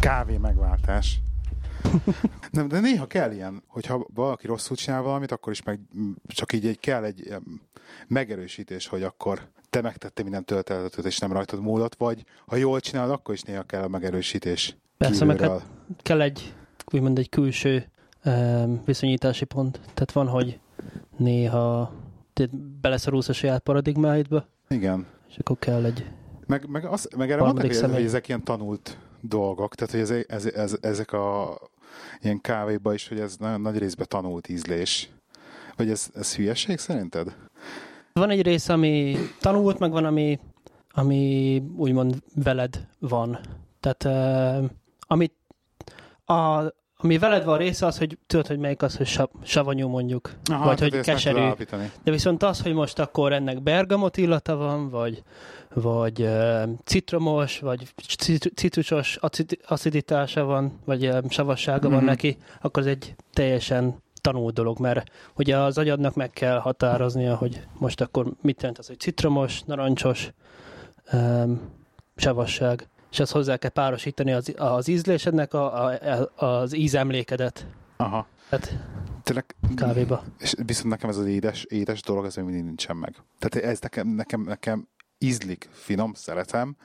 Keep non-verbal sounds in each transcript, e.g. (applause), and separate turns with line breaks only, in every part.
Kávé megváltás. (laughs) Nem, de néha kell ilyen, hogyha valaki rosszul csinál valamit, akkor is meg csak így egy kell egy em, megerősítés, hogy akkor te megtettél minden tölteletet, és nem rajtad múlott, vagy ha jól csinálod, akkor is néha kell a megerősítés.
Persze, meg hát-
kívülről.
kell egy, úgymond egy külső em, viszonyítási pont. Tehát van, hogy néha te beleszorulsz a saját paradigmáidba,
Igen.
és akkor kell egy...
Meg, meg, az, meg erre
Harmadik
mondták, hogy,
személy.
hogy ezek ilyen tanult dolgok, tehát hogy ez, ez, ez, ezek a ilyen kávéba is, hogy ez nagyon nagy részben tanult ízlés. Vagy ez, ez hülyeség szerinted?
Van egy rész, ami tanult, meg van, ami, ami úgymond veled van. Tehát uh, ami, a, ami veled van része az, hogy tudod, hogy melyik az, hogy sa, savanyú mondjuk.
tehát
hogy
ezt meg
keserű.
tudod állapítani.
De viszont az, hogy most akkor ennek bergamot illata van, vagy, vagy uh, citromos, vagy citru- citrusos acid- aciditása van, vagy uh, savassága mm-hmm. van
Mhm.
neki, akkor ez egy teljesen tanult dolog, mert ugye az agyadnak meg kell határoznia, hogy most akkor mit jelent az, hogy citromos, narancsos, um, savasság, és ezt hozzá kell párosítani az, az ízlésednek, a, a, az ízemlékedet.
Aha.
Tehát
Tényleg,
kávéba.
És viszont nekem ez az édes, édes dolog, ez még mindig nincsen meg. Tehát ez nekem, nekem, nekem ízlik, finom, szeretem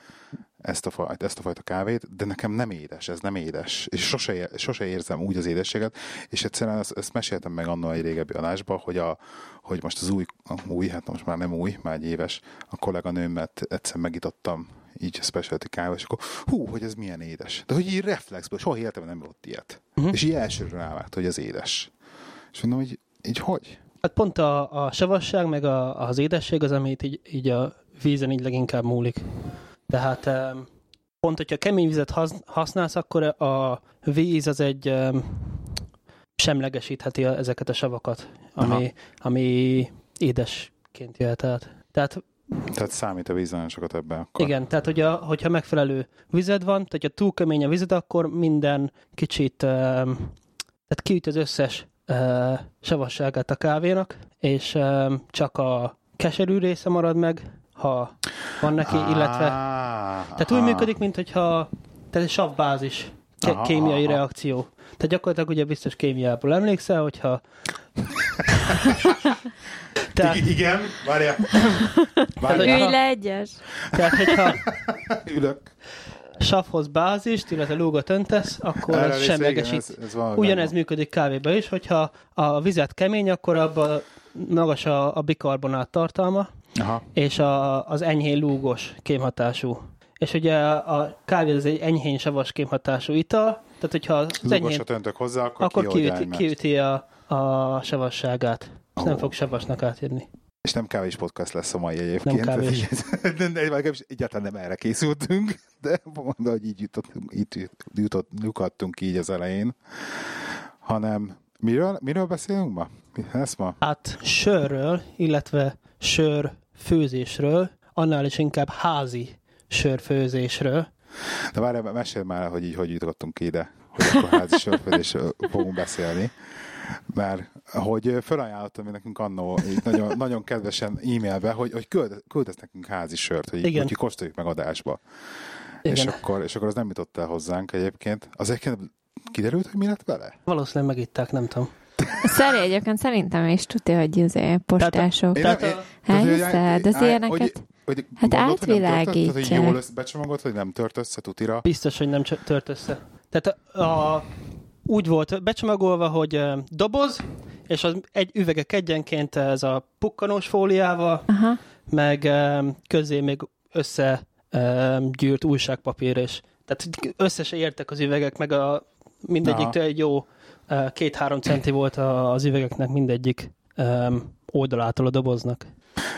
ezt a, fajta, ezt a fajta kávét, de nekem nem édes, ez nem édes. És sose, é- sose érzem úgy az édességet, és egyszerűen ezt, ezt meséltem meg annól egy régebbi adásban, hogy, a, hogy most az új, a új, hát most már nem új, már egy éves, a kolléganőmet egyszer megitottam így a specialty kávé, és akkor hú, hogy ez milyen édes. De hogy így reflexből, soha életemben nem volt ilyet.
Mhm.
Uh-huh. És így elsőre rávágt, hogy ez édes. És mondom, hogy így hogy?
Hát pont a, a savasság, meg a, az édesség az, amit így, így a vízen így leginkább múlik. Tehát em, pont, hogyha kemény vizet hasz- használsz, akkor a víz az egy em, semlegesítheti a- ezeket a savakat, ami, ami édesként jöhet át. Tehát
Tehát számít a víz nagyon sokat ebben akkor.
igen, tehát hogy a, hogyha megfelelő vized van, tehát hogyha túl kemény a vized, akkor minden kicsit, em, tehát kiüt az összes em, savasságát a kávénak, és em, csak a keserű része marad meg, ha van neki, illetve...
Ah.
Tehát úgy működik, mint hogyha tehát egy savbázis, ké-
Aha,
kémiai
aha.
reakció. Tehát gyakorlatilag ugye biztos kémiából
(laughs)
emlékszel, hogyha... (laughs) tehát,
igen,
(laughs)
várja.
hogy-
Várja,
Aha.
Ülj le egyes.
tehát, hogyha
ülök.
savhoz bázist, illetve lúgot öntesz, akkor
Erre
ez
része, igen,
semlegesít.
ez- ez valami
Ugyanez
benne
működik kávéba is, hogyha a vizet kemény, akkor abban magas a, a bikarbonát tartalma,
van. Aha.
és a, az enyhén lúgos kémhatású. És ugye a kávé az egy enyhén savas kémhatású ital, tehát hogyha az enyhén,
Lugosat öntök hozzá, akkor,
akkor kiüti,
ki,
kiüti a, a savasságát. És nem
Ó.
fog savasnak átírni.
És nem kávés podcast lesz a mai egyébként.
Nem kávés.
Tehát így- (laughs) de- de- legalábbis egyáltalán nem erre készültünk, (laughs) de mondom, hogy így jutottunk, itt jut- jutott, lyukadtunk így az elején. Hanem miről, miről beszélünk ma? Mi lesz ma?
Hát sörről, illetve sörfőzésről, annál is inkább házi sörfőzésről.
De várjál, mesél már, hogy így hogy jutottunk ide, hogy akkor házi sörfőzésről fogunk beszélni. Mert hogy felajánlottam nekünk annó így nagyon, nagyon kedvesen e-mailbe, hogy, hogy küld, küldesz nekünk házi sört, hogy,
Igen.
hogy ki kóstoljuk meg adásba.
Igen.
És akkor, és akkor az nem jutott el hozzánk egyébként. Az egyébként kiderült, hogy mi lett vele?
Valószínűleg megitták, nem tudom.
Szeri egyébként szerintem is tudja, hogy izé, postások.
Tehát
nem-
a-
tehát, hogy-
Elhiszed, az
hogy-
ilyeneket?
Hogy,
Hát
gondolod, hogy nem tört össze? Tehát,
átvilágítják.
hogy jól össze- becsomagolt, hogy nem tört össze tutira.
Biztos, hogy nem csö- tört össze. Tehát a, a, úgy volt becsomagolva, hogy ö, doboz, és az egy üvegek egyenként ez a pukkanós fóliával,
Aha.
meg ö, közé még össze ö, gyűrt újságpapír is. Tehát össze se értek az üvegek, meg a mindegyiktől egy jó ö, két-három centi volt a- az üvegeknek mindegyik ö, oldalától a doboznak.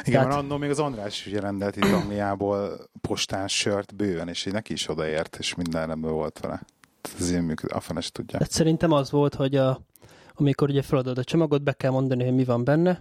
Igen,
Tehát-
mert annó még az András ugye rendelt itt Angliából postás sört bőven, és így neki is odaért, és minden rendben volt vele. Tehát ez ilyen működik, a fene se tudja.
Tehát szerintem az volt, hogy a, amikor ugye feladod a csomagot, be kell mondani, hogy mi van benne,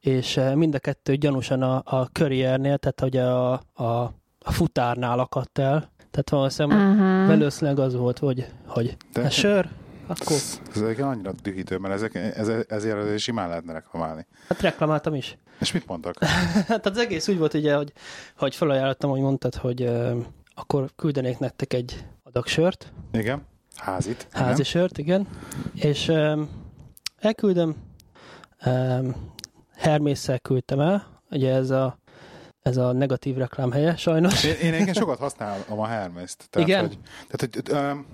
és eh, mind a kettő gyanúsan a, a köriernél, tehát hogy a, a, a futárnál akadt el. Tehát valószínűleg
Aha.
valószínűleg az volt, hogy, hogy
De
a sör, akkor
ez, ez egyébként annyira dühítő, mert ezek, ez, ezért azért simán lehetne reklamálni.
hát reklamáltam is.
És mit mondtak?
(laughs) Hát az egész úgy volt ugye, hogy, hogy felajánlottam, hogy mondtad, hogy eh, akkor küldenék nektek egy a adag sört,
Igen. Házit.
házi sört, igen. És um, elküldöm, um, Hermésszel küldtem el, ugye ez a, ez a negatív reklám helye, sajnos. (laughs)
Én, én igen sokat használom a Hermes-t. Tehát,
Igen?
Hogy, tehát, hogy, öm,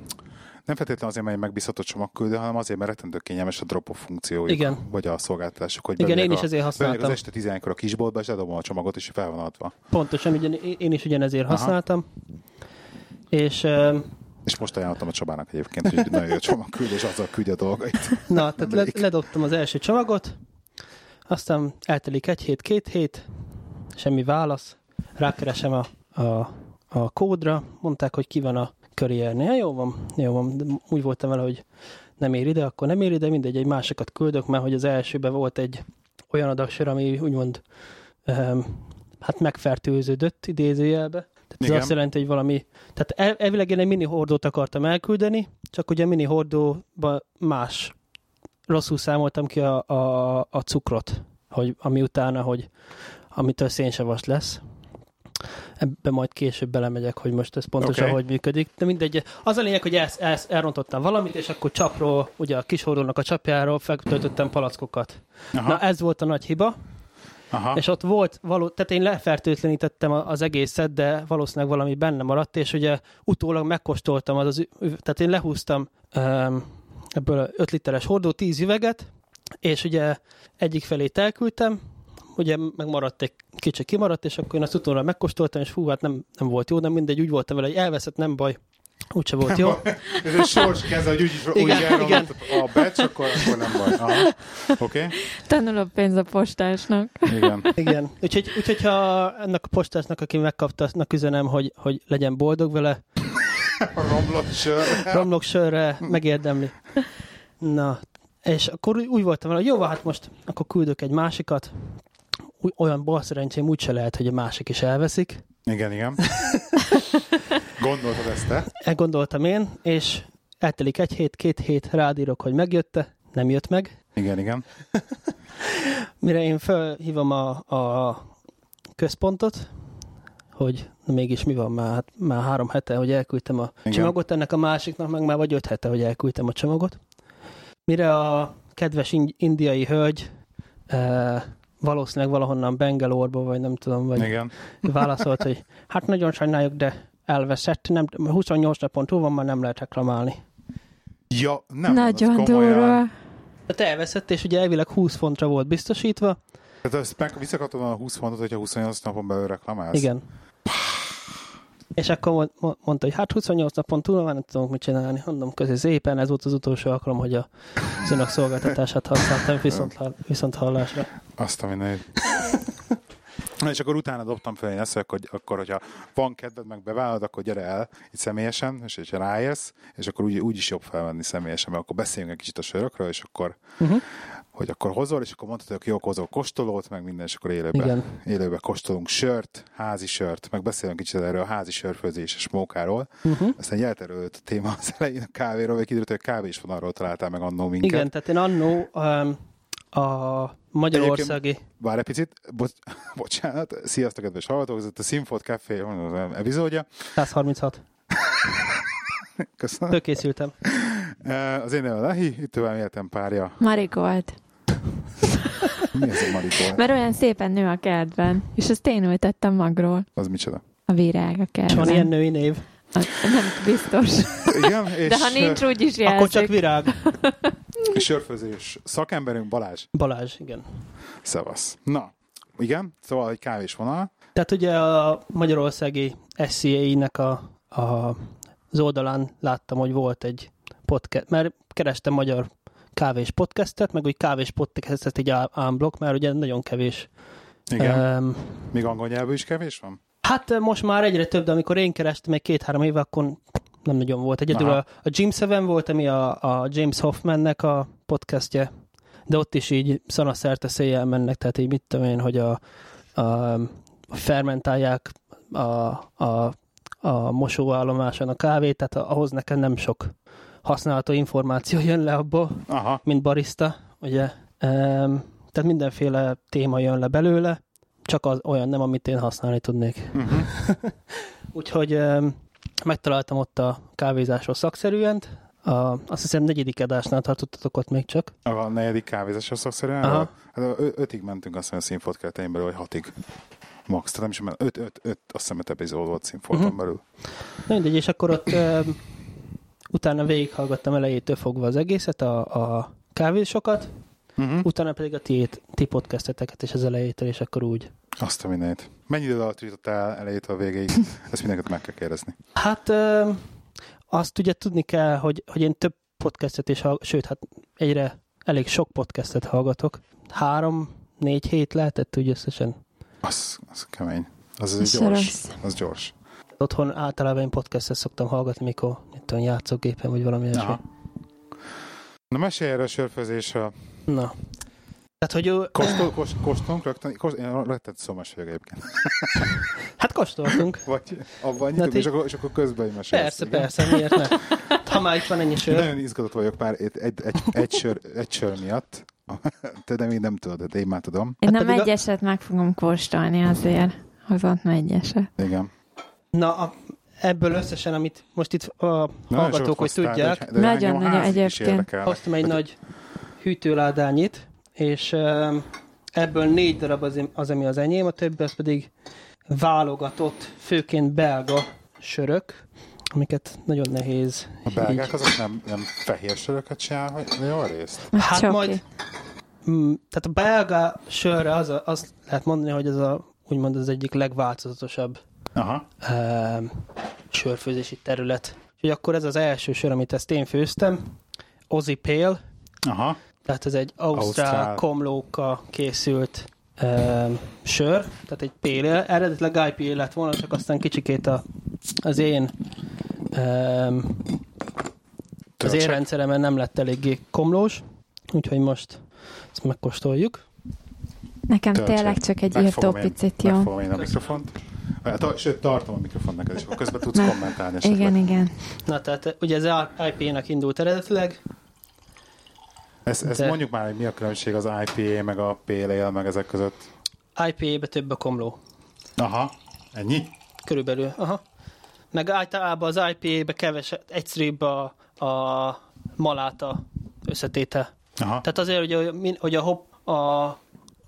nem feltétlenül azért, mert egy megbízhatott csomagküldő, hanem azért, mert rettentő kényelmes a drop funkciójuk,
Igen.
vagy a szolgáltatásuk, hogy
Igen,
bemegyek
én
a-
is ezért
Bemegyek az
használtam.
este 11-kor a kisboltba, és ledobom a csomagot, és fel van adva.
Pontosan, ugyan, én is ugyanezért
Aha.
használtam. És um,
És most ajánlottam a Csabának egyébként, hogy nagyon jó csomagküldő, és azzal küldje a dolgait.
(laughs) Na, tehát le,
Nemrég.
ledobtam az első csomagot, aztán eltelik egy hét, két hét, semmi válasz, rákeresem a, a, a kódra, mondták, hogy ki van a körérnél. Ja, jó van, jó van, de úgy voltam vele, hogy nem ér ide, akkor nem ér ide, mindegy, egy másikat küldök, mert hogy az elsőben volt egy olyan adagsor, ami úgymond um, hát megfertőződött idézőjelbe. Tehát ez
Igen.
azt jelenti, hogy valami, tehát el, elvileg én egy mini hordót akartam elküldeni, csak ugye a mini hordóban más rosszul számoltam ki a, a, a cukrot, hogy ami utána, hogy amitől szénsavas lesz. Ebbe majd később belemegyek, hogy most ez pontosan
Oké.
okay. hogy működik. De mindegy, az a lényeg, hogy el, el, elrontottam valamit, és akkor csapról, ugye a kis hordónak a csapjáról feltöltöttem palackokat.
Aha,
Na ez volt a nagy hiba,
aha.
és ott volt való, tehát én lefertőtlenítettem a- az egészet, de valószínűleg valami benne maradt, és ugye utólag megkóstoltam az, az ü- üv- tehát én lehúztam um, ebből a 5 literes hordó 10 üveget, és ugye egyik felét elküldtem, ugye megmaradt egy kicsi kimaradt, és akkor én azt utólag megkóstoltam, és fú, hát nem, nem volt jó, de mindegy, úgy voltam vele, hogy elveszett, nem baj, úgyse volt jó.
Ez egy sors keze, hogy úgy, is- úgy
Igen,
elromlott a becs, akkor, akkor nem baj. Aha. Oké?
Tanulok pénz a postásnak.
Igen.
(laughs) Igen. Úgyhogy, úgyhogy ha ennek a postásnak, aki megkapta, aztnak üzenem, hogy, hogy legyen boldog vele,
A romlott sör.
romlok sörre, megérdemli. Na, és akkor úgy- úgy voltam vele, hogy jó, hát most akkor küldök egy másikat. Új- Olyan bal szerencsém úgyse lehet, hogy a másik is elveszik.
Igen, igen. Gondoltad ezt te?
Elgondoltam én, és eltelik egy hét, két hét, rádírok, hogy megjötte, nem jött meg.
Igen, igen.
Mire én felhívom a, a központot, hogy na mégis mi van már, hát már három hete, hogy elküldtem a
Igen.
csomagot, ennek a másiknak meg már vagy öt hete, hogy elküldtem a csomagot. Mire a kedves ind- indiai hölgy e, valószínűleg valahonnan Bengalorba, vagy nem tudom, vagy
Igen. (laughs)
válaszolt, hogy hát nagyon sajnáljuk, de elveszett, nem, 28 napon túl van, már nem lehet reklamálni.
Ja, nem.
Nagyon
az komolyan.
durva.
Tehát Hát elveszett, és ugye elvileg 20 fontra volt biztosítva.
Tehát ezt meg visszakaptad volna a 20 fontot, hogyha 28 napon belül reklamálsz.
Igen. És akkor mond- mond- mondta, hogy hát 28 napon túl van, nem tudunk mit csinálni. Mondom, közé szépen, ez volt az utolsó alkalom, hogy a az önök szolgáltatását használtam viszont, viszont hallásra.
Azt a mindenit. Na, (laughs) és akkor utána dobtam fel én ezt, hogy akkor, akkor, hogyha van kedved, meg bevállalod, akkor gyere el itt személyesen, és hogyha ráérsz, és akkor úgy, úgy is jobb felvenni személyesen, mert akkor beszéljünk egy kicsit a sörökről, és akkor,
Uh-huh.
hogy akkor hozol, és akkor mondtad, hogy jó, akkor hozol kóstolót, meg minden, és akkor élőben,
Igen.
élőben kóstolunk sört, házi sört, meg beszélünk kicsit erről a házi sörfőzés és mókáról.
Uh-huh.
Aztán így elterült a téma az elején a kávéról, vagy kiderült, hogy a kávé is van, arról találtál meg annó minket.
Igen, tehát én annó um, a magyarországi...
Várj egy picit, bo- (laughs) bocsánat, sziasztok kedves hallgatók, ez itt a Sinfot Café epizódja,
136.
köszönöm.
Fölkészültem.
Eh, Az én nevem Lehi, itt tovább életem párja.
Marigold.
Mi ez a Marikó?
Mert olyan szépen nő a kertben. És ezt én ültettem magról.
Az micsoda?
A virág a
Van ilyen
kertben.
női név.
A, nem biztos.
Igen, és
De ha nincs, úgy is
Akkor csak
jelzik.
virág.
eh, sörfőzés szakemberünk Balázs,
Balázs, igen.
szevasz. Na, igen, szóval egy kávés vonal.
Tehát ugye a magyarországi SCA-nek a, a, az oldalán láttam, hogy volt egy podcast, mert kerestem magyar kávés podcastet, meg úgy kávés podcastet egy ámblok, mert ugye nagyon kevés.
Eh.
Igen,
Ehm,
még angol nyelvű is kevés van?
hát most már egyre több, de amikor én kerestem egy két-három éve, akkor nem nagyon volt. Egyedül
Aha.
a, a Jim Seven volt, ami a, a James Hoffmannek a podcastje, de ott is így szanaszerte széjjel mennek, tehát így mit tudom én, hogy a, a fermentálják a, a, a mosóállomáson a kávét, tehát ahhoz nekem nem sok használható információ (laughs) jön le abból,
Aha,
mint barista, ugye. Ehm, tehát mindenféle téma jön le belőle,
Mhm.
csak az olyan nem, amit én használni tudnék.
uh-huh.
Hm? Úgyhogy, öm, megtaláltam ott a kávézásról szakszerűen. A, azt hiszem negyedik adásnál tartottatok ott még csak.
A negyedik kávézás az szakszerűen?
Aha.
Aha. Hát ö- ötig mentünk, azt hiszem, a színfolt keretein belül, vagy hatig. Max, tehát nem is, mert öt, öt, öt, azt hiszem, öt epizód volt színfolton
Mhm.
uh-huh. belül.
Na mindegy, és akkor ott ö, utána végighallgattam elejétől fogva az egészet, a, a kávésokat,
Uh-huh.
Mhm.
utána pedig a tiét, ti podcasteteket és az elejétől, és akkor úgy.
Azt a mindenit. Mennyi idő alatt jutottál elejétől a
(laughs)
végéig? Ezt mindenkit meg kell kérdezni.
Hát ö, azt ugye tudni kell, hogy, hogy én több podcastet is hallgatok, sőt, hát egyre elég sok podcastet hallgatok. Három, négy hét lehetett úgy összesen.
Az, az kemény. Az, az
Ez
gyors.
rossz.
Az gyors.
Otthon általában én podcastet szoktam hallgatni, mikor mit tudom, játszógépen vagy valami ilyesmi.
Aha. Na mesélj erre a sörfőzésről.
Na. Tehát, hogy ő,
Kóstol, kóst, kóstolunk rögtön? Kóst, én rögtön szomás vagyok egyébként.
hát kóstoltunk.
Vagy abban nyitunk,
ti-
és, akkor, és akkor közben így mesélsz.
Persze,
igen?
persze, miért ne? Ha már itt van ennyi
Én
sör.
Nagyon izgatott vagyok már egy, egy, egy, egy, sör, egy sör miatt. (laughs) Te de még nem tudod, de én már tudom.
Én
Hát
nem
pedig a-
egyeset meg fogom kóstolni azért. Hozott meg egyeset.
Igen.
Na, a, ebből összesen, amit most itt a
Nagyon sokat
hallgatók, hogy
hoztál,
tudják,
de engem
Nagyon,
a
nagyon,
házik is
egyébként.
érdekelnek.
hoztam egy nagy hűtőládányit, és öm, ebből négy darab az, az, ami az enyém, a többi az pedig válogatott, főként belga sörök, amiket nagyon nehéz
A
így-
belgák azok nem, nem fehér söröket csinálnak, hogy jó részt.
Meg
Hát
csoki.
majd, mm, tehát a belga sörre az a, azt lehet mondani, hogy ez a, úgymond az egyik legváltozatosabb
Aha.
uh, sörfőzési terület. Úgyhogy akkor ez az első sör, amit ezt én főztem, Ozzy Pale,
Aha.
tehát ez egy ausztrál,
Ausztrál.
ausztrál. komlóka készült uh, sör, tehát egy pale ale. Eredetileg IPA lett volna, csak aztán kicsikét a, az én um, az én
Töröcsek.
rendszeremben nem lett eléggé komlós, úgyhogy most ezt megkóstoljuk.
Nekem
Töltsd
tényleg
el.
csak egy
Megfogom
írtó
én-
picit jó.
Megfogom én a mikrofont. Hát, ta- Sőt, tartom a mikrofont neked, és akkor közben tudsz
Meg-
kommentálni esetleg.
Igen, igen.
Na tehát ugye ez IP-nak indult eredetileg,
Ezt, ezt
De-
mondjuk már, hogy mi a különbség az IPA, meg a PLL, meg ezek között.
IPA-be több a komló.
Aha, ennyi?
Körülbelül, aha. Meg általában az IPA-be kevesebb, egyszerűbb a, a maláta összetétel.
Aha.
Tehát azért, hogy a, min- hogy a hop, a,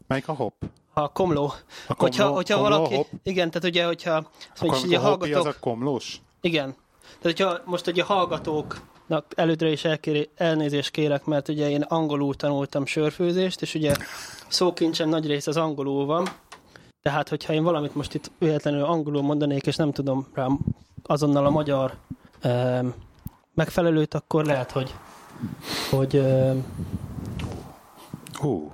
Melyik a hop?
a komló, a
A
hogyha,
komló-
hogyha
komló
valaki,
hop?
igen, tehát ugye, hogyha, szóval azt
Akkor
mondjuk,
amikor
ugye
a hoppi,
hallgatók,
az a komlós?
Igen. Tehát, hogyha most ugye hallgatóknak előtre is elkéri, elnézést kérek, mert ugye én angolul tanultam sörfőzést, és ugye szókincsem nagy része az angolul van, tehát hogyha én valamit most itt véletlenül angolul mondanék, és nem tudom rám azonnal a magyar um, megfelelőt, akkor lehet, hogy hogy um,
Hú,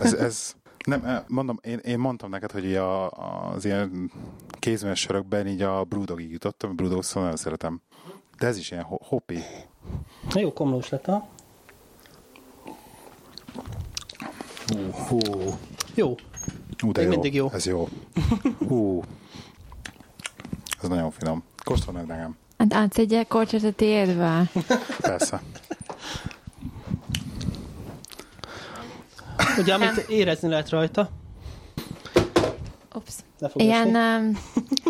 ez, ez nem, eh, mondom, én, én mondtam neked, hogy ugye a, az ilyen kézműves sörökben így a brewdogig jutottam, a brewdog szóval nagyon szeretem. De ez is ilyen ho- hopi.
jó komlós lett, ha?
Hú, hú.
Jó.
Hú, de jó.
Még mindig jó.
Ez
(laughs)
jó. Hú. Ez nagyon finom. Kóstolom meg nekem.
Hát adsz egy ilyen kortyot a tiédből?
Persze.
Ugye, amit érezni lehet rajta,
Ups.
le fog
Ilyen
esni.
um,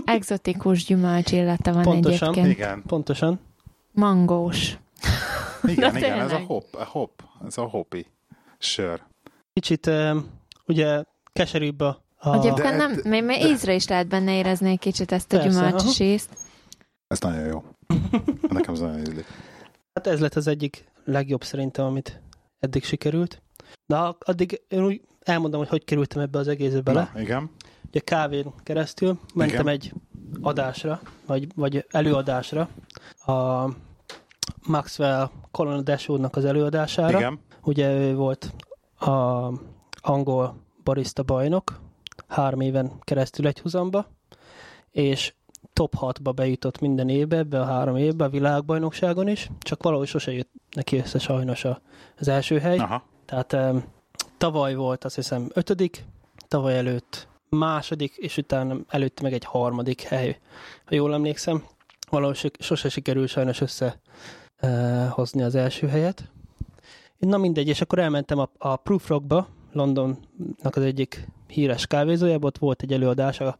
exotikus gyümölcs illata van
Pontosan.
egyébként.
Igen.
Pontosan.
Mangós.
Igen,
Na,
igen, ez a
tényleg.
hop, a hop, ez a hopi sör.
Kicsit um, ugye keserűbb a, a
Egyébként
De-
nem,
de-
még, még
de-
ízre is lehet benne érezni egy kicsit ezt a
Persze,
gyümölcsös ízt.
Ez nagyon jó. Nekem ez nagyon ízlik.
Hát ez lett az egyik legjobb szerintem, amit eddig sikerült. De a- addig én úgy elmondom, hogy hogy kerültem ebbe az egészbe bele.
Na, igen.
Ugye kávén keresztül mentem
Igen.
egy adásra, vagy, vagy előadásra, a Maxwell Colonel Dashwoodnak az előadására.
Igen.
Ugye ő volt a angol barista bajnok, három éven keresztül egy húzamba, és top 6-ba bejutott minden évbe, ebbe a három évbe, a világbajnokságon is, csak valahogy sose jött neki össze sajnos a- az első hely.
Aha.
Tehát em, tavaly volt azt hiszem ötödik, tavaly előtt második, és utána előtt meg egy harmadik hely, ha jól emlékszem. Valahogy si- sose sikerül sajnos összehozni az első helyet. Na mindegy, és akkor elmentem a, a Proof Rockba Londonnak az egyik híres kávézójában, ott volt egy előadás a,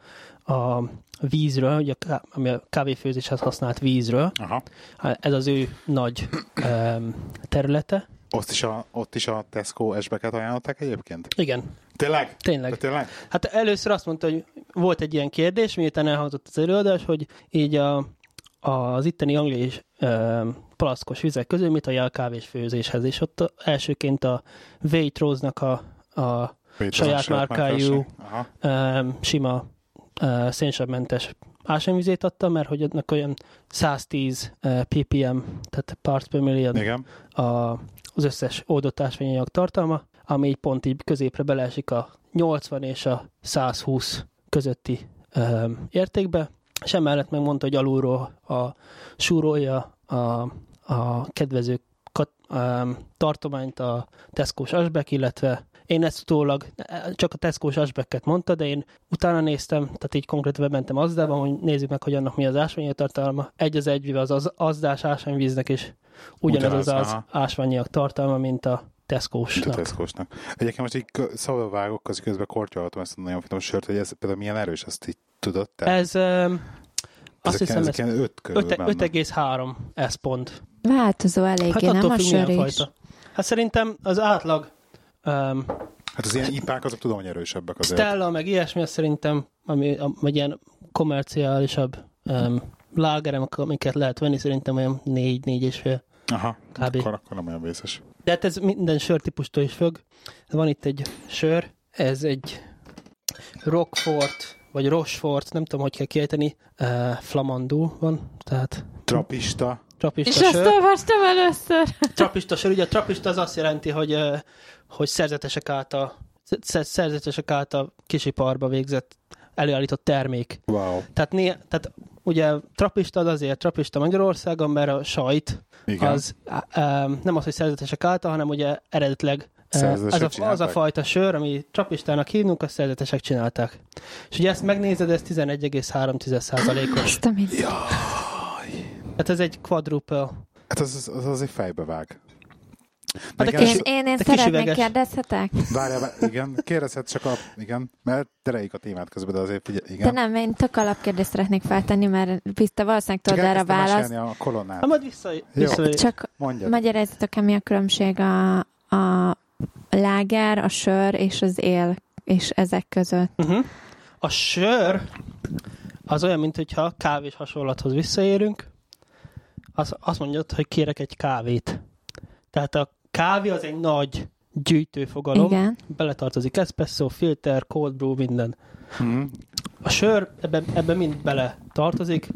a vízről, ugye, a ká- ami a kávéfőzéshez használt vízről.
Aha.
Hát Ez az ő nagy em, területe.
Ott is a, ott is a Tesco esbeket ajánlották egyébként?
Igen,
Tényleg?
tényleg.
Te Tényleg?
Hát először azt mondta, hogy volt egy ilyen kérdés, miután elhangzott az előadás, hogy így a, az itteni angliai és ö, palaszkos vizek közül mit ajánl kávés főzéshez, és ott elsőként a Waitrose-nak a, a
Mit,
Saját
az a
márkájú.
márkás? Aha.
ö, sima ö, szénsavmentes ásványvizét adta, mert hogy annak olyan 110 ö, ppm, tehát parts per million
Igen.
a, az összes oldott ásványanyag tartalma, ami így pont így középre beleesik a 80 és a 120 közötti ö, értékbe, és emellett megmondta, hogy alulról a súrolja a, a kedvező kat, ö, tartományt a Tesco-s asbek, illetve én ezt utólag eh, csak a Tesco-s asbeket mondta, de én utána néztem, tehát így konkrétan bementem azdába, hogy nézzük meg, hogy annak mi az ásványanyag tartalma. Egy az egybe az, az azdás ásványvíznek is ugyanaz az,
Ugyanaz,
az
aha.
ásványanyag tartalma, mint a
Mint a
Tesco-snak.
Tesco-snak. Egyébként most így kö- szóval vágok, közben- közben kortyolhatom ezt a nagyon finom sört, hogy ez például milyen erős, azt így tudod te?
Ez, em, Hát, azt
ezek,
hiszem, ez
ezek ilyen öt körül
öte-
benne.
5,3 ez pont.
Változó eléggé,
Hát
nem
attól
a
függ, milyen
sör is.
fajta. Hát szerintem az átlag um,
Hát az ilyen ipák azok tudom, hogy erősebbek azért.
Stella, meg ilyesmi, az szerintem, ami a, vagy ilyen komerciálisabb um, lágerem, amiket lehet venni, szerintem olyan 4-4 és fél
Aha,
kb.
akkor, akkor nem olyan vészes.
De hát ez minden sörtípustól is függ. Van itt egy sör, ez egy Rockfort, vagy Rochefort, nem tudom, hogy kell kiejteni, uh, flamandú van, tehát
Trapista.
És
trapista
azt
sör.
olvastam először.
Trapista sör, ugye a trapista az azt jelenti, hogy, ö, hogy szerzetesek által, sz- szerzetesek által kisiparba végzett előállított termék.
Wow.
Tehát, né, tehát ugye trapista az azért trapista Magyarországon, mert a sajt
Igen. Az...
az á- ám, nem az, hogy szerzetesek által, hanem ugye eredetileg ö,
Szerzetesek
az a, az a
csinálták?
fajta sör, ami trapistának hívnunk, azt szerzetesek csinálták. És ugye ezt megnézed, ez 11,3%-os.
Azt, amit...
Tehát Hát ez egy quadruple.
Hát az, az, az azért fejbe vág.
Hát
Nekem
a
Én,
ez-
én, én
te
szeretnék,
kisüveges.
kérdezhetek?
Várjál, várjál, igen, kérdezhet csak a... Igen, mert tereik a témát közben, de azért figyelj,
De
igen.
nem, én tök alapkérdést szeretnék feltenni, mert biztos valószínűleg
Csak
tudod erre a
elkezdtem
választ.
mesélni a kolonát.
Hát majd vissza, vissza
Csak
Mondjad.
magyarázzatok el, mi a különbség a, a láger, a sör és az él, és ezek között.
Uh-huh. A sör az olyan, mint hogyha kávés hasonlathoz visszaérünk. Az, azt mondjad, hogy kérek egy kávét. Tehát a kávé az egy nagy gyűjtőfogalom.
Igen.
Beletartozik espresso, filter, cold brew, minden.
Mhm.
A sör ebben ebbe mind bele tartozik.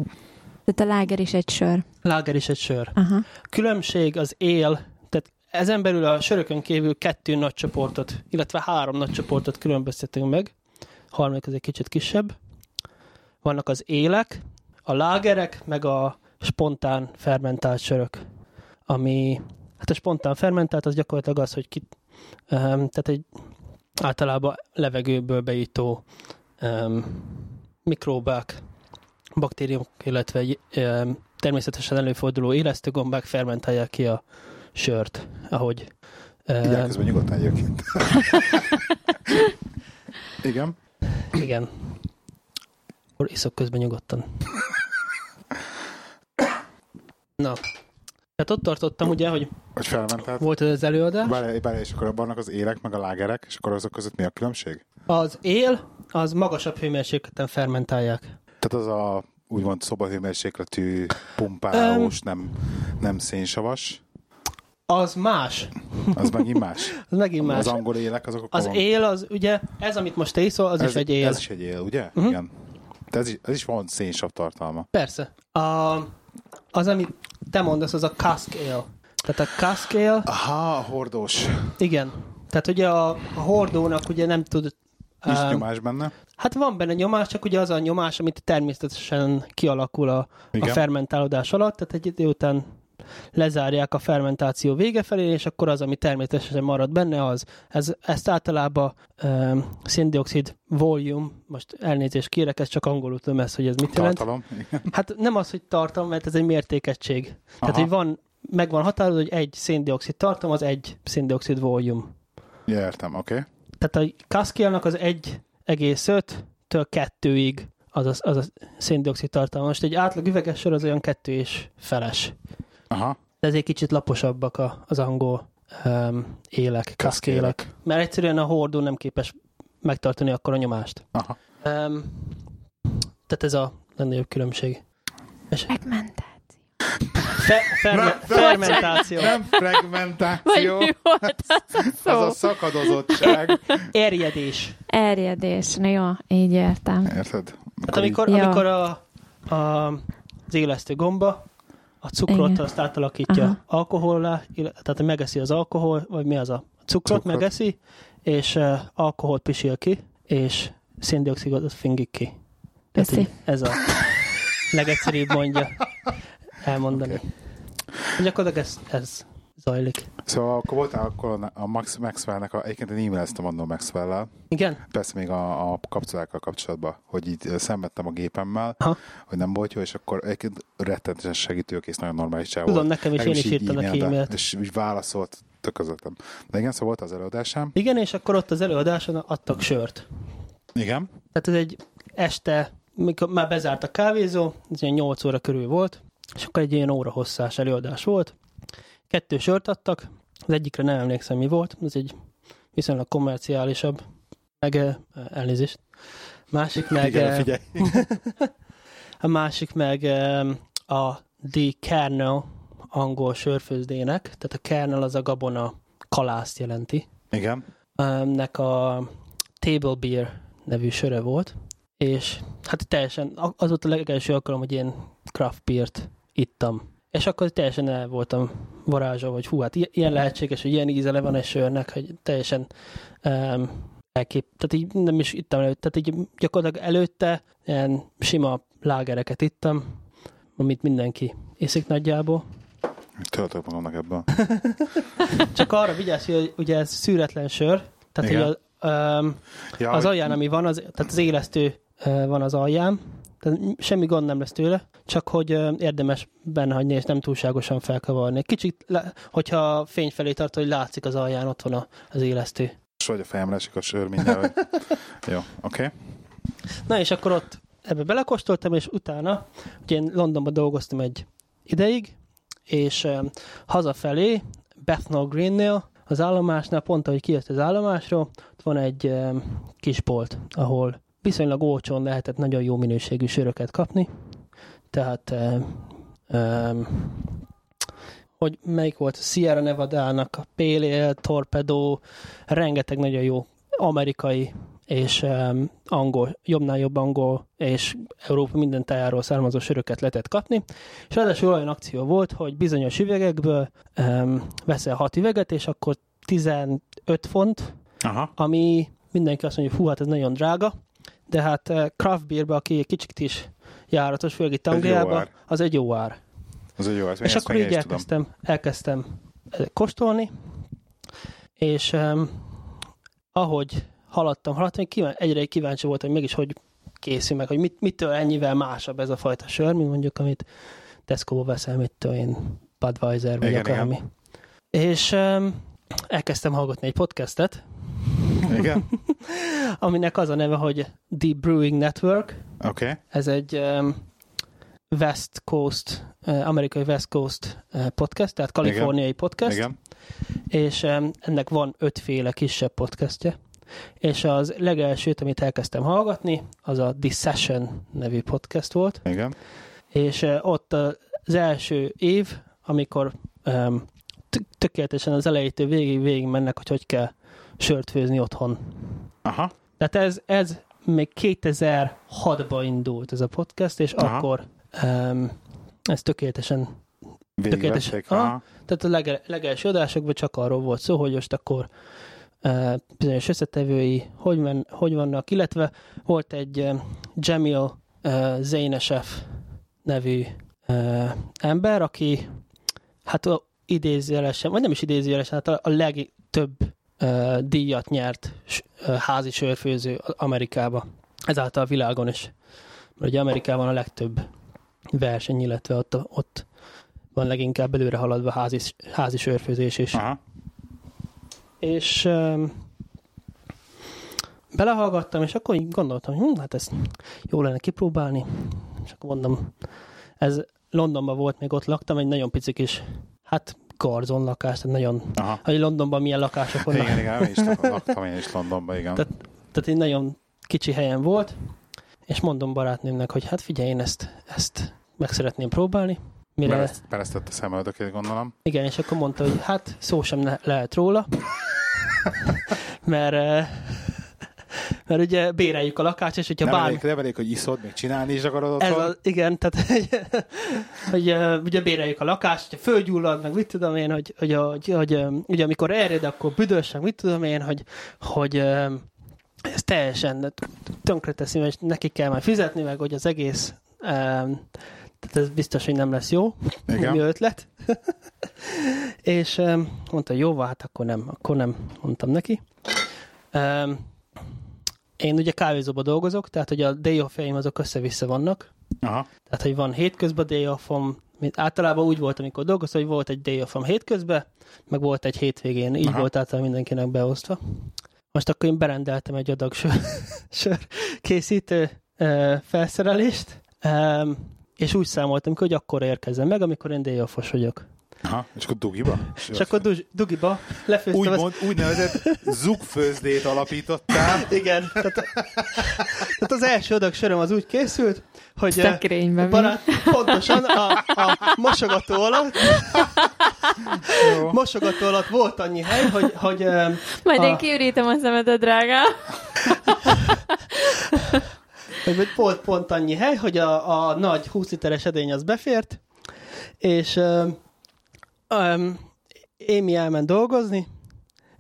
Tehát a láger is egy sör.
Láger is egy sör.
Aha.
Különbség az él, tehát ezen belül a sörökön kívül kettő nagy csoportot, illetve három nagy csoportot különböztetünk meg. A harmadik az egy kicsit kisebb. Vannak az élek, a lágerek, meg a spontán fermentált sörök, ami, hát a spontán fermentált az gyakorlatilag az, hogy ki, um, tehát egy általában levegőből bejutó um, mikróbák, baktériumok, illetve egy um, természetesen előforduló élesztőgombák fermentálják ki a sört, ahogy
Így
um,
elkezdve nyugodtan egyébként. igen.
igen. Akkor iszok közben nyugodtan. Na. Tehát ott tartottam ugye, hogy
Hogy felmentett.
volt ez az előadás.
Várjál, várjál, és akkor vannak az élek, meg a lágerek, és akkor azok között mi a különbség?
Az él, az magasabb hőmérsékleten fermentálják.
Tehát az a úgymond szobahőmérsékletű, pumpálós, nem, nem szénsavas,
Az más.
az megint
(laughs)
más.
Az megint más.
Az angol élek, azok a
Az
kolon-
él, az ugye, ez, amit most te iszol, az
ez,
is egy él.
Ez is egy él, ugye?
Mhm.
Igen. De ez is, ez is van szénsav tartalma.
Persze. A, az, amit te mondasz, az a cask ale. Tehát a cask ale,
Aha, a hordós.
igen. Tehát ugye a, a hordónak ugye nem tud...
Nincs
um,
nyomás benne.
Hát van benne nyomás, csak ugye az a nyomás, amit természetesen kialakul a, a
Igen.
fermentálódás alatt, tehát egy idő után lezárják a fermentáció vége felé, és akkor az, ami természetesen marad benne, az. Ez, ezt általában um, széndiokszid volume, most elnézést kérek, ez csak angolul tudom ezt, hogy ez mit jelent.
Tartalom. Igen.
Hát nem az, hogy tartom, mert ez egy mértékegység. Tehát,
Aha.
hogy van, meg van határozva, hogy egy széndiokszid tartom, az egy széndiokszid volume.
Ja, Értem, oké. Okay.
tehát a kaszkélnak az 1,5-től 2-ig az a, az a széndiokszid tartalma. Most egy átlag üveges sör az olyan kettő és feles.
Aha.
De ezért kicsit laposabbak a, az angol um, élek, kaszkélek. Mert egyszerűen a hordó nem képes megtartani akkor a nyomást.
Aha.
Um, tehát ez a legnagyobb különbség.
Megmentáció.
Fe, ferme,
Nem,
fermentáció.
Nem
Vagy
fragmentáció,
mi volt az (laughs) a szó?
az a szakadozottság.
Erjedés.
Erjedés. Na jó, így értem.
Érted?
Hát amikor,
Ja.
amikor a, a, az élesztő gomba a cukrot
Igen.
azt átalakítja
Aha.
alkohollá, ill- tehát megeszi az alkohol, vagy mi az a cukrot,
Cukrot.
cukrot. megeszi, és uh, alkoholt pisil ki, és széndiokszidot fingik ki. Tehát
Köszi.
így ez a legegyszerűbb mondja elmondani.
Oké.
Okay. Gyakorlatilag ez, ez zajlik.
Szóval akkor voltál akkor a Max, Maxwellnek, a, egyébként én e-maileztem annól maxwell
Igen?
persze még a, a kapcsolákkal kapcsolatban, hogy így ö, szenvedtem a gépemmel,
Aha.
hogy nem volt jó, és akkor egyébként rettenetesen segítőkész, nagyon normális csáv
Tudom,
volt.
nekem is
Nekem
én is
így
írtam neki
e-mailbe,
e-mailt.
És úgy válaszolt, tök közöttem. De igen, szóval volt az előadásám.
Igen, és akkor ott az előadáson adtak sört.
Igen.
Tehát ez egy este, mikor már bezárt a kávézó, ez ilyen 8 óra körül volt, és akkor egy ilyen óra hosszás előadás volt. Kettő sört adtak, az egyikre nem emlékszem mi volt, ez egy viszonylag kommerciálisabb, meg eh, elnézést. Másik meg,
igen,
eh,
figyelj.
a másik meg em, a The Kernel angol sörfőzdének, tehát a kernel az a gabona kalászt jelenti
Igen.
nek a Table Beer nevű söre volt, és hát teljesen, a- az volt a legelső alkalom, hogy én craft beert ittam. És akkor teljesen el voltam varázsa, hogy hú, hát i- ilyen lehetséges, hogy ilyen ízele van egy sörnek, hogy teljesen um, elkép... Tehát így nem is ittam előtt, tehát így gyakorlatilag előtte ilyen sima lágereket ittam, amit mindenki iszik nagyjából.
Töltök magamnak ebből.
Csak arra vigyázz, hogy ugye ez szűretlen sör, tehát
Igen.
hogy a, um,
Ja,
az
hogy-
alján, ami van, az, tehát az élesztő ö, van az alján, tehát semmi gond nem lesz tőle, csak hogy ö, érdemes benne hagyni, és nem túlságosan felkavarni. Kicsit, le, hogyha a fény felé tart, hogy látszik az alján, ott van a- az élesztő.
És vagy a fejemre esik a sör minden.
(laughs)
Hogy... Jó, oké. Okay.
Na és akkor ott ebbe belekóstoltam, és utána, ugye én Londonban dolgoztam egy ideig, és em, hazafelé Bethnal Greennél, az állomásnál, pont ahogy kijött az állomásról, ott van egy em, kis bolt, ahol viszonylag olcsón lehetett nagyon jó minőségű söröket kapni. Tehát em, em, hogy melyik volt Sierra Nevada-nak a Pale Torpedo, rengeteg nagyon jó amerikai és em, angol, jobbnál jobb angol és Európa minden tájáról származó söröket lehetett kapni. És ráadásul olyan akció volt, hogy bizonyos üvegekből um, veszel hat üveget, és akkor 15 font,
Aha.
ami mindenki azt mondja, hogy hú, hát ez nagyon drága, de hát eh, craft beerbe, aki egy kicsit is járatos, főleg itt
jó
Angliában,
ár.
az egy jó ár.
Az egy jó, hát
És
ezt
akkor
még
így
én is tudom.
elkezdtem, elkezdtem eh, kóstolni, és um, ahogy haladtam, haladtam, kíván, egyre kíváncsi voltam, hogy mégis hogy készül meg, hogy mit, mitől ennyivel másabb ez a fajta sör, mint mondjuk, amit Tesco-ba veszel, mit tudom én, Budweiser vagy
Igen,
igen, akármi. És um, elkezdtem hallgatni egy podcastet,
Igen,
(laughs) aminek az a neve, hogy The Brewing Network,
oké. Okay.
ez egy um, West Coast, eh, amerikai West Coast eh, podcast, tehát kaliforniai Igen. podcast,
Igen.
és em, ennek van ötféle kisebb podcastje, és az legelsőt, amit elkezdtem hallgatni, az a The Session nevű podcast volt,
Igen.
és eh, ott eh, az első év, amikor um, tökéletesen az elejétől végig végig mennek, hogy hogy kell sört főzni otthon.
Aha.
Tehát ez, ez még 2006-ban indult ez a podcast, és
Aha.
Aha. akkor um, ez tökéletesen, Tökéletes.
Végigvették. Aha.
tehát a lege, legelső adásokban csak arról volt szó, hogy most akkor uh, bizonyos összetevői hogy, men, hogy vannak, illetve volt egy um, Jamil uh, Zainesef nevű uh, ember, aki hát a idézőjelesen, vagy nem is idézőjelesen, hát a, a legtöbb uh, díjat nyert s- ö, házi sörfőző a- Amerikába. Ezáltal a világon is. Mert ugye Amerikában a legtöbb verseny, illetve ott, ott van leginkább előre haladva házi, házi sörfőzés is.
Aha.
És um, belehallgattam, és akkor így gondoltam, hogy hm, hát ezt jó lenne kipróbálni. És akkor mondom, ez Londonban volt, még ott laktam, egy nagyon pici kis, hát garzon lakás, tehát nagyon,
Aha.
hogy Londonban milyen lakások vannak.
Igen, igen, én is
(laughs)
lak- laktam én is Londonban, igen.
Tehát- tehát egy nagyon kicsi helyen volt, és mondom barátnőmnek, hogy hát figyelj, én ezt, ezt meg szeretném próbálni. Mire,
Pereszt- Peresztett a szemöldökét, gondolom.
igen, és akkor mondta, hogy hát szó sem le- lehet róla, mert, eh, mert ugye béreljük a lakást, és hogyha
nem,
bármi...
elég, nem elég, hogy iszod, még csinálni is akarod
Ez
otthon.
az, igen, tehát (laughs) hogy, hogy ö, ugye béreljük a lakást, hogyha fölgyullad, meg mit tudom én, hogy, hogy, hogy, hogy ö, ugye amikor erred, akkor büdös, meg mit tudom én, hogy, hogy ö, ez teljesen tönkreteszi, és neki kell majd fizetni, meg hogy az egész, ö, tehát ez biztos, hogy nem lesz jó,
Igen.
mi ötlet. (laughs) és ö, mondta, hogy jó, hát akkor nem, akkor nem, mondtam neki. Ö, Én ugye kávézóba dolgozok, tehát hogy a day off azok össze-vissza vannak,
Aha.
tehát, hogy van hétközben day offom, mint általában úgy volt, amikor dolgoztam, hogy volt egy day offom hétközben, meg volt egy hétvégén, így
Aha.
Aha. volt általában mindenkinek beosztva. Most akkor én berendeltem egy adag sör, (laughs) sör készítő ö, felszerelést, ö, és úgy számoltam ki, hogy akkor érkezem meg, amikor én day offos vagyok.
Aha. És akkor dugiba?
És akkor dus, dugiba lefőztem
úgy,
az
mond, úgynevezett zugfőzdét alapítottál.
(laughs)
(laughs)
Igen, tehát, tehát az első adag söröm az úgy készült, hogy... ö,
Szekrénybe mi?
Barát, pontosan a, a mosogató alatt,
Jó.
mosogató alatt volt annyi hely, hogy, hogy, öm,
Majd én
a-
kiürítem a szemed a drága.
hogy vagy volt pont annyi hely, hogy a, a nagy 20 literes edény az befért, és öm, öm, Émi elment dolgozni,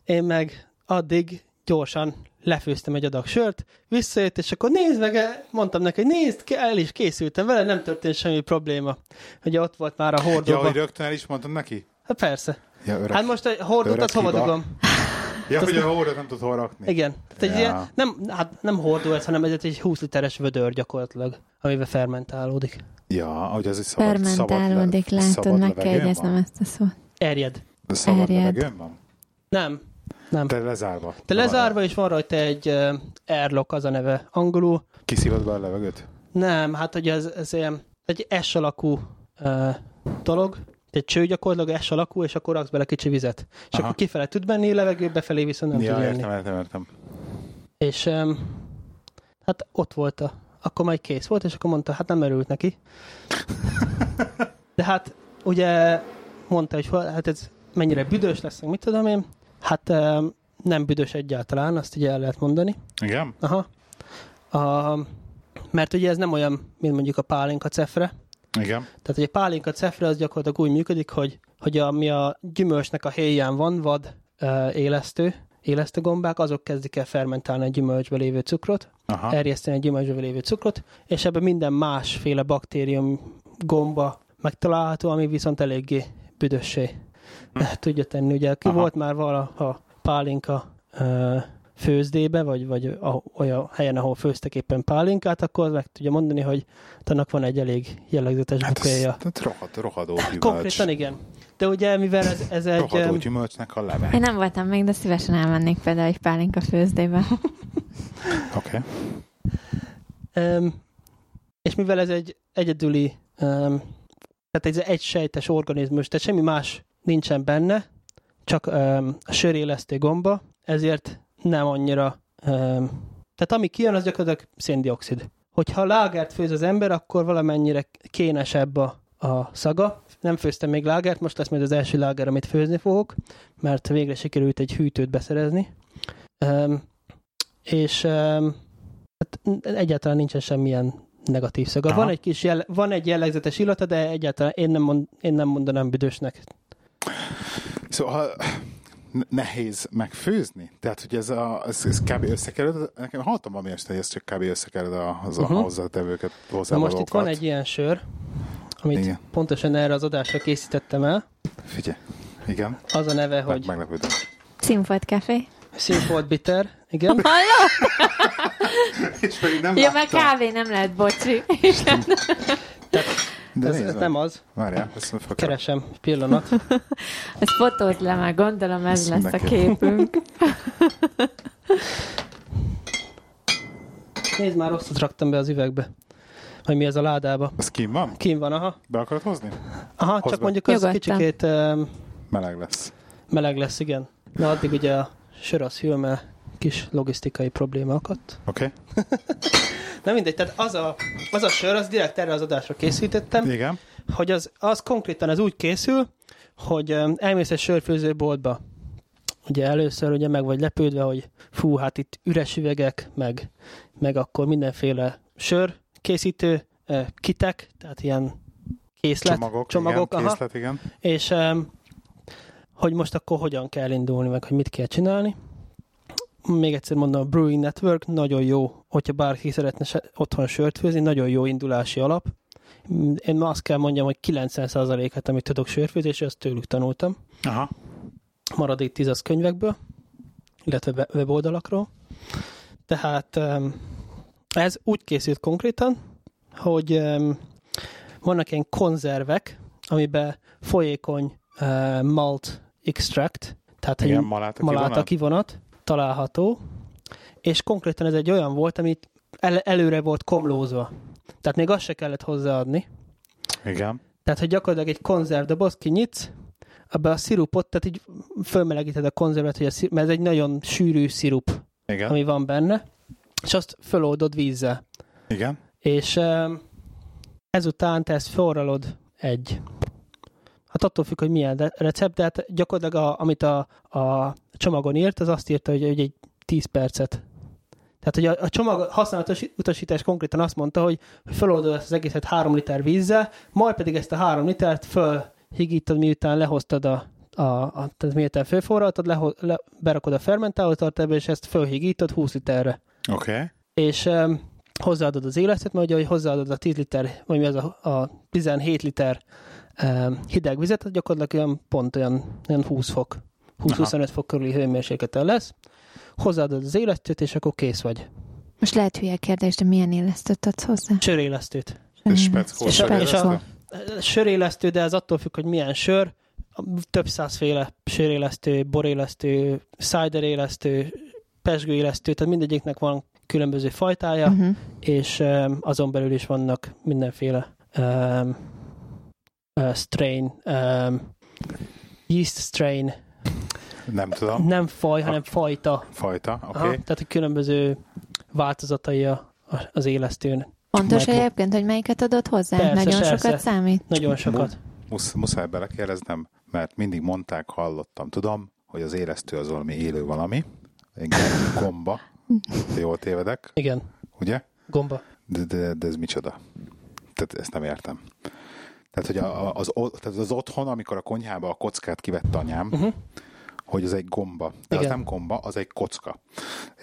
én meg addig gyorsan lefőztem egy adag sört, visszajött, és akkor nézd meg, eh, mondtam neki, hogy nézd, ke- el is készültem vele, nem történt semmi probléma. Ugye ott volt már a
Ja,
hordóba.
hogy rögtön el is mondtad neki?
Hát persze.
Ja, öreg.
Hát most a hordót
öreg
azt hova
hiba.
dugom?
ja, hogy a hóra nem tud hol rakni.
Igen. Tehát egy
Ja.
ilyen, nem, hát nem hordó ez, hanem ez egy 20 literes vödör gyakorlatilag, amiben fermentálódik.
Ja, hogy az is szabad, szabad,
Fermentálódik,
le-
látod,
szabad
meg kell
levegőn
egyeznem
van.
ezt a szót.
Erjed.
De szabad
Erjed.
levegőn van?
Nem. Nem. Te,
Te lezárva.
Te lezárva is van rajta egy uh, airlock, az a neve angolul.
Kiszívod be a levegőt?
Nem, hát ugye ez, ez ilyen, egy S alakú uh, dolog, egy cső gyakorlatilag S alakú, és akkor raksz bele kicsi vizet. És
Aha.
Aha. akkor kifele tud menni, levegő, befelé viszont nem ja,
ja,
tud jönni.
értem, értem, értem.
És um, hát ott volt a, akkor majd kész volt, és akkor mondta, hát nem örült neki. De hát ugye mondta, hogy hol- hát ez mennyire büdös lesz, meg mit tudom én. Hát um, nem büdös egyáltalán, azt ugye el lehet mondani.
Igen?
Aha. A, mert ugye ez nem olyan, mint mondjuk a pálinka cefre.
Igen.
Tehát, hogy a pálinka cefre az gyakorlatilag úgy működik, hogy, hogy ami a gyümölcsnek a héján van, vad uh, élesztő, élesztő gombák, azok kezdik el fermentálni a gyümölcsbe lévő cukrot,
Aha.
erjeszteni a gyümölcsbe lévő cukrot, és ebben minden másféle baktérium gomba megtalálható, ami viszont eléggé büdössé hm. (laughs) tudja tenni. Ugye ki
Aha.
volt már valaha pálinka ö, főzdébe, vagy, vagy a, olyan helyen, ahol főztek éppen pálinkát, akkor az meg tudja mondani, hogy annak van egy elég jellegzetes
Hát ez,
bukéja.
tehát rohad, rohadó gyümölcs.
Hát Konkrétan igen. De ugye, mivel ez, ez egy...
Rohadó
em,
gyümölcsnek a leve.
Én nem voltam még, de szívesen elmennék például egy pálinka főzdébe.
Oké.
Um, és mivel ez egy egyedüli, um, tehát ez egy sejtes organizmus, tehát semmi más nincsen benne, csak um, a sörélesztő gomba, ezért nem annyira... Um, tehát ami kijön, az gyakorlatilag széndiokszid. Hogyha lágert főz az ember, akkor valamennyire kénesebb a, a szaga. Nem főztem még lágert, most lesz majd az első láger, amit főzni fogok, mert végre sikerült egy hűtőt beszerezni. Um, és um, Hát n- egyáltalán nincsen semmilyen negatív szaga.
Aha.
Van egy, kis jell- van egy jellegzetes illata, de egyáltalán én nem, mond- én nem mondanám büdösnek.
Szóval ne- nehéz megfőzni? Tehát, hogy ez, a, ez, ez kb. összekered, nekem hallottam valami este, hogy ez csak kb. összekered a, az a
Mhm.
uh-huh. hozzátevőket,
Na Szóval most itt
hozzávalókat.
van egy ilyen sör, amit
Igen.
Igen. pontosan erre az adásra készítettem el.
Figyelj, igen,
Az a neve,
hogy...
hogy (laughs)
meglepődöm.
Színfolt kávé.
Színfolt Bitter.
Hát,
Igen.
Halló?
És pedig nem
Ja, hát-
láttam.
mert kávé nem lehet, bocsi.
De
Ez, ez nem az.
Várjál, ezt meg fel kell-
Keresem. Egy Pillanat.
Ezt fotót le már, gondolom ez
Ezt
lesz a
mindenképp.
képünk.
Nézd már, rosszat raktam be az üvegbe. Vagy mi ez a ládába.
Az kim van?
Kim van, aha.
Be akarod hozni?
Aha,
Hozd
csak
be.
mondjuk az
Nyugodtan.
kicsikét um,
Meleg lesz.
meleg lesz, igen. Na addig ugye a sör az hűl, mert kis logisztikai probléma akadt.
Oké? Okay?
Na mindegy, tehát az a, az a sör, az direkt erre az adásra készítettem.
Igen.
hogy az, az konkrétan az úgy készül, hogy em, elmész egy sörfőzőboltba. Ugye először ugye meg vagy lepődve, hogy fú, hát itt üres üvegek, meg, meg akkor mindenféle sör készítő eh, kitek, tehát ilyen készlet,
Csomagok,
csomagok
igen,
aha,
készlet, igen.
és em, hogy most akkor hogyan kell indulni, meg hogy mit kell csinálni. Még egyszer mondom, a Brewing Network nagyon jó, hogyha bárki szeretne se- otthon sört főzni, nagyon jó indulási alap. Mm, Én ma azt kell mondjam, hogy 90%-át, amit tudok sörfőzésre, azt tőlük tanultam.
Aha.
Maradék 10 az könyvekből, illetve we- weboldalakról. Tehát em, ez úgy készült konkrétan, hogy em, vannak ilyen konzervek, amiben folyékony eh, malt extract, tehát
Igen,
egy
maláta
maláta
kivonat.
kivonat található, és konkrétan ez egy olyan volt, amit el- előre volt komlózva. Tehát még azt se kellett hozzáadni.
Igen.
Tehát, hogy gyakorlatilag egy konzervdoboz kinyitsz, abba a szirupot, tehát így fölmelegíted a konzervet, hogy a szirup, mert ez egy nagyon sűrű szirup,
Igen.
ami van benne, és azt föloldod vízzel.
Igen.
És em, ezután te ezt forralod egy. Hát attól függ, hogy milyen re- recept, de hát gyakorlatilag a, amit a, a csomagon írt, az azt írta, hogy, hogy egy 10 percet. Tehát, hogy a, a csomag használatos utasítás konkrétan azt mondta, hogy feloldod ezt az egészet 3 liter vízzel, majd pedig ezt a 3 litert fölhigítod, miután lehoztad a, a, a tehát miután fölforraltad, leho, le, berakod a fermentáló tartályba, és ezt fölhigítod 20 literre
Oké. Okay.
és em, hozzáadod az életet, mert ugye, hogy hozzáadod a 10 liter, vagy mi az a, a 17 liter em, hideg vizet, az gyakorlatilag olyan, pont olyan, olyan 20 fok, 20-25 fok körüli hőmérsékleten lesz. Hozzáadod az élesztőt, és akkor kész vagy.
(laughs) Most lehet hülye kérdés, de milyen élesztőt adsz hozzá?
Sörélesztőt.
És speckó.
És
És a- és
sörélesztő.
a- Sörélesztő, de ez attól függ, hogy milyen sör. Több százféle sörélesztő, borélesztő, ciderélesztő, pesgőélesztő, tehát mindegyiknek van különböző fajtája.
Uh-huh.
és em, azon belül is vannak mindenféle um, uh, strain, um, yeast strain,
Nem tudom.
nem faj, hanem fajta.
Fajta. Oké.
Aha,
Okay.
tehát hogy különböző változatai a, a- az élesztőn.
Fontos
Michael.
egyébként, hogy melyiket adod hozzá?
Persze,
Nagyon
persze.
sokat számít.
Nagyon sokat.
Musz, muszáj belekérdeznem, mert mindig mondták, hallottam. Tudom, hogy az élesztő az valami élő valami. Igen, gomba.
(laughs)
De Jól tévedek,
Igen,
ugye?
gomba.
De, de, de ez micsoda? Tehát ezt nem értem. Tehát, hogy a, a- az, o- tehát az otthon, amikor a konyhába a kockát kivett anyám,
Uh-huh.
hogy az egy gomba. De az
Igen.
nem gomba, az egy kocka.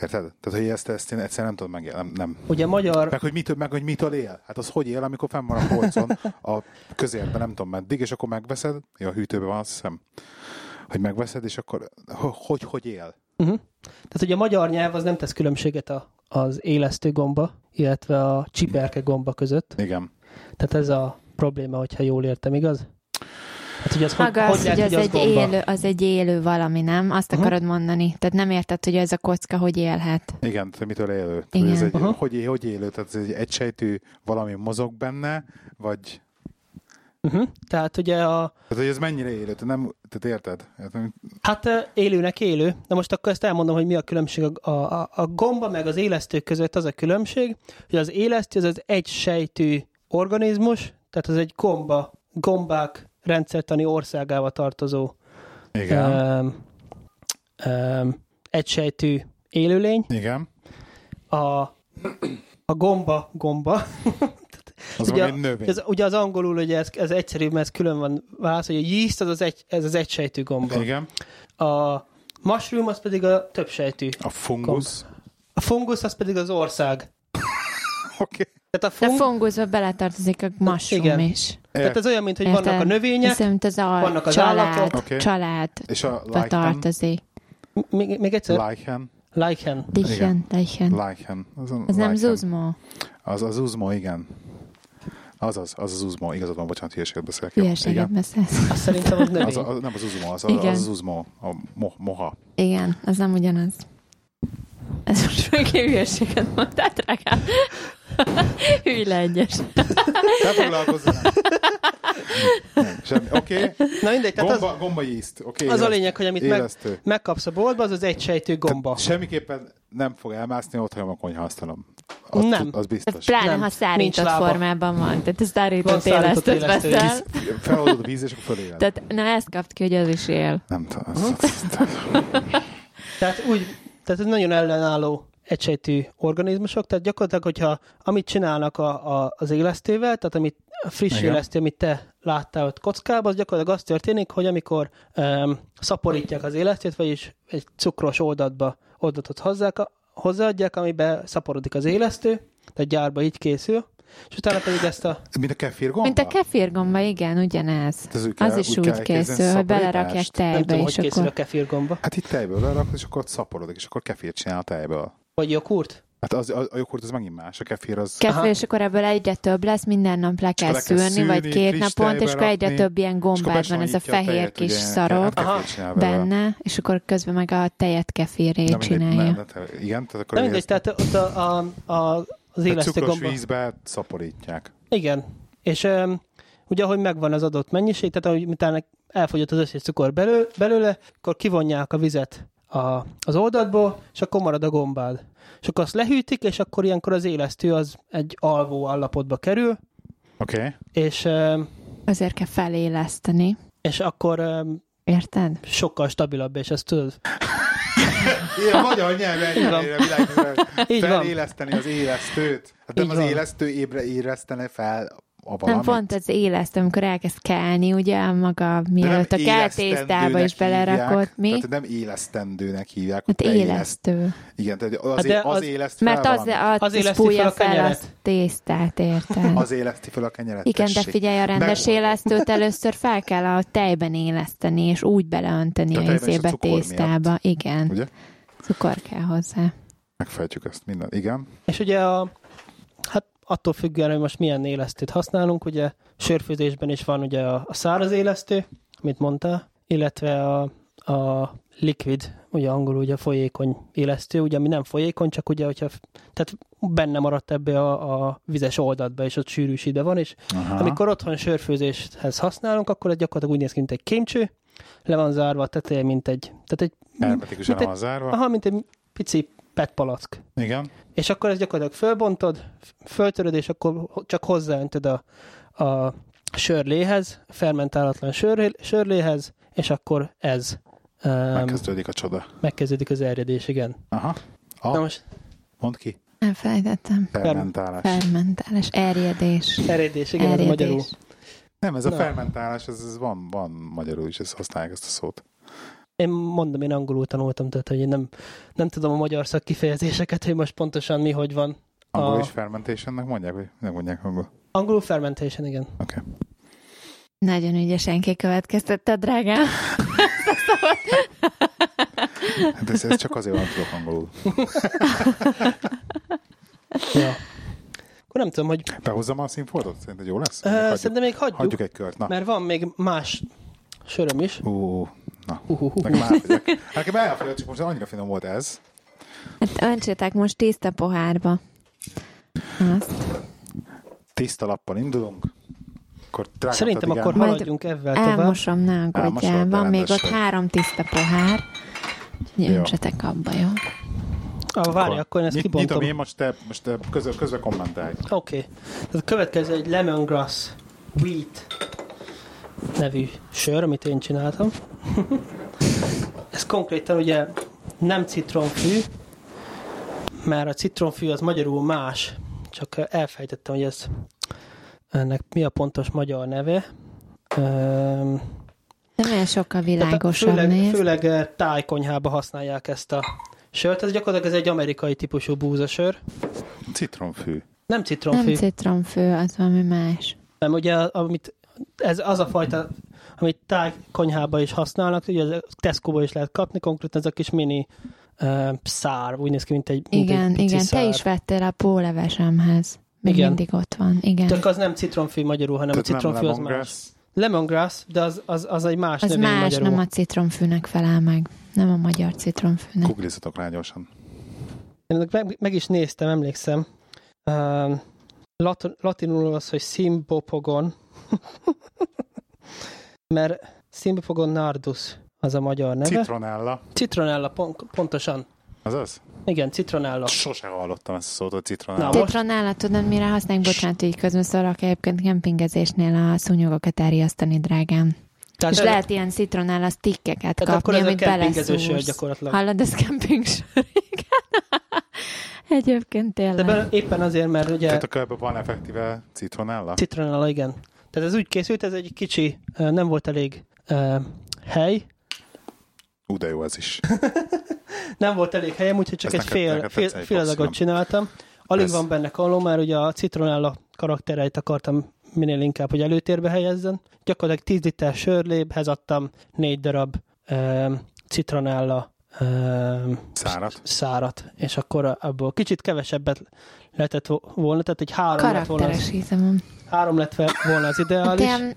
Érted? Tehát, hogy ezt, ezt én egyszerűen nem tudom meg, nem, nem.
Ugye magyar,
Meg hogy, mitől, meg, hogy mitől él. Hát az hogy él, amikor fenn van a polcon, a közérben, nem tudom meddig, és akkor megveszed, ja, a hűtőben van, azt hiszem, hogy megveszed, és akkor ho- hogy, hogy él?
uh-huh. tehát ugye a magyar nyelv az nem tesz különbséget a, az élesztő gomba, illetve a csiperke gomba között.
Igen.
Tehát ez a probléma, hogyha jól értem, igaz? Hát, hogy az, hogy,
Maga az,
hogy,
hogy
lehet,
az
hogy az
egy,
gomba. Mhm.
élő, az egy élő valami, nem? Azt
Aha.
akarod mondani. Tehát nem érted, hogy ez a kocka hogy élhet.
Igen, tehát mitől élő? Tehát, hogy Ez
Igen.
egy,
Aha.
hogy, hogy élő? Tehát ez egy egysejtű, valami mozog benne, vagy...
Uh-huh. Tehát ugye a,
Tehát, hogy ez mennyire élő? Tehát, nem, tehát érted? érted?
Hát ö, élőnek élő. Na most akkor ezt elmondom, hogy mi a különbség a, a, a- a gomba meg az élesztő között. Az a különbség, hogy az élesztő az, az egy sejtű organizmus, tehát az egy gomba, gombák rendszertani országába tartozó
Igen.
öm, öm, egysejtű élőlény.
Igen.
A, a gomba gomba.
Az
ugye
ugye, egy növény.
Ez, ugye az angolul ugye ez, ez egyszerűbb, mert ez külön van válasz, hogy a yeast az az, egy, ez az egysejtű gomba.
Igen.
A mushroom az pedig a többsejtű.
A fungus.
A fungus az pedig az ország.
Oké.
Tehát, a
De
fung-
funguszba beletartozik a mushroom
Igen.
is.
tehát ez olyan, mint hogy
Értem.
vannak a növények,
Viszont az a
vannak az
család,
állatok.
Oké.
család
És a lichen.
tartozik.
M- még, még egyszer,
Lichen.
lichen.
Dichen, dichen.
Lichen. Az, a
Az nem
lichen.
zuzmó.
Az az uzmo, igen. Azaz, az az uzmo, igazad van, bocsánat, hülyeséget beszélek. Jó,
Hülyeséget
igen.
beszélsz.
Azt szerintem az növény.
Az, a- az, nem az uzmo, az, az,
Igen.
az uzmo, a mo, moha.
Igen, az nem ugyanaz. Ez most megint hülyeséget mondtál, drágám. Hülj le egyes.
Te
(laughs)
foglalkozzál. Nem, semmi. Oké. Okay.
Na mindegy, tehát az,
Gomba, gomba ízt. Oké.
az a
éleszt-
lényeg, hogy amit meg,
élesztő.
megkapsz a boltba, az az egysejtő gomba.
Tehát semmiképpen nem fog elmászni ott, hanem a konyhaasztalom. Az,
Nem.
Az
Ez
biztos.
pláne,
Nem,
ha
nincs
szárított
lába.
formában van. Tehát
Van
ez szárított
szárított
élesztőt
élesztő
veszel.
íz.
Feloldod a víz, és akkor föléled.
Tehát, Hm? na ezt kapt ki, hogy az is él.
Nem tudom. ezt- ezt- ezt-
Tehát úgy, tehát ez nagyon ellenálló egysejtű organizmusok, tehát gyakorlatilag, hogyha amit csinálnak a, a, az élesztővel, tehát amit a friss
Igen.
Igen. élesztő, amit te láttál ott kockában, az gyakorlatilag az történik, hogy amikor um, szaporítják az élesztőt, vagyis egy cukros oldatba oldatot hozzák, hozzáadják, amiben szaporodik az élesztő, tehát gyárba így készül, és utána pedig ezt a...
Mint a kefir gomba?
Mint a kefirgomba, igen, ugyanez.
Ez úgy kell-
Az is
úgy kell
úgy
elképzelni
készül, hogy
szaporítást.
belerakják
nem
tejbe,
tudom,
és
hogy készül
akkor...
a kefirgomba.
Hát itt tejből lerakod, és akkor ott szaporodik, és akkor kefir csinál a tejből.
Vagy joghurt?
Hát az, az, a joghurt az megint más, a kefir az...
Kefir,
Aha.
és akkor ebből egyre több lesz, minden nap le kell,
le kell
szülni,
szülni,
vagy két
friss
naponta, és
tejbe
akkor egyre
rakni,
több ilyen
és akkor
gombád van, ez a
besavanyítja
fehér
tejet,
kis
ugye,
szarok
hát kefir
Aha.
csinál belőle.
benne, és akkor közben meg a tejet kefiré
Na mindegy,
csinálja.
nem, nem, nem, Igen, tehát akkor
Nem mindegy, tehát ott a, a, a, az
a
élesztő
cukros
gomba...
vízbe szaporítják.
Igen. És um, ugye, ahogy megvan az adott mennyiség, tehát ahogy utána elfogyott az összes cukor belő, belőle, akkor kivonják a vizet a, az oldatból, és akkor marad a gombád. És akkor azt lehűtik, és akkor ilyenkor az élesztő az egy alvó állapotba kerül,
Oké. Okay.
és, um,
Azért kell feléleszteni.
és akkor um,
Érted?
sokkal stabilabb, és ezt tudod.
Én a magyar nyelv elnyelére
Így van.
feléleszteni az élesztőt. Hát nem
Így
az
van.
élesztő ébre éresztene fel a
Nem
valamit.
pont az élesztő, amikor elkezd kelni, ugye, maga mielőtt a
De nem
keltésztába is
élesztendőnek
belerakott.
hívják.
Mi?
Tehát nem élesztendőnek hívják, hogy
Hát
te éleszt.
élesztő.
Igen, tehát az,
Hát de
é- az,
az-
éleszt fel
Mert az,
valamit.
az,
Az
az
éleszti fel
spújja
a
fel
kenyeret.
azt tésztát, érted?
az éleszti fel a kenyeret.
Igen, de
tessék.
figyelj, a rendes
Megvan.
élesztőt először fel kell a tejben éleszteni, és úgy beleönteni
De a
a
tejben is a
izébe
cukor miatt.
tésztába. Igen.
Ugye?
Cukor kell hozzá.
Megfejtjük ezt minden. Igen.
És ugye a, hát attól függően, hogy most milyen élesztőt használunk, ugye sörfőzésben is van ugye a, a száraz élesztő, mint mondta, illetve a, a liquid, ugye angolul ugye a folyékony élesztő, ugye ami nem folyékony, csak ugye, hogyha f- tehát benne maradt ebbe a, a vizes oldatba, és ott sűrűs ide van, és
Aha.
Aha. Amikor otthon sörfőzéshez használunk, akkor ez gyakorlatilag úgy néz ki, mint egy kémcső, le van zárva a teteje, mint egy, tehát egy,
Hermetikusan
Mit-
van zárva.
aha, mint egy pici petpalack.
Igen.
És akkor ezt gyakorlatilag fölbontod, f- föltöröd, és akkor ho- csak hozzáöntöd a, a sörléhez, fermentálatlan sör, sörléhez, és akkor ez um,
Megkezdődik a csoda.
megkezdődik az erjedés, igen.
Aha.
Ah.
A,
Na most
mondd ki.
Elfelejtettem.
Fermentálás.
Fermentálás, erjedés.
erjedés, igen, ez magyarul.
Erjedés.
Nem, ez a
Na.
fermentálás, ez, ez van, van magyarul is, ezt használják ezt a szót.
Én mondom, én angolul tanultam, tehát hogy én nem, nem tudom a magyar szakkifejezéseket, hogy most pontosan mi, hogy van.
Angol
A-
is fermentationnek mondják, vagy nem mondják
(laughs)
angol?
Angolul fermentation, igen.
Oké.
Nagyon ügyesen kikövetkeztette, drágám.
(laughs)
Szabad.
Hát ez, ez csak azért van, hogy tudok angolul.
Ja. Akkor nem tudom, hogy...
Behozzam a színfordot? Szerinted jó lesz? Még
Uh,
hagyjuk,
szerintem még hagyjuk,
hagyjuk egy kört. Na.
mert van még más söröm is.
Ú, na.
Uhuhu.
Nekem, elfogy,
(laughs)
nekem elfogyott, csak most annyira finom volt ez.
Hát öntsétek most tiszta pohárba. Azt.
Tiszta lappal indulunk. Akkor drága
Szerintem
Tadigán,
akkor
Majd
haladjunk ebben tovább.
Elmosom, ne aggódjál.
Elmosod, de
Van még ott
rendesen.
három tiszta pohár. Úgyhogy
Jó.
Öntsetek abba, jó?
Ah, várj, akkor én ezt
nyit-
kibontom.
Nyitom én,
Oké.
most te, most te közbe, közbe kommentálj.
Okay. Tehát a következő egy lemongrass wheat nevű sör, amit én csináltam. (laughs) Ez konkrétan ugye nem citromfű, mert a citromfű az magyarul más, csak elfejtettem, hogy ez ennek mi a pontos magyar neve. Öm,
Nem olyan sokkal
Tehát a-
világosabb
főleg,
néz.
Főleg eh, tájkonyhába használják ezt a sört. Ez gyakorlatilag ez egy amerikai típusú búzasör.
Citromfű.
Nem
Nem
citromfű, nem,
citromfő, az valami más.
nem ugye amit, ez az a fajta, amit tájkonyhába is használnak, ugye ez Tesco-ba is lehet kapni, konkrétan ez a kis mini uh, szár, úgy néz ki, mint egy, mint egy
Igen,
pici
igen,
szár.
te is vettél a pólevesemhez. Még
Igen.
mindig ott van, igen.
Csak az nem citromfű magyarul, hanem a citromfű az más.
lemongrass.
Lemongrass, de az, az, az egy más
Az
növény
más,
magyarul.
nem a citromfűnek felel meg. Nem a magyar citromfűnek.
Googlizzatok rá gyorsan.
Én meg, meg is néztem, emlékszem. Uh, lat, latinul az, hogy szimbopogon. (laughs) Mert szimbopogon nardus az a magyar neve.
Citronella.
Citronella, pon- pontosan.
Az az?
Igen, citronella.
Sose hallottam ezt a szót, hogy citronella.
Na,
Na,
most-
Citronella, tudod, mire használjuk? Bocsánat, hogy közbeszólok, egyébként kempingezésnél a szúnyogokat elriasztani, drágám.
Tehát
És
ez-
lehet ilyen citronella stickeket kapni,
tehát Hát akkor ez a
amit
kempingező sör
beleszúrsz.
gyakorlatilag.
Hallod, ez kemping sör, igen. (laughs) Egyébként
De
tényleg.
be, éppen azért, mert ugye
Tehát a körben van effektíve citronella?
citronella, igen. Tehát ez úgy készült, ez egy kicsi, ö, nem volt elég uh, hely,
Ú, de jó ez
(laughs)
is.
nem volt elég helyem, úgyhogy csak
Ez
egy
neked-
fél,
neked
fél,
tetszeni
fél
fogsz,
adagot
nem?
csináltam. Alig
Ez-
van benne kalló, már ugye a citronella karaktereit akartam minél inkább, hogy előtérbe helyezzen. Gyakorlatilag 10 liter sörlébhez adtam 4 darab um, citronella um,
Szárat.
szárat, és akkor abból kicsit kevesebbet lehetett vo- volna, tehát egy három lett volna, az,
Karakteres íze van.
három lett ve- volna az
Hát
ideális.
ilyen,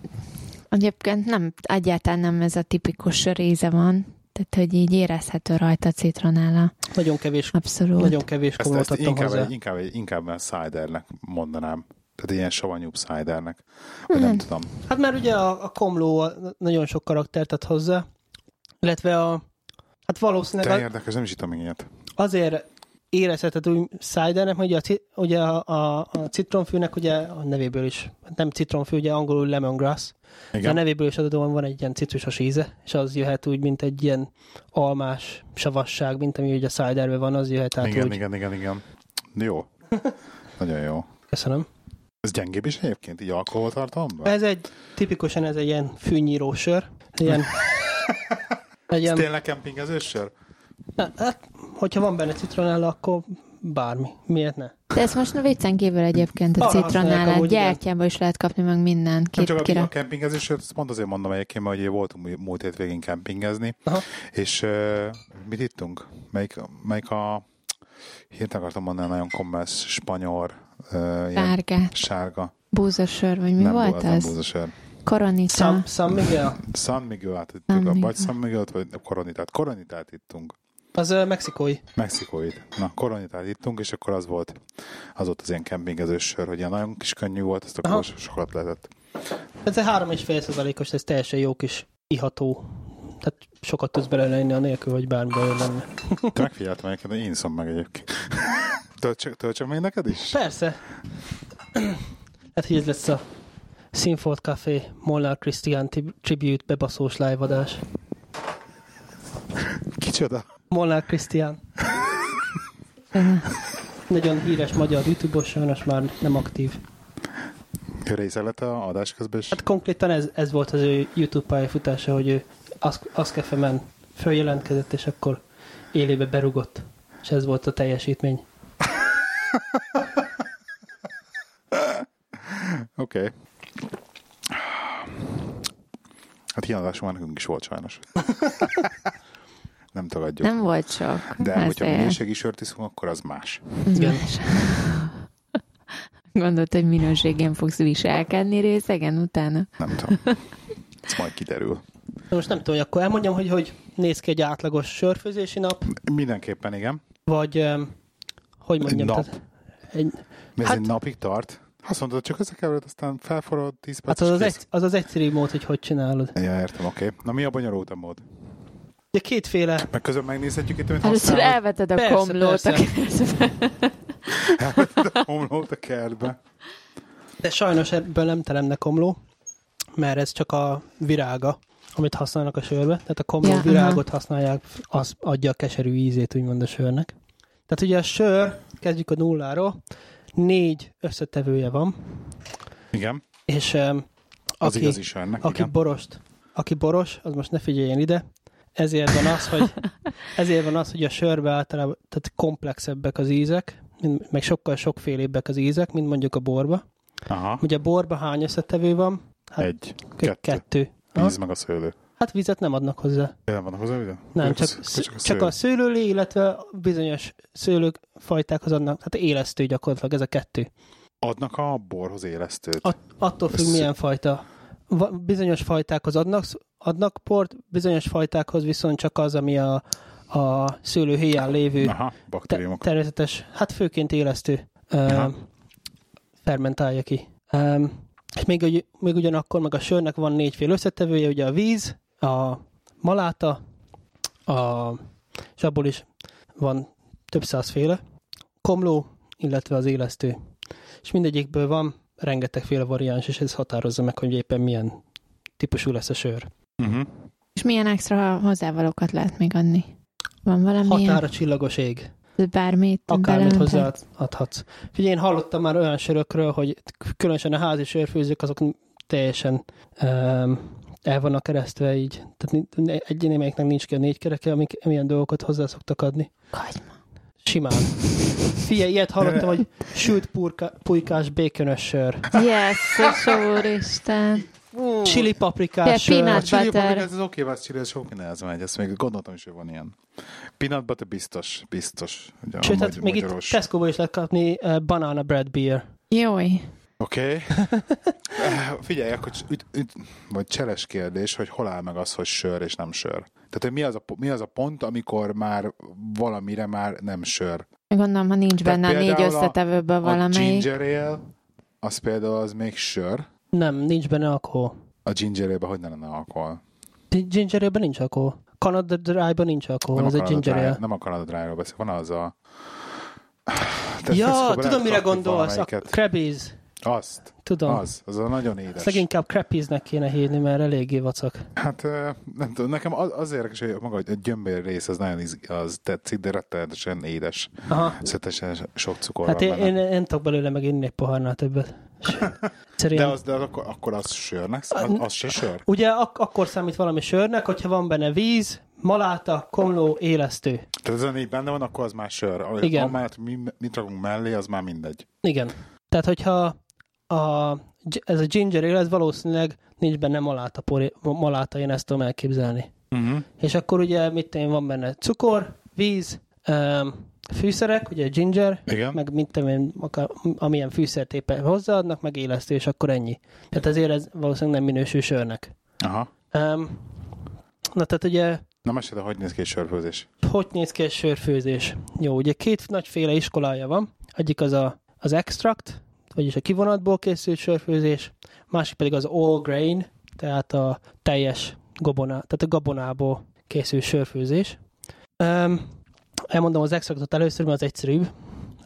egyébként nem, egyáltalán nem ez a tipikus sör íze van. Tehát, hogy így érezhető rajta a citronella.
Nagyon kevés,
Abszolút.
nagyon kevés
Ezt,
komót
ezt
adtam
inkább,
hozzá.
egy, inkább, egy, inkább egy cidernek mondanám. Tehát ilyen savanyúbb cidernek. Vagy nem
Hmm.
tudom.
Hát már ugye a, a komló a- nagyon sok karaktert ad hozzá, illetve a, hát
De
valószínűleg
érdekes, nem is ittam ilyet.
a- azért érezheted úgy cidernek, mert ugye a, ci- ugye a, a, a citromfűnek ugye a nevéből is, nem citromfű, ugye angolul lemongrass, Igen.
Igen.
a nevéből is adódóan van egy ilyen citrusos íze, és az jöhet úgy, mint egy ilyen almás savasság, mint ami ugye a ciderben van, az jöhet át
igen,
úgy.
igen, igen, igen. Jó.
(laughs)
Nagyon jó.
Köszönöm.
Ez gyengébb is egyébként, így alkoholtartalomban?
Ez egy, tipikusan ez egy ilyen fűnyíró sör,
(laughs)
ilyen, egy
Ez
ilyen
tényleg kempingezős sör?
Na, Hát, hogyha van benne citronella, akkor bármi. Miért ne?
De ezt most a viccen kívül egyébként a
Arra használják
citronellát
amúgy, igen.
gyertyába is lehet kapni meg minden.
Nem
Két,
csak a,
kire.
a kempingezős sört, ezt pont azért mondom egyébként, mert ugye voltunk mú- múlt hét végén kempingezni,
Aha.
és uh, mit ittunk? Melyik, melyik a... Hirtelen akartam mondani, nagyon kommersz, spanyol, uh, ilyen
Sárgát.
sárga.
Búzasör, vagy mi
nem, bu-
volt
nem
az?
búzasör.
Koronita.
San, San Miguel.
San Miguel-t ittünk,
San Miguel.
vagy San miguel vagy Koronitát. Koronitát ittunk.
Az ö, mexikói.
Mexikóit. Na, koronitát ittunk, és akkor az volt, az ott az ilyen kempingezős sör, hogy ilyen nagyon kis könnyű volt, azt
Aha.
akkor so- sokat lehetett.
Ez egy 3,5 százalékos, ez teljesen jó kis iható. Tehát sokat tudsz belőle inni, anélkül, hogy bármibe jön lenne.
Te megfigyeltem egyébként, hogy én iszom meg egyébként. (laughs) Töltsök, töltsök még neked is?
Persze. (clears throat) Hát, hogy ez lesz a Sinfold Café Molnár Krisztián tri- Tribute bebaszós live adás.
Kicsoda?
Molnár Krisztián. Nagyon híres magyar youtube sajnos már nem aktív.
Részelet a adás közben is?
Hát konkrétan ez, ez volt az ő YouTube pályafutása, hogy ő Ask- AskFM-en följelentkezett, és akkor élébe berugott. És ez volt a teljesítmény.
Oké. Okay. Hát ilyen adásunk már nekünk is volt sajnos. Nem tagadjuk.
Nem volt sok.
De
Azért.
hogyha minőségi sört iszunk, akkor az más.
Az
Igen.
más. (laughs) Gondolt, hogy minőségén fogsz viselkedni részegen utána.
Nem tudom. Ez majd kiderül.
De most nem tudom, hogy akkor elmondjam, hogy hogy néz ki egy átlagos sörfőzési nap,
Mindenképpen igen.
vagy em, hogy mondjam,
nap.
tehát hát egy,
Mi ez
Hát-
hát... egy napig tart? Azt mondod, csak összekevered, aztán felforrod 10
hát
perc.
az
és
az,
kész.
egy, az az egyszerű mód, hogy hogy csinálod.
Ja, értem, oké. Okay. Na mi a bonyolultabb mód?
Ugye kétféle,
Meg közben megnézhetjük itt, amit
Először
használod.
elveted a
Persze,
komlót.
persze.
A
(laughs) a homlót a kertbe.
de sajnos ebből nem teremne komló, mert ez csak a virága, amit használnak a sörbe. Tehát a komló
Ja,
ja,
aha.
virágot használják, az adja a keserű ízét, úgymond a sörnek. Tehát ugye a sör, kezdjük a nulláról, négy összetevője van,
Igen,
és em,
az
aki,
igazi sörnek,
aki
igen.
borost, aki boros, az most ne figyeljen ide, ezért van az,
(laughs)
hogy, ezért van az, hogy a sörbe általában tehát komplexebbek az ízek, mint- meg sokkal sokfélébbek az ízek, mint mondjuk a borba.
Aha,
Ugye a borba hány összetevő van? Hát
egy,
Kettő.
kettő,
kettő. Aha.
víz meg a szőlő.
Hát vizet nem adnak hozzá.
Jelen vannak hozzá, ugye?
Nem,
Akkor
csak,
akkor
csak, a, csak a szőlőlé, illetve bizonyos szőlők fajtákhoz adnak. Tehát élesztő gyakorlatilag ez a kettő.
Adnak a borhoz élesztőt.
At, attól függ,
Össze-
milyen fajta. Va, bizonyos fajtákhoz adnak, adnak port, bizonyos fajtákhoz viszont csak az, ami a, a szőlőhéján lévő
Aha,
te-
baktériumok.
természetes, hát főként élesztő ö,
Aha.
fermentálja ki. Ö, és még, ugy- még ugyanakkor meg a sörnek van négyféle összetevője, ugye a víz, a maláta, a, és abból is van több százféle, komló, illetve az élesztő. És mindegyikből van rengetegféle variáns, és ez határozza meg, hogy éppen milyen típusú lesz a sör.
Uh-huh.
És milyen extra hozzávalókat lehet még adni? Van valami
Határa csillagos ég.
bármit?
Akármit
beleönthet?
hozzáadhatsz. Figyelj, én hallottam már olyan sörökről, hogy különösen a házi sörfőzők azok teljesen um, el vannak keresztve így. Tehát ni- ne- egy némelyiknek nincs ki a négy kereke, amik milyen dolgokat hozzá szoktak adni.
Kagyma.
Simán. Figyelj, ilyet hallottam, hogy sült purka, pulykás békönös sör,
Yes, úristen.
chili
Figyelj,
paprikás
A
sör,
peanut-
chili
butter.
paprika, Hát ez az oké, az chili, ez sok minden ez megy, ezt még gondoltam is, hogy van ilyen. Peanut butter biztos, biztos. Ugye a
sőt,
magy-
hát még itt
magyaros.
tesco is lehet kapni eh, banana bread beer.
Jój.
Oké. Eh, Figyelj, akkor cs- üt, üt, vagy cseles kérdés, hogy hol áll meg az, hogy sör és nem sör. Tehát, hogy mi az a, po- mi az a pont, amikor már valamire már nem sör.
Gondolom, ha nincs
Tehát
benne a négy
például a-
összetevőből
A
valamelyik.
ginger ale, az például az még sör.
Nem, nincs benne alkohol.
A ginger ale-ben hogy ne lenne alkohol?
Ginger ale-ben nincs alkohol. Canada Dry-ban nincs alkohol, az
a
egy
Canada
ginger
Dry-
ale.
Nem a Canada Dry-ról beszél, van az a... (sighs) Te
Ja,
Tesco-ba
tudom
lehet
mire
kapni
gondolsz. A
valamelyiket.
Krabbies.
Azt,
Tudom. Az.
az, az a nagyon édes.
Ezt leginkább Krabbiesnek kéne hívni, mert eléggé vacak.
Hát eh, nem tudom, nekem az, az érdekes, hogy maga a gyömbér rész az nagyon izg, az tetszik, de rettenetesen édes.
Aha.
Szetesen sok cukor
Hát
van
én,
benne.
én, én tudok belőle meg inni egy pohárnál többet.
(laughs)
Sőt,
De,
Egyszerűen.
az, de akkor, akkor az sörnek? Az, az se sör?
Ugye ak- akkor számít valami sörnek, hogyha van benne víz, maláta, komló, élesztő.
Tehát ez a négy benne van, akkor az már sör. A-
Igen.
Amellett mi, mit rakunk mellé, az már mindegy.
Igen. Tehát, hogyha a, ez a ginger ale, ez valószínűleg nincs benne maláta, poré, maláta, én ezt tudom elképzelni.
Uh-huh.
És akkor ugye, mit tudom én, van benne cukor, víz, öm, fűszerek, ugye ginger,
Igen.
meg mit tudom én, akár, amilyen fűszert éppen hozzáadnak, meg élesztő, és akkor ennyi. Tehát ezért ez valószínűleg nem minősül sörnek.
Aha.
Um, na tehát ugye,
Na mesélj, hogy néz ki egy sörfőzés?
hogy néz ki egy sörfőzés? Jó, ugye két nagyféle iskolája van. Egyik az a, az extract, vagyis a kivonatból készült sörfőzés, másik pedig az all grain, tehát a teljes gabona, tehát a gabonából készül sörfőzés. Um, elmondom az extraktot először, mert az egyszerűbb.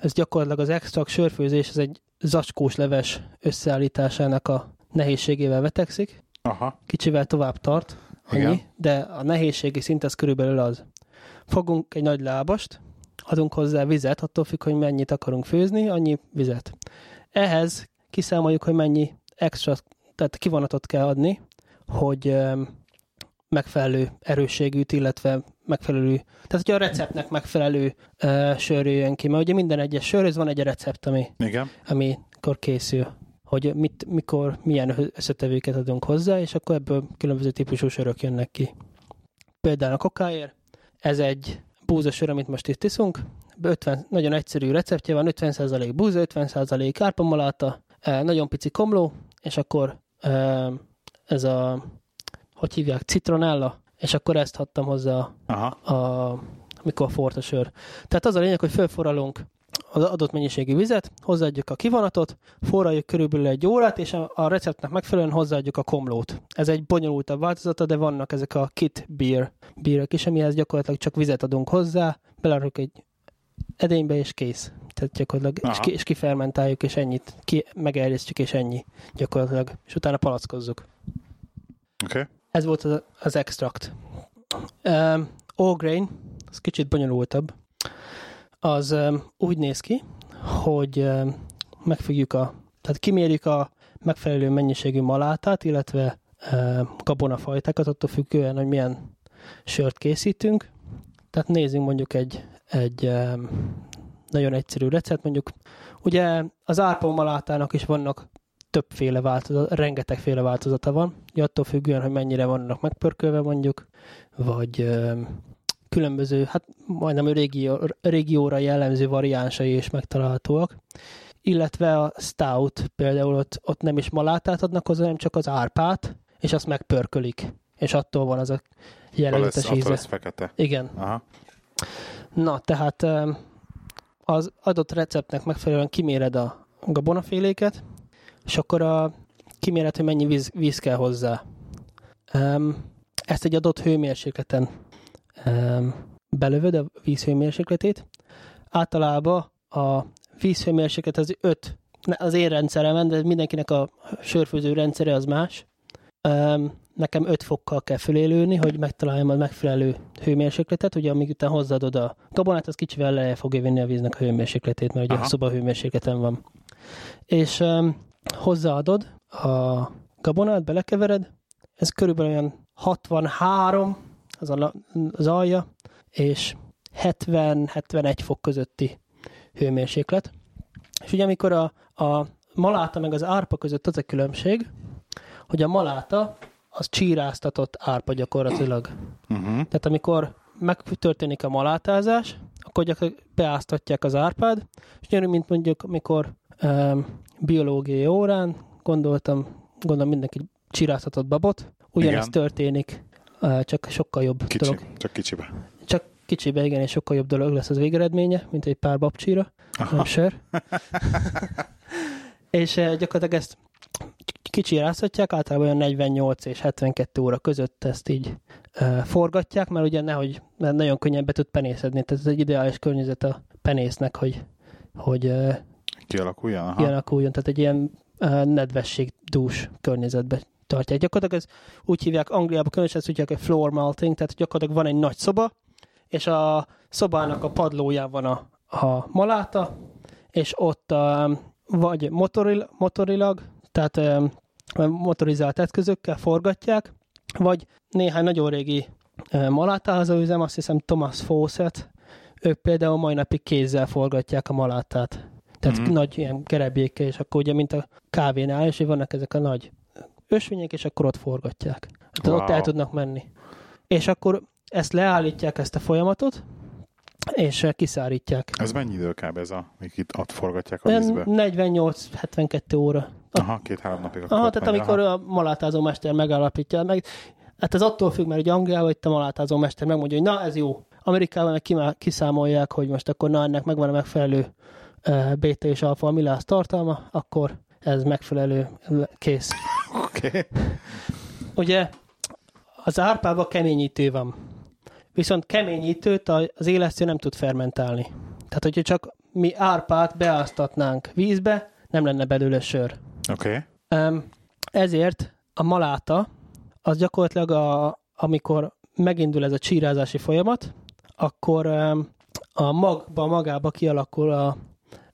Ez gyakorlatilag az extrakt sörfőzés, ez egy zacskós leves összeállításának a nehézségével vetekszik.
Aha.
Kicsivel tovább tart, Ennyi,
Igen.
de a nehézségi szint az körülbelül az. Fogunk egy nagy lábast, adunk hozzá vizet, attól függ, hogy mennyit akarunk főzni, annyi vizet. Ehhez kiszámoljuk, hogy mennyi extra, tehát kivonatot kell adni, hogy öm, megfelelő erősségűt, illetve megfelelő, tehát hogy a receptnek megfelelő ö, sör jöjjön ki, mert ugye minden egyes sörhöz van egy recept, ami
Igen.
amikor készül, hogy mit, mikor, milyen összetevőket adunk hozzá, és akkor ebből különböző típusú sörök jönnek ki. Például a kokáér, ez egy búzasör, amit most itt iszunk, 50, nagyon egyszerű receptje van, 50% búza, 50% árpamaláta, eh, nagyon pici komló, és akkor eh, ez a, hogy hívják, citronella, és akkor ezt hattam hozzá a
Aha.
a, amikor fort a sör. Tehát az a lényeg, hogy felforralunk az adott mennyiségű vizet, hozzáadjuk a kivonatot, forraljuk körülbelül egy órát, és a, a receptnek megfelelően hozzáadjuk a komlót. Ez egy bonyolultabb változata, de vannak ezek a kit beer bírek is, amihez gyakorlatilag csak vizet adunk hozzá, belerakjuk egy edénybe, és kész. Tehát gyakorlatilag, és,
Aha.
ki, és kifermentáljuk, és ennyit, ki, megerjesztjük, és ennyi gyakorlatilag, és utána palackozzuk.
Oké.
Ez volt az, az extract. Um, all grain, ez kicsit bonyolultabb. Az um, úgy néz ki, hogy um, megfüggjük a, tehát kimérjük a megfelelő mennyiségű malátát, illetve um, gabonafajtákat, attól függően, hogy milyen sört készítünk. Tehát nézzünk mondjuk egy, egy um, nagyon egyszerű recept, mondjuk ugye az árpa malátának is vannak többféle változata, rengetegféle változata van, ugye attól függően, hogy mennyire vannak megpörkölve mondjuk, vagy ö, különböző, hát majdnem régió, régióra jellemző variánsai is megtalálhatóak, illetve a stout például ott, ott nem is malátát adnak hozzá, hanem csak az árpát, és azt megpörkölik, és attól van az a
Attól lesz,
jellegzetes
attól
íze.
lesz fekete.
Igen.
Aha.
Na, tehát em, az adott receptnek megfelelően kiméred a gabonaféléket, és akkor a, kiméred, hogy mennyi víz, víz kell hozzá. Em, Ezt egy adott hőmérsékleten em, belövöd a víz hőmérsékletét. Általában a víz hőmérséklet az 5, az én rendszeremen, de mindenkinek a sörfőző rendszere az más. Em, Nekem 5 fokkal kell fölélőni, hogy megtaláljam a megfelelő hőmérsékletet, ugye amíg utána hozzáadod a gabonát, az kicsivel le fogja vinni a víznek a hőmérsékletét, mert ugye
Aha.
a szoba hőmérsékleten van. És em, hozzáadod a gabonát, belekevered, ez körülbelül olyan 63 az, a, la- az alja, és 70-71 fok közötti hőmérséklet. És ugye amikor a, a maláta meg az árpa között az a különbség, hogy a maláta az csíráztatott árpa gyakorlatilag.
Uh-huh.
Tehát amikor megtörténik a malátázás, akkor gyakorlatilag beáztatják az árpád, és nyerünk, mint mondjuk, amikor um, biológiai órán gondoltam, gondolom mindenki csiráztatott babot, ugyanez
Igen.
történik, uh, csak sokkal jobb
Kicsi,
dolog.
csak kicsibe.
Csak kicsibe, igen, és sokkal jobb dolog lesz az végeredménye, mint egy pár babcsíra, Aha. nem sör. és eh, gyakorlatilag ezt kicsiráztatják, általában olyan 48 és 72 óra között ezt így eh, forgatják, mert ugye nehogy, mert nagyon könnyen be tud penészedni, tehát ez egy ideális környezet a penésznek, hogy, hogy eh,
Kialakuljon? Aha.
Aha. kialakuljon, tehát egy ilyen uh, nedvesség dús környezetbe tartják. Gyakorlatilag ez úgy hívják Angliában, különösen ezt úgy hívják, hogy floor malting, tehát gyakorlatilag van egy nagy szoba, és a szobának a padlóján van a, a maláta, és ott um, vagy motoril, motorilag, tehát um, motorizált eszközökkel forgatják, vagy néhány nagyon régi um, malátázó üzem, azt hiszem Thomas Fawcett, ők például mai napig kézzel forgatják a malátát. Tehát
Mhm.
mm-hmm. nagy ilyen kerebjékkel, és akkor ugye, mint a kávénál, és vannak ezek a nagy ösvények, és akkor ott forgatják. Hát wow. ott
Wow.
el tudnak menni. És akkor ezt leállítják, ezt a folyamatot, és eh, kiszárítják.
Ez mennyi idő kb. ez a, amíg itt ott forgatják a
Olyan
vízbe?
48-72 óra.
Aha, két-három napig. akkor
Aha,
ott
tehát
megy.
amikor
Aha.
a malátázó mester megállapítja, meg, hát ez attól függ, mert ugye Angliában itt a malátázó mester megmondja, hogy na ez jó. Amerikában meg kimá- kiszámolják, hogy most akkor na ennek megvan a megfelelő eh, beta és alfa amiláz tartalma, akkor ez megfelelő le- kész.
Oké.
Ugye az árpában keményítő van, viszont keményítőt a- az élesztő nem tud fermentálni. Tehát, hogyha csak mi árpát beáztatnánk vízbe, nem lenne belőle sör.
Oké.
Em, Ezért a maláta, az gyakorlatilag a, amikor megindul ez a csírázási folyamat, akkor em, a magba, magába kialakul a,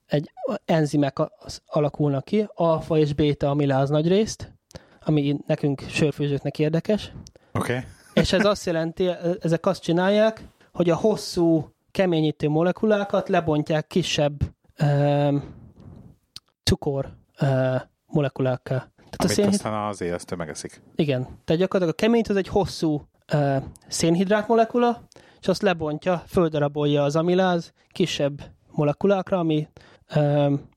egy a enzimek a- az- alakulnak ki, alfa és béta amiláz nagy részt, ami nekünk sörfőzőknek érdekes,
Oké.
és ez azt jelenti, e, ezek azt csinálják, hogy a hosszú keményítő molekulákat lebontják kisebb um, cukor uh, molekulákká. Tehát a
Amit
szénhid...
aztán az élesztő megeszik.
Igen. Tehát gyakorlatilag a keményt az egy hosszú uh, szénhidrát molekula, és azt lebontja, földarabolja az amiláz kisebb molekulákra, ami, um,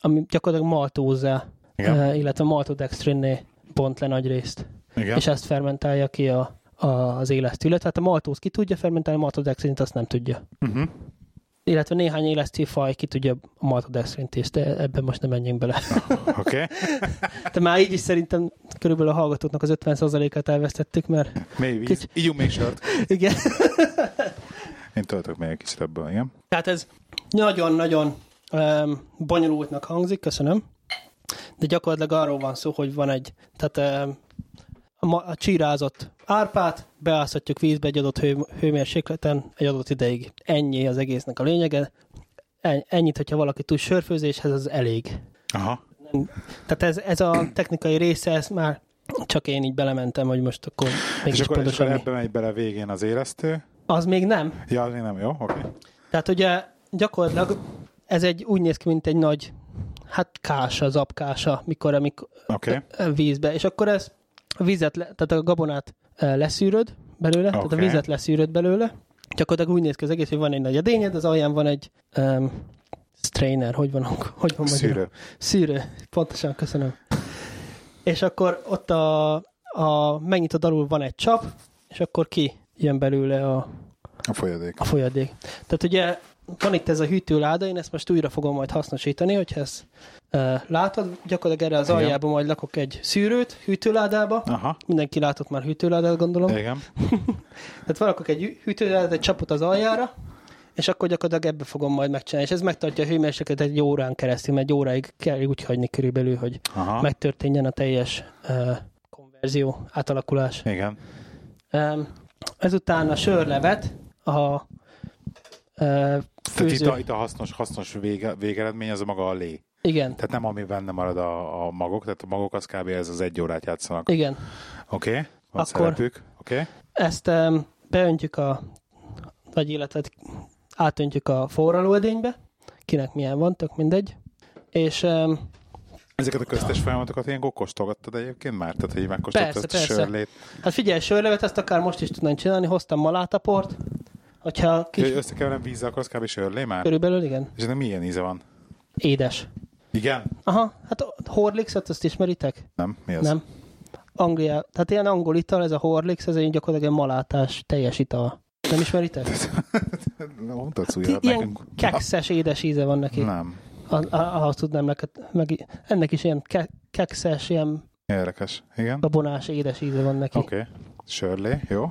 ami gyakorlatilag maltózzá,
Igen.
uh, illetve maltodextrinné bont le nagy részt
Igen.
és ezt fermentálja ki a, a, az élesztő. Illetve hát a maltóz ki tudja fermentálni, a maltodextrint azt nem tudja.
Uh-huh.
Illetve néhány élesztő faj ki tudja a maltodextrint is, de ebben most nem menjünk bele.
Oké.
De már így is szerintem körülbelül a hallgatóknak az 50%-át elvesztettük, mert
Mély víz. Ígyunk még sört.
igen.
Én töltök még egy kicsit ebből, igen.
Tehát ez nagyon-nagyon um, bonyolultnak hangzik, köszönöm. De gyakorlatilag arról van szó, hogy van egy, tehát um, a, ma- a csírázott árpát beáztatjuk vízbe egy adott hő, hőmérsékleten egy adott ideig. Ennyi az egésznek a lényege. En- Ennyit, hogyha valaki tud sörfőzéshez, az elég.
Aha.
Tehát ez, ez a technikai része, ez már csak én így belementem, hogy most akkor
és
mégis
akkor, és
pontosan
akkor
mi.
ebbe megy bele végén az élesztő.
Az még nem,
Ja, azért nem jó, oké.
Tehát ugye gyakorlatilag ez egy úgy néz ki, mint egy nagy hát kása, zapkása, mikor, amikor eh,
Oké.
vízbe, és akkor ez a vizet, le, tehát a gabonát eh, leszűröd belőle, okay. tehát a
Oké.
vizet leszűröd belőle, gyakorlatilag úgy néz ki az egész, hogy van egy nagy edényed, az alján van egy um, strainer, hogy van, hogy van magyarul?
Szűrő.
Szűrő, pontosan, köszönöm. És akkor ott a, a megnyitod alul van egy csap, és akkor ki jön belőle a,
A folyadék.
a folyadék. Tehát ugye van itt ez a hűtőláda, én ezt most újra fogom majd hasznosítani, hogyha ezt e, látod, gyakorlatilag erre az
Igen.
aljában majd lakok egy szűrőt hűtőládába.
Aha.
Mindenki látott már hűtőládát, gondolom.
Igen.
Tehát valakok egy hűtőládát, egy csapot az aljára, és akkor gyakorlatilag ebbe fogom majd megcsinálni. És ez megtartja a hőmérsékletet egy órán keresztül, mert egy óráig kell úgy hagyni körülbelül, hogy
Aha.
megtörténjen a teljes uh, konverzió, átalakulás.
Igen.
Um, ezután a sörlevet, a uh,
Tehát itt
főző...
a, itt a hasznos, hasznos vége, végeredmény az a maga a lé.
Igen,
Tehát nem ami benne marad a, a magok, tehát a magok az kb. ez az egy órát játszanak.
igen.
Oké? Okay? Van
Akkor-
szerepük. Oké? Okay?
Ezt um, beöntjük a, vagy illetve átöntjük a forralóedénybe, kinek milyen van, tök mindegy. És um,
Ezeket a köztes folyamatokat ilyenkor kóstolgattad egyébként már? Tehát, hogy megkóstoltad
Persze,
ezt a
persze.
sörlét.
hát figyelj, sörlevet ezt akár most is tudnánk csinálni, hoztam malátaport, hogyha
Kis...
kis,
Összekeverem vízzel, akkor az kb. sörlé már?
körülbelül, igen,
És ennek milyen íze van?
édes.
Igen?
Aha, hát a Horlikszot azt ismeritek?
Nem? Mi az?
Nem. Anglia, tehát ilyen angol ital, ez a Horlicks, ez egy gyakorlatilag egy malátás teljes ital. Nem ismeritek?
(laughs) Nem tudsz újra
Hát ilyen kekszes édes íze van neki.
Nem.
A- a- Ahhoz tudnám neked, meg ennek is ilyen ke- kekszes, ilyen
Érdekes. Igen?
babonás édes íze van neki.
Oké. Okay. Sörlé, jó.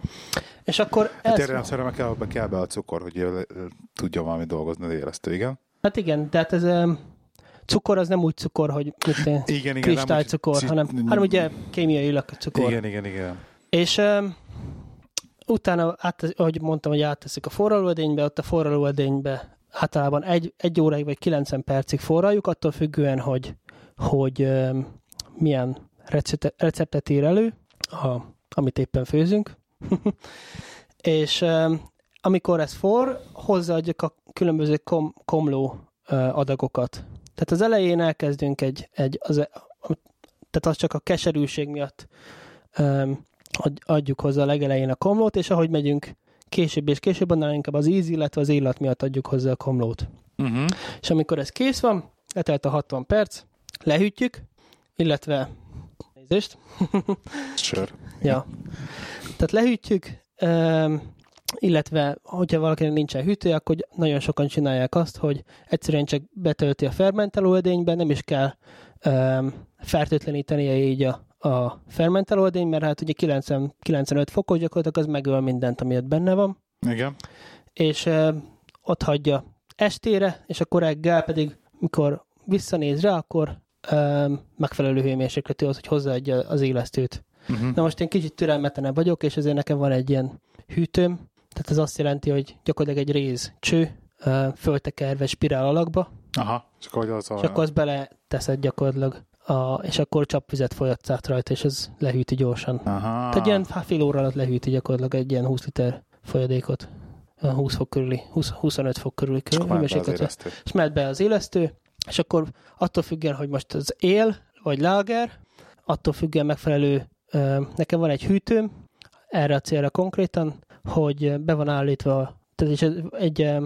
És akkor
Hát
ez,
erre nem szerintem kell, be- kell be a cukor, hogy ö, ö, tudjon valami dolgozni az élesztő, igen?
hát igen, tehát ez em, cukor az nem úgy cukor, hogy mit én,
Igen, igen.
kristálycukor,
nem,
hanem,
úgy- ci-
hanem ugye kémiai cukor.
Igen, igen, igen.
És um, utána, át, ahogy mondtam, hogy átteszik a forralóedénybe, ott a forralóedénybe általában egy, egy óráig vagy 90 percig forraljuk, attól függően, hogy, hogy um, milyen recepte, receptet ír elő, a, amit éppen főzünk. (laughs) és um, amikor ez forr, hozzáadjuk a különböző kom, komló uh, adagokat. Tehát az elején elkezdünk egy, egy az, e, tehát az csak a keserűség miatt um, ad- adjuk hozzá a legelején a komlót, és ahogy megyünk később és később, annál inkább az íz, illetve az illat miatt adjuk hozzá a komlót.
Uh-huh.
És amikor ez kész van, letelt a 60 perc, lehűtjük, illetve nézést,
Sör.
ja. Tehát lehűtjük, um, illetve hogyha valakinek nincsen hűtője, akkor gy- nagyon sokan csinálják azt, hogy egyszerűen csak betölti a fermentáló edénybe, nem is kell um, fertőtlenítenie így a, a fermentáló edény, mert hát ugye 90, 95 fokos gyakorlatilag az megöl mindent, ami ott benne van,
Igen.
és um, ott hagyja estére, és akkor reggel pedig, mikor visszanéz rá, akkor um, megfelelő hőmérsékletű az, hogy hozzáadja az élesztőt.
Uh-huh.
Na most én kicsit türelmetlenebb vagyok, és ezért nekem van egy ilyen hűtőm, tehát ez azt jelenti, hogy gyakorlatilag egy réz cső, ö, föltekerve spirál alakba,
Aha. És akkor hogy az a...
és akkor azt beleteszed gyakorlatilag, a, és akkor csapvizet folyatsz át rajta, és ez lehűti gyorsan.
Aha.
Tehát ilyen há- fél óra alatt lehűti gyakorlatilag egy ilyen 20 liter folyadékot, Olyan 20 fok körüli, 20, 25 fok körüli
És akkor már be az
hőmérsékletre
élesztő.
és mehet be az élesztő, és akkor attól függően, hogy most az él, vagy láger, attól függően megfelelő, ö, nekem van egy hűtőm, erre a célra konkrétan, hogy ö, be van állítva, tehát is egy- egy ö,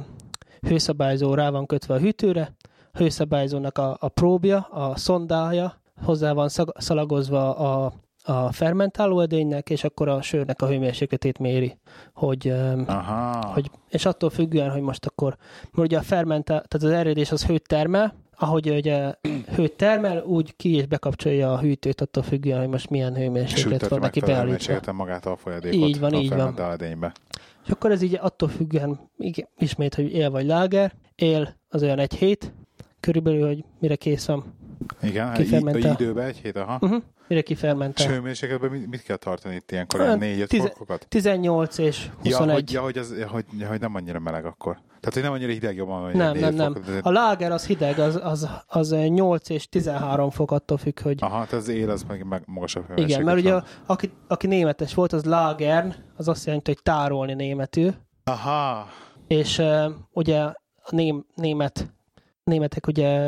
hőszabályzó rá van kötve a hűtőre, a hőszabályzónak a, a próbja, a szondája, hozzá van szag, szalagozva a, a fermentáló edénynek, és akkor a sörnek a hőmérsékletét méri, hogy ö,
Aha.
hogy, és attól függően, hogy most akkor, mert ugye a fermentál, tehát az erődés az hőt termel, ahogy ugye hőt termel, úgy ki és bekapcsolja a hűtőt, attól függően, hogy most milyen hőmérséklet
Sütött
van neki
meg
beállítva.
felelőmérsékleten magát a folyadékot.
Így van,
a
így van.
fermentáledénybe.
És akkor ez így attól függően, igen, ismét, hogy él vagy láger, él az olyan egy hét, körülbelül, hogy mire kész van,
Igen, hát
Kifermentál.
í- időben egy hét, aha.
uh-huh. mire
És
kifermentál.
hőmérsékletben mit, mit kell tartani itt ilyenkor?
Hát,
Ilyen négy-öt
tize-
fokokat?
18 és
Ja,
21.
hogy, ja, hogy, az, ja, hogy, ja, hogy nem annyira meleg akkor. Tehát, hogy nem annyira hideg jobban van, hogy
nem,
négy
nem, nem.
fokot, azért-
A láger az hideg, az, az, az 8 és 13 fok attól függ, hogy
Aha, tehát az él az meg, meg magasabb
Igen, mert
hőmérséklet
ugye
van.
a- aki, aki németes volt, az lagern, az azt jelenti, hogy tárolni németül,
Aha,
és uh, ugye a ném, német, németek ugye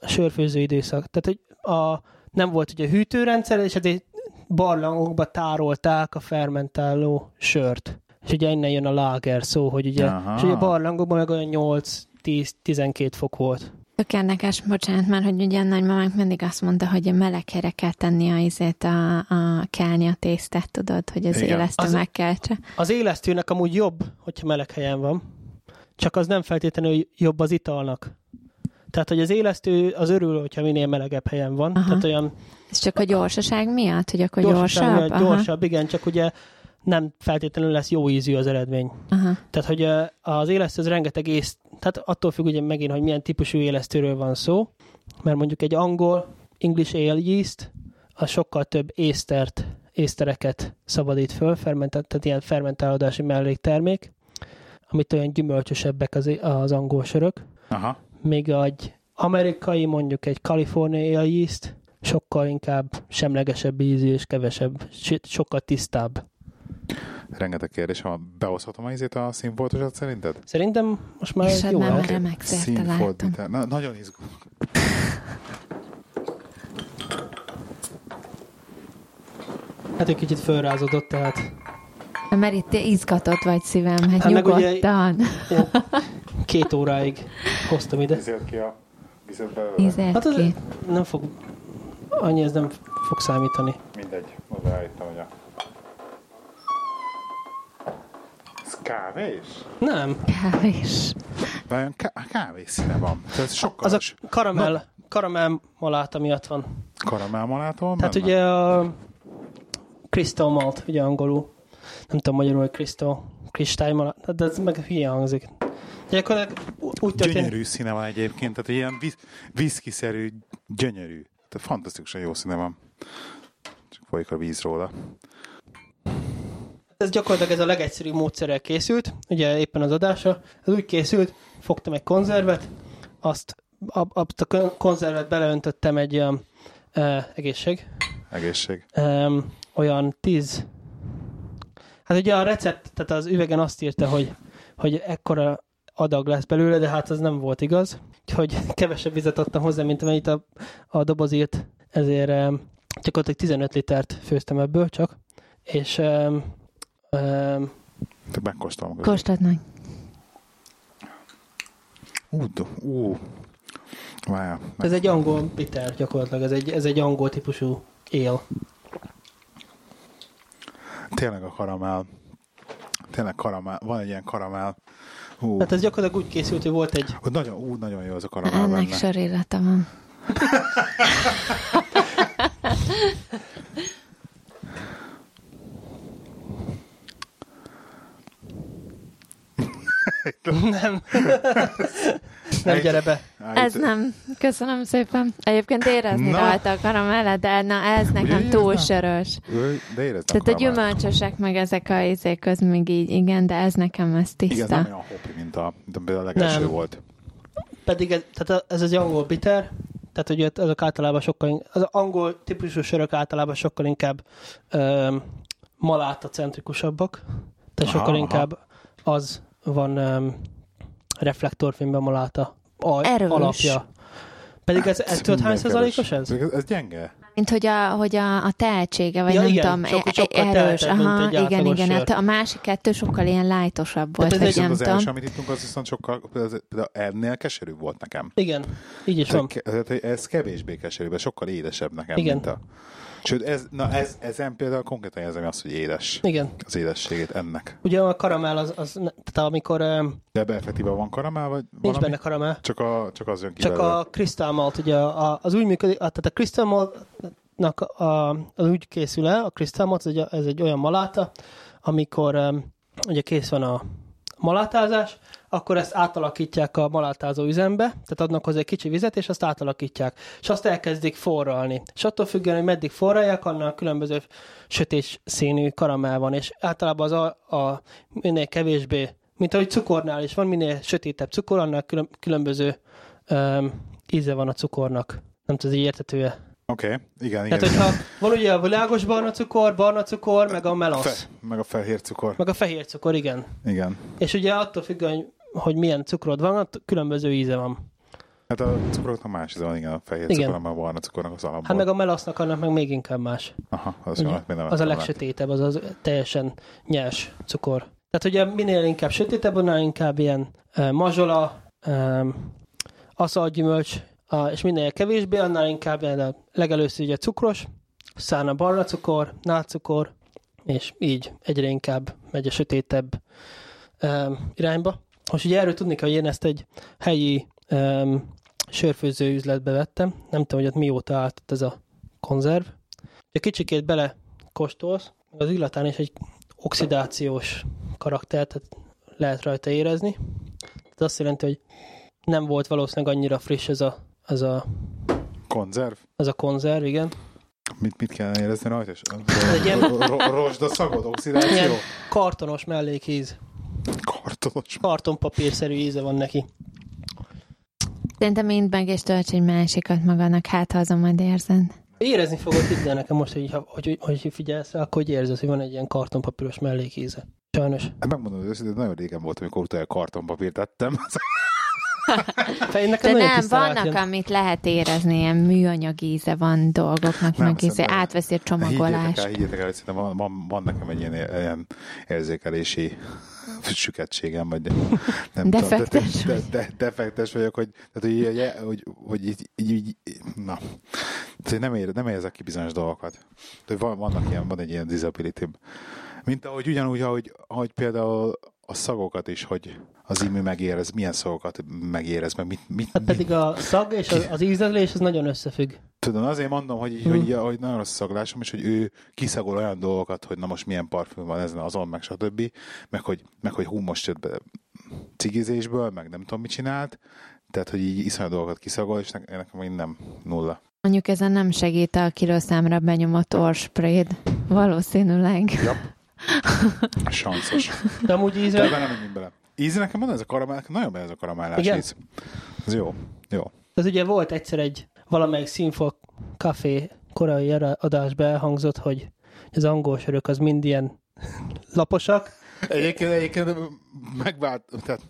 a sörfőző időszak, tehát hogy a, nem volt ugye hűtőrendszer, és ezért barlangokba tárolták a fermentáló sört. És ugye innen jön a lager szó, hogy ugye,
Aha.
és ugye a barlangokban meg olyan 8-10-12 fok volt.
Tök érdekes, bocsánat már, hogy ugye a nagymamánk mindig azt mondta, hogy a melegére kell tenni a izét, a, a kelni a tésztát, tudod, hogy az
Igen.
élesztő
Az-
megkeltse.
Az élesztőnek amúgy jobb, hogyha meleg helyen van. Csak az nem feltétlenül jobb az italnak. Tehát, hogy az élesztő az örül, hogyha minél melegebb helyen van.
Aha.
Tehát olyan
Ez csak a gyorsaság miatt, hogy akkor
gyorsaság
gyorsabb?
miatt gyorsabb, igen, csak ugye nem feltétlenül lesz jó ízű az eredmény.
Aha, aha.
Tehát, hogy ö, az élesztő az rengeteg ész, tehát attól függ ugye megint, hogy milyen típusú élesztőről van szó, mert mondjuk egy angol English ale yeast, az sokkal több észtert, észtereket szabadít föl, fermentált, tehát ilyen fermentálódási melléktermék, amit olyan gyümölcsösebbek az, é- az angol sörök,
Aha.
még egy amerikai, mondjuk egy California ale yeast, sokkal inkább semlegesebb ízű és kevesebb, si- sokkal tisztább.
Rengeteg kérdés van. Behozhatom a izét a színfoltosat szerinted?
Szerintem most már
És
jó
nem
lehet.
Oké. Remek szerte
Színfoltítás. Na, nagyon izgul.
Hát egy kicsit fölrázódott, tehát
Mert itt izgatott vagy szívem, hát,
Hát meg ugye-
nyugodtan.
ilyen két óráig hoztam ide.
Ezért ki a vizet belőle.
Ízelt
Hát az
ki.
nem fog, annyi ez nem fog számítani.
Mindegy, odaállítom, hogy a... Ez kávés?
Nem,
Kávés.
Vajon ká- kávés színe van. Tehát ez sokkal
az a
az
karamell, karamell maláta miatt van.
karamelmalától
Tehát
menne?
ugye a crystal malt, ugye angolul. Nem tudom magyarul, hogy crystal, kristálymalát, de ez meg hülye hangzik. Gyakorlatilag úgy történik,
Gyönyörű színe van egyébként, tehát ilyen visz- viszkiszerű, gyönyörű. Tehát fantasztikusan jó színe van. Csak folyik a víz róla.
ez gyakorlatilag ez a legegyszerűbb módszerrel készült, ugye éppen az adása, ez úgy készült, fogtam egy konzervet, azt, ab- azt a kon- konzervet beleöntöttem egy olyan e, egészség,
Egészség.
e, olyan 10, hát ugye a recept, tehát az üvegen azt írta, hogy, hogy ekkora adag lesz belőle, de hát az nem volt igaz, úgyhogy kevesebb vizet adtam hozzá, mint amennyit a, a doboz írt, ezért e, gyakorlatilag 15 litert főztem ebből csak, és e, e,
Te megkóstolom. közben.
Kóstolnak.
Ú, de- ú. Várjál, meg-
Ez egy angol bitter gyakorlatilag, ez egy, ez egy angol típusú él.
Tényleg a karamell. Tényleg karamell. Van egy ilyen karamell. Hú,
Hát ez gyakorlatilag úgy készült, hogy volt egy...
Hogy nagyon, ú, nagyon jó az a karamell
Ennek
benne.
sörillata van.
Nem. nem gyere be.
Á,
Ez
itt-
nem. Köszönöm szépen. Egyébként érezni
Na.
rajta a karamellet, de na ez nekem
érezned?
túl sörös.
Ő- De éreztem
Tehát a gyümölcsösek meg ezek a izék az még így, igen, de ez nekem ez
Igen, ez nem
tiszta.
olyan hopi, mint a, mint a például a legelső
Nem.
volt.
Pedig ez, tehát ez egy angol bitter, tehát ugye azok általában sokkal... in- Az angol típusú sörök általában sokkal inkább öm, maláta centrikusabbak,
Aha,
tehát sokkal
aha.
inkább az van öm, reflektorfényben maláta al-
Erős.
alapja. Pedig ez, ez tudod hány
Minden
százalékos ez?
keres. Ez, ez gyenge.
Mint hogy a, hogy a, a tehetsége, vagy
Ja,
nem
igen,
tudom,
sokkal-
e-
sokkal
erős.
tehetebb, mint
Aha,
egy
igen,
átlagos
igen.
sör.
Hát a másik kettő sokkal ilyen lájtosabb volt,
ez
vagy
egy-
nem
Viszont az első,
tudom.
amit ittunk, az viszont sokkal, például például ennél keserűbb volt nekem.
Igen, így is van.
Tehát ke- Tehát ez kevésbé keserűbb, ez sokkal édesebb nekem,
Igen.
mint a... Sőt, ez, na ez, ezen például konkrétan érzem azt, hogy édes.
Igen.
Az édességét ennek.
Ugye a karamell az, az ne- tehát amikor öm,
De ebbe effektíven van karamell, vagy valami?
nincs benne karamell,
Csak, a, csak az jön ki
csak
belőle.
a kristálmalt, ugye a- az úgy működik, a- tehát a kristálmaltnak a, az úgy készül el, a kristálmalt, ez egy, ez egy olyan maláta, amikor öm, ugye kész van a malátázás, akkor ezt átalakítják a malátázó üzembe, tehát adnak hozzá egy kicsi vizet, és azt átalakítják. És azt elkezdik forralni. És attól függően, hogy meddig forralják, annál különböző sötét színű karamell van, és általában az a, a minél kevésbé, mint ahogy cukornál is van, minél sötétebb cukor, annál külön, különböző öm, íze van a cukornak. Nem tudom, ez így értető-e?
Oké, okay. igen, igen.
Tehát, hogyha van ugye a világos barna cukor, barna cukor, meg a melasz.
Fe, meg a fehér cukor.
Meg a fehér cukor, igen.
Igen.
És ugye attól függően, hogy- hogy milyen cukrod van, ott különböző íze van.
Hát a cukroknak más íze van, igen, a fehér
Igen.
cukor, a barna cukornak az alapból.
Hát meg a melasznak annak meg még inkább más.
Aha, az,
Ugye,
jó, még nem
az a
vettem
legsötétebb, az az teljesen nyers cukor. Tehát ugye minél inkább sötétebb, annál inkább ilyen uh, mazsola, um, aszalgyümölcs, a- és minél kevésbé, annál inkább de legelőször ugye cukros, szána barna cukor, nátszukor, és így egyre inkább megy a sötétebb um, irányba. Most ugye erről tudni kell, hogy én ezt egy helyi um, sörfőző üzletbe vettem. Nem tudom, hogy ott mióta állt ott ez a konzerv. Ugye kicsikét bele kóstolsz, meg az illatán is egy oxidációs karakter, tehát lehet rajta érezni. Tehát azt jelenti, hogy nem volt valószínűleg annyira friss ez a, ez a,
Konzerv?
ez a konzerv, igen.
Mit, mit kell érezni rajta? És-
egy ilyen-
Ro- ro- Rozsda szagod, oxidáció?
Ilyen kartonos mellékíz,
Kartonos.
kartonpapírszerű íze van neki.
Szerintem mind meg és tölts egy másikat magadnak, hát ha azon majd érzed.
Érezni fogod, hidd el nekem most, hogy, ha- hogy, hogy, hogy figyelsz rá, akkor hogy érzed, hogy van egy ilyen kartonpapíros mellékíze. Sajnos.
Megmondom hogy őszintén, nagyon régen volt, amikor utoljára kartonpapírt ettem.
Fe- Hát én nekem
De
nagyon
nem,
tisztán
vannak,
átjön.
amit lehet érezni, ilyen műanyag íze van dolgoknak,
Nem,
meg íze,
szerintem-
átveszi a
Higgyétek el,
csomagolást.
higgyétek el, hogy szerintem van, van, van nekem egy ilyen, ilyen érzékelési (laughs) süketségem, vagy nem
Defektes
tudom. De, de, de, defektes vagyok, hogy, tehát, hogy, hogy, hogy, hogy így, így, így, na, tehát, hogy nem, ér, nem érzek ki bizonyos dolgokat. Tehát, van, vannak ilyen, van egy ilyen disability Mint ahogy ugyanúgy, ahogy, ahogy például a szagokat is, hogy az imű megérez, milyen szagokat megérez, meg mit, mit,
Hát
mit
pedig a szag és az, az ízlelés az nagyon összefügg.
Tudod, azért mondom, hogy,
Mhm.
hmm. hogy, hogy nagyon rossz szaglásom, és hogy ő kiszagol olyan dolgokat, hogy na most milyen parfüm van ezen azon, meg stb. Meg hogy, meg hogy hú, most jött be cigizésből, meg nem tudom, mit csinált. Tehát, hogy így iszonyat dolgokat kiszagol, és nekem, nekem még nem nulla.
Mondjuk ezen nem segít a kilószámra benyomott orspréd, valószínűleg.
(laughs)
Sanszos.
De amúgy
De
ízre,
ebben nem menjünk bele. Ízi nekem van ez a karamell, nekem nagyon bejön ez a karamellás
Igen.
íz. Ez jó. Jó.
ez ugye volt egyszer egy valamelyik színfok café korai era- adásba elhangzott, hogy az angol sörök az mind ilyen laposak.
Egyébként, egyébként megvált, tehát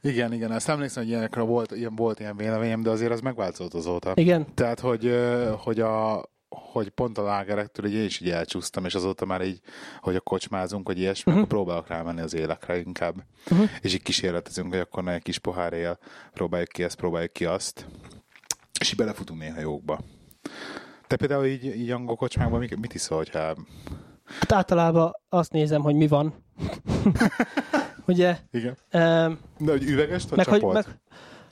igen, igen, azt emlékszem, hogy ilyenekre volt, ilyen, volt ilyen véleményem, de azért az megváltozott azóta.
Igen,
Tehát, hogy, ö, hogy a hogy pont a lágerektől így én is így elcsúsztam, és azóta már így, hogy a kocsmázunk, hogy ilyesmi,
Mhm.
uh-huh. próbálok rámenni az élekre inkább.
Mhm.
Uh-huh. És így kísérletezünk, hogy akkor na, egy kis pohár él, próbáljuk ki ezt, próbáljuk ki azt. És így belefutunk néha jókba. Te például így, így angol kocsmákban mit, mit iszol, hogyha...
hát általában azt nézem, hogy mi van. (laughs) ugye?
Igen.
Um,
De, hogy üvegest, vagy
meg, hogy,
csapolt?
meg,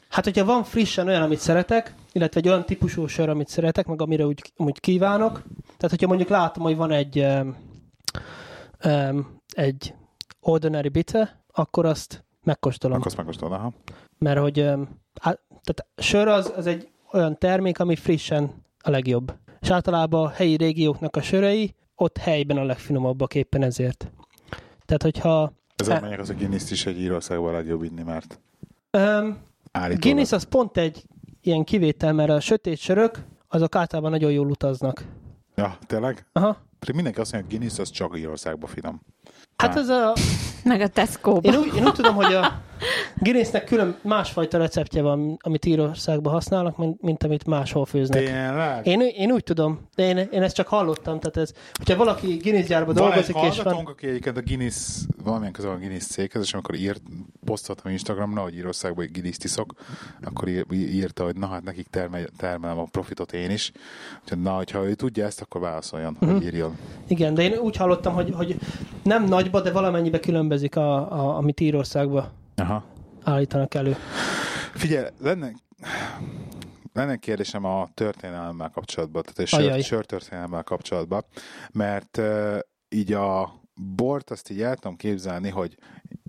hát, hogyha van frissen olyan, amit szeretek, illetve egy olyan típusú sör, amit szeretek, meg amire úgy, úgy kívánok. Tehát, hogyha mondjuk látom, hogy van egy um, um, egy ordinary bitter, akkor azt megkóstolom.
Akkor azt megkóstolod, aha.
Mert hogy öm, á- tehát sör az, az egy olyan termék, ami frissen a legjobb. És általában a helyi régióknak a sörei ott helyben a legfinomabbak éppen ezért. Tehát, hogyha
Ezzel
E-
menjek az a Guinness-t is egy Írországban a legjobb inni, mert
um,
állítólag.
Guinness az pont egy ilyen kivétel, mert a sötét sörök azok általában nagyon jól utaznak.
Ja, tényleg?
Aha.
Pedig mindenki azt mondja, hogy Guinness az csak Írországban finom.
Hát
Á.
ez a...
Meg a
Én
Tesco-ba.
úgy, én úgy tudom, hogy a Guinnessnek külön másfajta receptje van, amit Írországban használnak, mint, mint amit máshol főznek.
Tényleg?
Én, én úgy tudom, de én, én ezt csak hallottam, tehát ez, hogyha valaki Guinness gyárban
Van egy
dolgozik, és
hallgatónk,
van...
aki egyébként a Guinness, valamilyen közel van a Guinness céghez, és amikor írt, posztoltam Instagramra, hogy Írországban egy Guinness iszok, akkor ír- írta, hogy na hát nekik termel, termelem a profitot én is. Úgyhogy na, hogyha ő tudja ezt, akkor válaszoljon, hogy
Mhm.
írjon.
Igen, de én úgy hallottam, hogy, hogy nem nagyba, de valamennyibe különbözik, a, a, amit Írországba
Aha.
állítanak elő.
Figyelj, lenne, lenne egy kérdésem a történelemmel kapcsolatban, tehát egy
Ajaj.
sör, sörtörténelemmel kapcsolatban, mert uh, így a bort azt így el tudom képzelni, hogy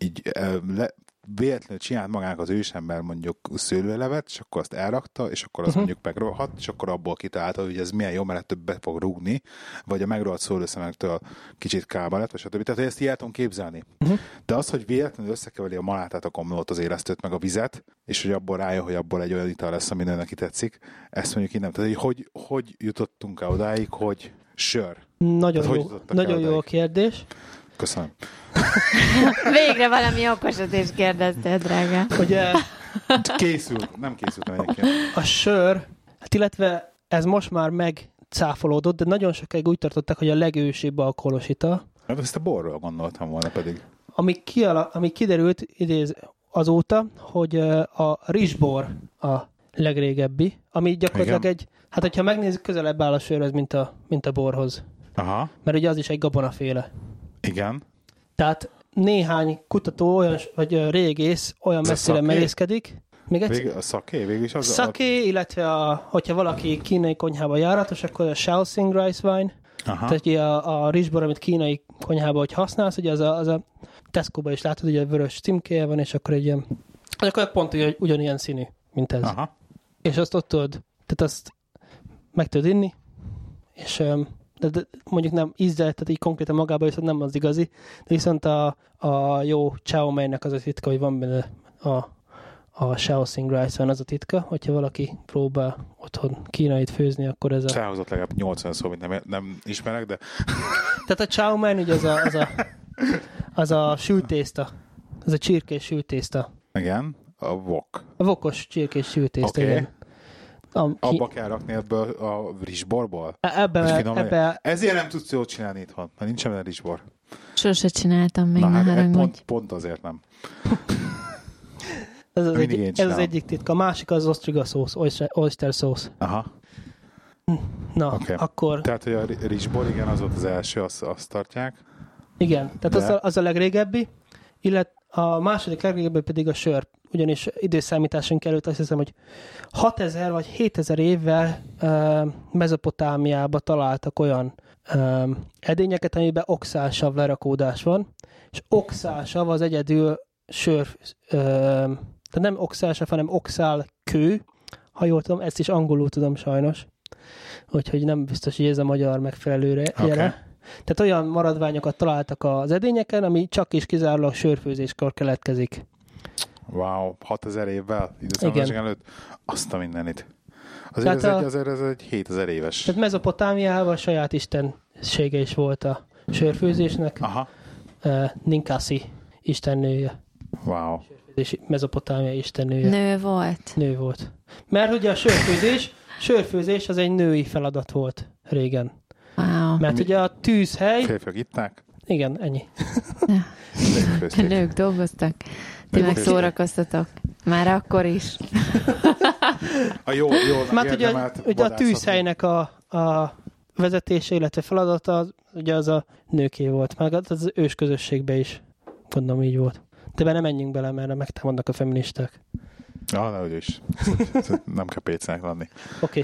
így uh, le, véletlenül csinált magának az ősember mondjuk szőlőlevet, és akkor azt elrakta, és akkor az
Mhm.
uh-huh. mondjuk megrohadt, és akkor abból kitalálta, hogy ez milyen jó, mert többet fog rúgni, vagy a megrohadt szőlőszemektől kicsit kába lett, vagy stb. Tehát hogy ezt így el tudom képzelni.
Mhm.
De az, hogy véletlenül összekeveri a malátát, a komlót, az élesztőt, meg a vizet, és hogy abból rájön, hogy abból egy olyan ital lesz, ami neki tetszik, ezt mondjuk én nem. Tehát, hogy hogy, hogy jutottunk el odáig, hogy sör.
Nagyon
Tehát hogy
jó,
jutottak el
nagyon jó a
odáig?
kérdés.
Köszönöm.
Végre valami okosat is kérdeztél, drága.
Ugye
Készült, nem készültem egyébként.
a sör, hát illetve ez most már megcáfolódott, de nagyon sokáig úgy tartották, hogy a legősibb alkoholos ital,
Hát ezt a borról gondoltam volna pedig.
ami, kiala, ami kiderült idéz azóta, hogy ö, a rizsbor a legrégebbi, ami gyakorlatilag
Igen.
egy, hát hogyha megnézzük, közelebb áll a sörhöz, mint a, mint a borhoz.
Aha,
Mert ugye az is egy gabonaféle.
igen.
Tehát néhány kutató, olyan, vagy ö, régész olyan
Ez a
messzire
szaké?
merészkedik. Még egyszer,
Vég, a szaké, végül is az a...
szaké, illetve a, hogyha valaki kínai konyhába járatos, akkor a Shaoxing rice wine,
Aha,
tehát ugye a, a rizsbor, amit kínai konyhába hogy használsz, ugye az a, az a Tesco-ba is látod, ugye a vörös címkéje van, és akkor egy ilyen, az akkor pont ugye, ugyanilyen színű, mint ez. Aha.
aha.
És azt ott tudod, tehát azt meg tudod inni, és öm, de, de mondjuk nem ízzel, tehát így konkrétan magába viszont nem az igazi, de viszont a, a jó chow meinek az a titka, hogy van benne a, a Shaoxing rice van az a titka, hogyha valaki próbál otthon kínait főzni, akkor ez a...
Száhozott legalább 80 szó, amit nem, nem ismerek, de
Tehát a chow mein ugye az a, az a, az a sültészta, az a csirkés sültészta.
igen, a wok.
A vokos csirkés sültészta,
Oké.
okay. igen. A, ki, e-
Abba kell rakni ebből a rizsborból?
ebbe,
Hogy
ebbe,
finom
ebbe,
Ezért nem tudsz jót csinálni itthon, mert nincsen benne rizsbor.
Sose csináltam még,
Na
ne
hát e-
haragudj.
pont, pont azért nem.
ez, az
Mindig
egy,
én
ez az
csinálom.
egyik titka. A másik az ostriga szósz, oyster, oyster szósz.
Aha.
Na,
Oké.
okay. akkor
Tehát, hogy a ri- rizsbor, igen, az volt az első, azt, azt tartják.
igen, tehát az
De-
a, az a legrégebbi, illetve a második legrégebbi pedig a sör, ugyanis időszámításunk előtt azt hiszem, hogy 6000 vagy 7000 évvel uh, Mezopotámiába találtak olyan uh, edényeket, amiben oxálsav lerakódás van, és oxálsav az egyedül sör, uh, tehát nem oxálsav, hanem oxálkő, ha jól tudom, ezt is angolul tudom sajnos, úgyhogy nem biztos, hogy ez a magyar megfelelőre
Oké.
okay. jele. Tehát olyan maradványokat találtak az edényeken, ami csak is kizárólag sörfőzéskor keletkezik.
Wow, 6000 évvel időszámítás
Igen.
előtt. Azt a mindenit. Azért,
Tehát
ez,
a-
egy, azért ez egy 7000 éves.
Tehát Mezopotámiában saját istensége is volt a sörfőzésnek,
Aha,
uh, Ninkasi istennője,
wow.
és Mezopotámia istennője nő.
Nő volt.
nő volt. Mert ugye a sörfőzés, sörfőzés az egy női feladat volt régen.
Wow.
Mert
Mi-
ugye a tűzhely,
Férfiak itták,
igen, ennyi.
nők főzték.
Nők dolgoztak. Ti
Nők
meg
főzték.
szórakoztatok. Már akkor is.
A jó, jó,
Mert ugye, a-
érdemelt
ugye a
vadászati-
tűzhelynek a, a vezetése, illetve feladata, az, ugye az a nőké volt, meg az az ősközösségbe is gondolom így volt. De be nem menjünk bele, mert megtámadnak a feministák.
Ah, ne, úgyis. Nem kell pécnek lenni.
Oké. Okay.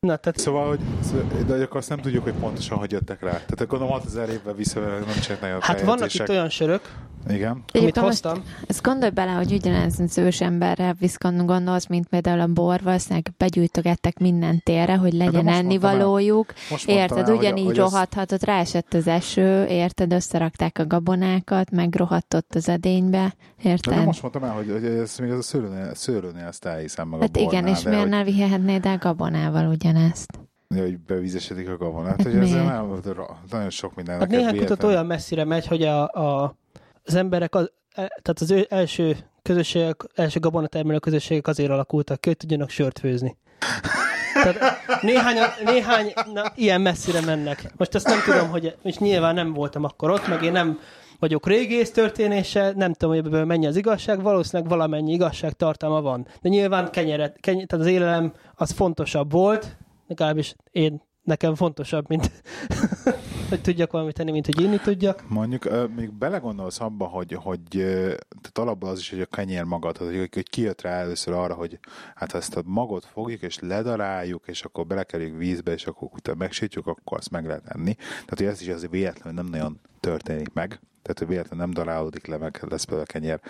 Na, tehát
Szóval, hogy, szó- de akkor azt nem tudjuk, hogy pontosan hogy jöttek rá. Tehát gondolom 6000 évvel vissza nem csinálnak nagyon
hát vannak
feljegyzések.
itt olyan sörök,
Igen.
amit
Egyébként most
hoztam.
Ezt gondolj bele, hogy ugyanez az ősemberre viszont gondolsz, mint például a bor, valószínűleg begyűjtögettek minden térre, hogy legyen
Hát most mondtam el.
ennivalójuk.
Most mondtam
Érted,
el, hogy-
ugyanígy
hogy ez-
rohadhatott, ráesett az eső, érted, összerakták a gabonákat, meg rohadtott az edénybe,
Hát De nem
érted?
most mondtam el, hogy, hogy ez még ez a szőlőnél, szőlőnél ezt elhiszem meg
Hát
a
igen,
bornál,
és
de
miért
hogy,
ne vihetnéd el gabonával ugyanezt?
hogy bevízesedik a gabonát,
Hát
hát hogy ezzel
miért?
nem, ra- nagyon sok minden.
Hát néhány kutató olyan messzire megy, hogy a, a, az emberek, az, e- tehát az ő első közösségek, első gabonatermelő közösségek azért alakultak ki, hogy tudjanak sört főzni. Tehát néhány, néhány na, ilyen messzire mennek. Most ezt nem tudom, hogy, és nyilván nem voltam akkor ott, meg én nem vagyok régész történése, nem tudom, hogy ebből mennyi az igazság, valószínűleg valamennyi igazság tartalma van. De nyilván kenyeret, keny, tehát az élelem az fontosabb volt, legalábbis én, nekem fontosabb, mint hogy tudjak valamit tenni, mint hogy inni tudjak.
Mondjuk, ö, még belegondolsz abba, hogy, hogy ö, tehát alapból az is, hogy a kenyér magad, tehát, hogy, hogy kijött rá először arra, hogy hát ha ezt a magot fogjuk, és ledaráljuk, és akkor belekerüljük vízbe, és akkor utána megsütjük, akkor azt meg lehet enni. Tehát, hogy ez is azért véletlenül nem nagyon történik meg. Tehát, hogy véletlenül nem darálódik le, meg lesz belőle kenyér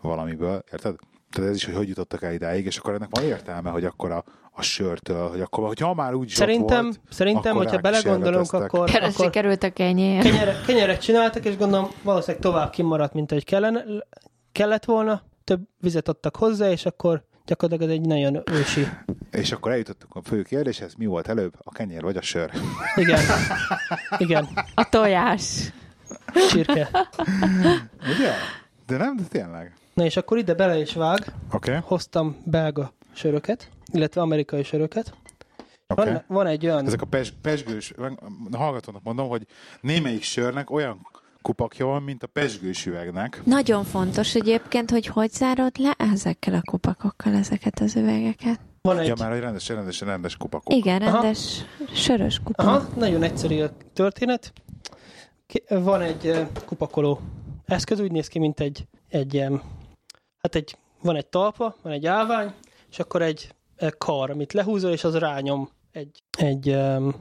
valamiből, érted? Tehát ez is, hogy hogy jutottak el idáig, és akkor ennek van értelme, hogy akkor a, a sörtől, hogy akkor, hogyha már úgy is ott
Szerintem,
volt,
szerintem
akkor
hogyha
rá kísérleteztek.
belegondolunk, akkor,
Keresni
akkor
került a kenyér.
kenyere, kenyeret csináltak, és gondolom valószínűleg tovább kimaradt, mint ahogy kellene, kellett volna. Több vizet adtak hozzá, és akkor gyakorlatilag ez egy nagyon ősi.
És akkor eljutottunk a fő kérdéshez, mi volt előbb, a kenyér vagy a sör?
Igen. Igen.
A tojás.
Csirke.
Ugye? De nem, de tényleg.
Na és akkor ide bele is vág.
Oké. Okay.
Hoztam belga söröket, illetve amerikai söröket. Van,
Okay.
van egy olyan...
Ezek a pes, pesgős, na, hallgatónak mondom, hogy némelyik sörnek olyan kupakja van, mint a pesgős üvegnek.
Nagyon fontos egyébként, hogy hogy zárod le ezekkel a kupakokkal ezeket az üvegeket.
Van egy...
Ja, már hogy rendes, rendes, rendes kupakok.
Igen,
Aha.
rendes sörös kupak.
Aha, nagyon egyszerű a történet. Ki- Van egy eh, kupakoló eszköz, úgy néz ki, mint egy, egy em, hát egy, van egy talpa, van egy állvány, és akkor egy eh, kar, amit lehúzol, és az rányom egy, egy em,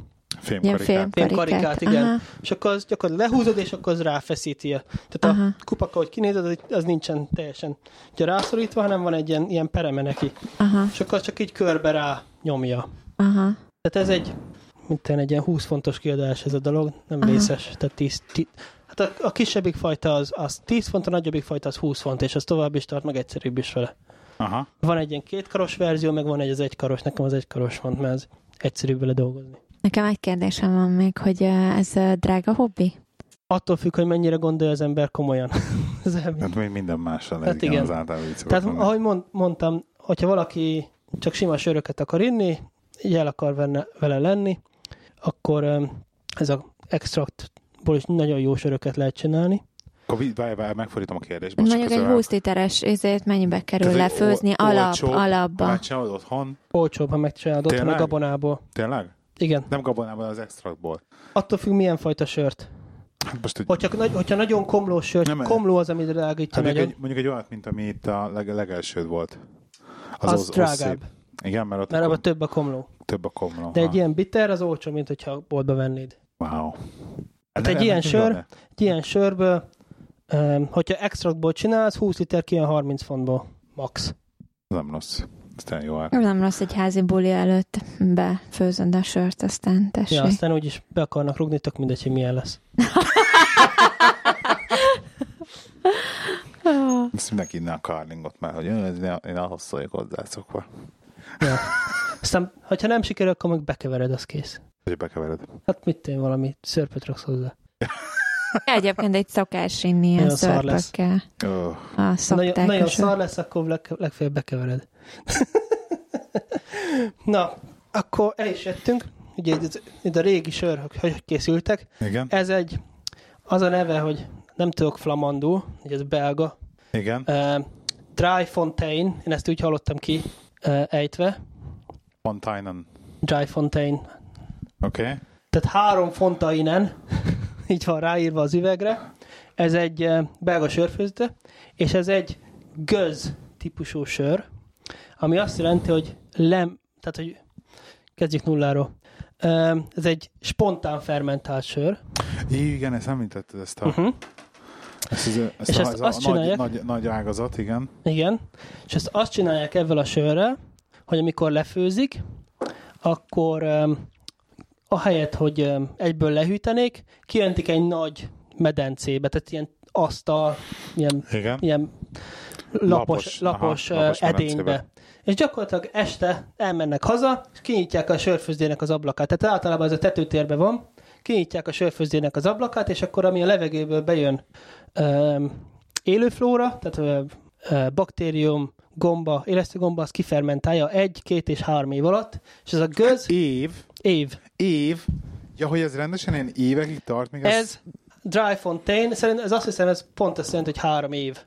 Ilyen
Fémkarikát.
fémkarikát.
Fémkarikát, igen.
Aha.
és akkor az gyakorlatilag lehúzod, és akkor az ráfeszíti. a- Tehát
Aha.
a kupaka, hogy kinézed, az, az nincsen teljesen ugye, rászorítva, hanem van egy ilyen, ilyen pereme neki.
Aha,
És akkor az csak így körbe rá nyomja.
aha.
Tehát ez egy, mint egy ilyen 20 fontos kiadás ez a dolog, nem
Aha.
vészes. Tehát 10, 10, hát a, a kisebbik fajta az, az 10 font, a nagyobbik fajta az 20 font, és az tovább is tart, meg egyszerűbb is vele.
Aha.
Van egy ilyen kétkaros verzió, meg van egy az egykaros, nekem az egykaros font, mert ez egyszerűbb vele dolgozni.
Nekem egy kérdésem van még, hogy eh, ez eh, drága hobbi?
Attól függ, hogy mennyire gondolja az ember komolyan. (laughs) ez elmi-
Tehát még minden mással
Hát
hát igen,
igen.
az általában így szokott
Tehát
lenni.
ahogy mond, mondtam, hogyha valaki csak sima söröket akar inni, így el akar venne, vele lenni, akkor em, ez a extraktból is nagyon jó söröket lehet csinálni.
Akkor vi- várj, várj, megfordítom a kérdést. bocs,
Mondjuk egy
közben-
20 literes ezért mennyibe kerül
Tehát, hogy
lefőzni
ol-
alap,
olcsó,
alapba?
Megcsinálod otthon?
Olcsóbb, ha megcsinálod otthon a
Tényleg?
gabonából.
Tényleg?
Igen.
Nem gabonában, az extraktból.
Attól függ, milyen fajta sört.
Hát most egy,
Hogyha, nagy- hogyha nagyon komlós sört,
Nem,
nem,
eh,
komló az, amit drágítja
hát mondjuk,
nagyon,
egy, mondjuk egy olyat, mint ami itt a leg, legelsőd volt.
az, az,
szép.
drágább.
Igen, mert ott
Mert
akkor
abban több a komló.
több a komló.
De
ha.
egy ilyen bitter az olcsó, mint hogyha boltba vennéd.
Wow.
Hát
De
egy
nem-
ilyen
nem
sör-
tudom, de-
Egy ilyen sörből, em, hogyha extraktból csinálsz, 20 liter kijön 30 fontból. Max.
Nem rossz. Aztán jó hát. ár.
Nem rossz egy házi buli előtt befőzöd a sört, aztán tessék.
Ja, aztán úgyis be akarnak rugni, tök mindegy, hogy milyen lesz.
Ezt mindenki inne a karlingot már, hogy "Ö, ez ne- én ahhoz szóljak hozzászokva.
Ja. Aztán, hogyha nem sikerül, akkor meg bekevered, az kész.
Hogy bekevered.
Hát mit én valami szörpöt raksz hozzá.
Egyébként egy szokás inni ilyen
Nagyon szar lesz.
szörpökkel.
Öh.
A
Nagyon,
szokták
nagyon
a sört.
szar lesz, akkor leg, legfeljebb bekevered. (laughs) Na, akkor el is jöttünk. Ugye ez- itt a régi sörök, hogy hogy készültek.
Igen,
Ez egy, az a neve, hogy nem tudok flamandul, ugye ez belga.
igen.
Uh, Dry Fontaine, én ezt úgy hallottam ki uh, ejtve.
Fontainen.
Dry Fontaine.
Oké. Okay.
Tehát három fontainen, (laughs) így van ráírva az üvegre. Ez egy eh, belga sörfőzde, és ez egy göz típusú sör, ami azt jelenti, hogy lem, tehát hogy kezdjük nulláról. Ehm, Ez egy spontán fermentált sör.
Igen, ezt említetted, ezt a...
Uh-huh.
Ezt, az, ezt,
És
a,
ezt
ez
azt
a
csinálják?
nagy, nagy, nagy ágazat, igen.
Igen. És ezt azt csinálják ezzel a sörrel, hogy amikor lefőzik, akkor um, ahelyett, hogy um, egyből lehűtenék, kijöntik egy nagy medencébe, tehát ilyen asztal, ilyen,
Igen.
ilyen lapos,
Lapos,
lapos, lapos,
aha, lapos
lapos edénybe.
medencébe.
És gyakorlatilag este elmennek haza, és kinyitják a sörfőzdének az ablakát. Tehát általában ez a tetőtérben van, kinyitják a sörfőzdének az ablakát, és akkor ami a levegőből bejön um, élőflóra, tehát öm, ö, baktérium, gomba, élesztő gomba, az kifermentálja egy, két és három év alatt, és ez a göz
Év.
év.
Év. Ja, hogy ez rendesen ilyen évekig tart, még ez
Ez Dry Fontaine, szerintem ez azt hiszem, ez pont azt jelenti, hogy három év.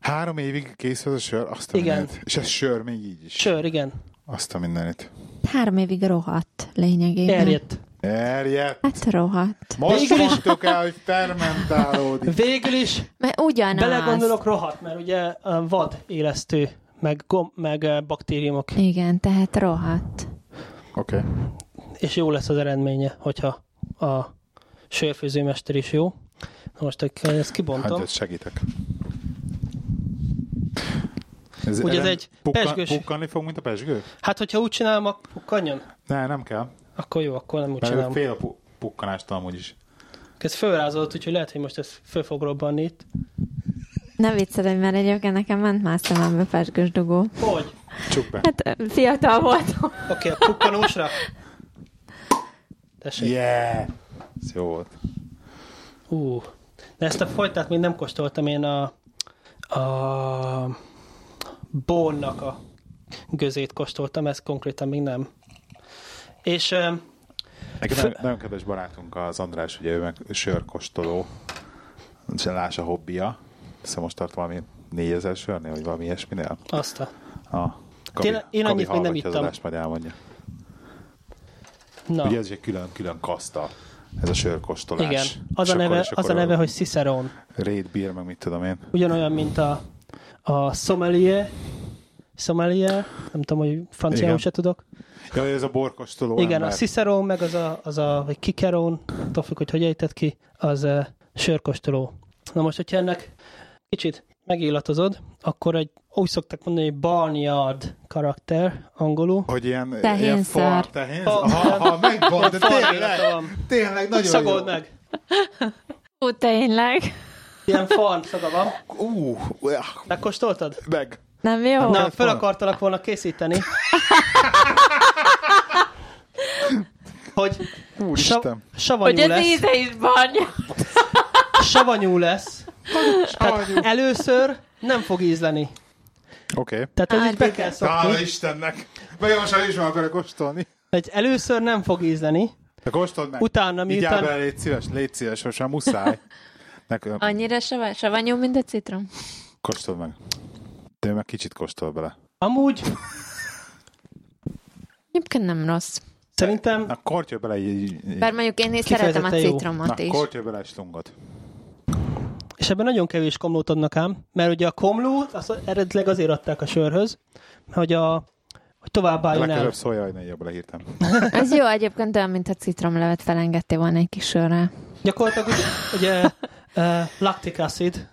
három évig készül a sör, azt a
Igen.
mindenit. És ez sör még így is.
Sör, igen,
Azt a mindenit.
Három évig rohadt lényegében.
eljedt.
Erjed.
Hát rohadt.
Most
Végül is-
mondtuk el, hogy
(laughs)
fermentálódik.
Végül is
Mert ugyanaz.
Belegondolok rohadt, mert ugye a vad élesztő, meg, gom, meg eh, baktériumok,
Igen, tehát rohadt.
Oké. Okay.
és jó lesz az eredménye, hogyha a sörfőzőmester is jó. Na Most hogy ezt kibontom.
Hagyjad, segítek. Ez,
Ugye ez
ezen
egy
pukkan,
pezsgős-
Pukkanni fog, mint a pesgő?
Hát, hogyha úgy csinálom, akkor pukkanjon?
Ne, nem kell.
Akkor jó, akkor nem úgy
Mert ő
csinálom.
fél a pu- pukkanástól amúgy is.
Ez fölrázolt, úgyhogy lehet, hogy most ez föl fog robbanni itt.
Ne viccelj, mert egyébként nekem ment már szemembe pesgős dugó.
Hogy?
Csuk be.
Hát ö, fiatal voltam.
Oké, a pukkanósra. Tessék.
Yeah! Ez jó volt.
Ú, de ezt a fajtát még nem kóstoltam én a, a bónnak a gözét kóstoltam, ezt konkrétan még nem. És öm,
Nekem nagyon- nagyon kedves barátunk az András, ugye ő meg sörkostoló, Se láss a hobbija. Szóval most tart valami 4000 sörnél, vagy valami ilyesminél.
Azt a...
A Kabi,
Tényleg, én
Kabi
annyit még nem
hallgatja az
ittam.
adást, majd elmondja.
Na,
Ugye ez is egy külön, külön kaszta, ez a sörkóstolás.
igen. Az
És
a,
akkor-
neve,
és
az a
akkor
neve, hogy Cicerone.
Raid beer, meg mit tudom én.
Ugyanolyan, mint a, a sommelier, sommelier, nem tudom, hogy
Igen.
franciául se tudok.
Ja, ez a borkostoló
Igen,
ember.
a Cicerone, meg az a, az a vagy Kikeron, attól függ, hogy hogy ejtett ki, az uh, sörkostoló. Na most, hogyha ennek kicsit megillatozod, akkor egy, úgy szokták mondani, hogy barnyard karakter angolul.
Hogy ilyen,
Tehén
ilyen
szar.
far, tehén
Far.
Ha, ha, megvan, de
Far
tényleg,
illata hát van.
tényleg nagyon
Szagold
jó.
meg!
Ó, tényleg.
Ilyen farm szaga van.
Ú, uh,
Megkóstoltad?
meg.
Nem jó?
Na, fel akartalak
(laughs)
volna készíteni. hogy sa-
Úristen.
savanyú
hogy az
lesz,
íze is banya.
savanyú lesz. Tehát
Savanyú.
először nem fog ízleni.
Oké. Okay.
Tehát ez
Hát
így be
igen.
kell
Hála
szokni.
Istennek. Meg most már is meg akarok kóstolni.
Hogy először nem fog ízleni,
De kóstold meg.
utána
Igyál
miután...
bele, légy szíves, légy szíves, most már
(laughs)
muszáj. Nekem,
Annyira sava- savanyú, mint a citrom.
kóstold meg. Te meg kicsit kóstol bele.
Amúgy
Egyébként nem rossz.
szerintem
Na, kortyol bele így. így- így.
Bár mondjuk én is szeretem a
Kifejezetten jó.
Na,
citromot is.
kortyol bele egy slungot.
És ebben nagyon kevés komlót adnak ám, mert ugye a komlót azt eredetileg azért adták a sörhöz, hogy, a, hogy tovább álljon el.
Legközelebb szólja, hogy ne jobb lehírtam.
(laughs)
Ez jó egyébként olyan, mint a citromlevet felengedtél volna egy kis sörrel.
Gyakorlatilag ugye, ugye uh, lactic acid,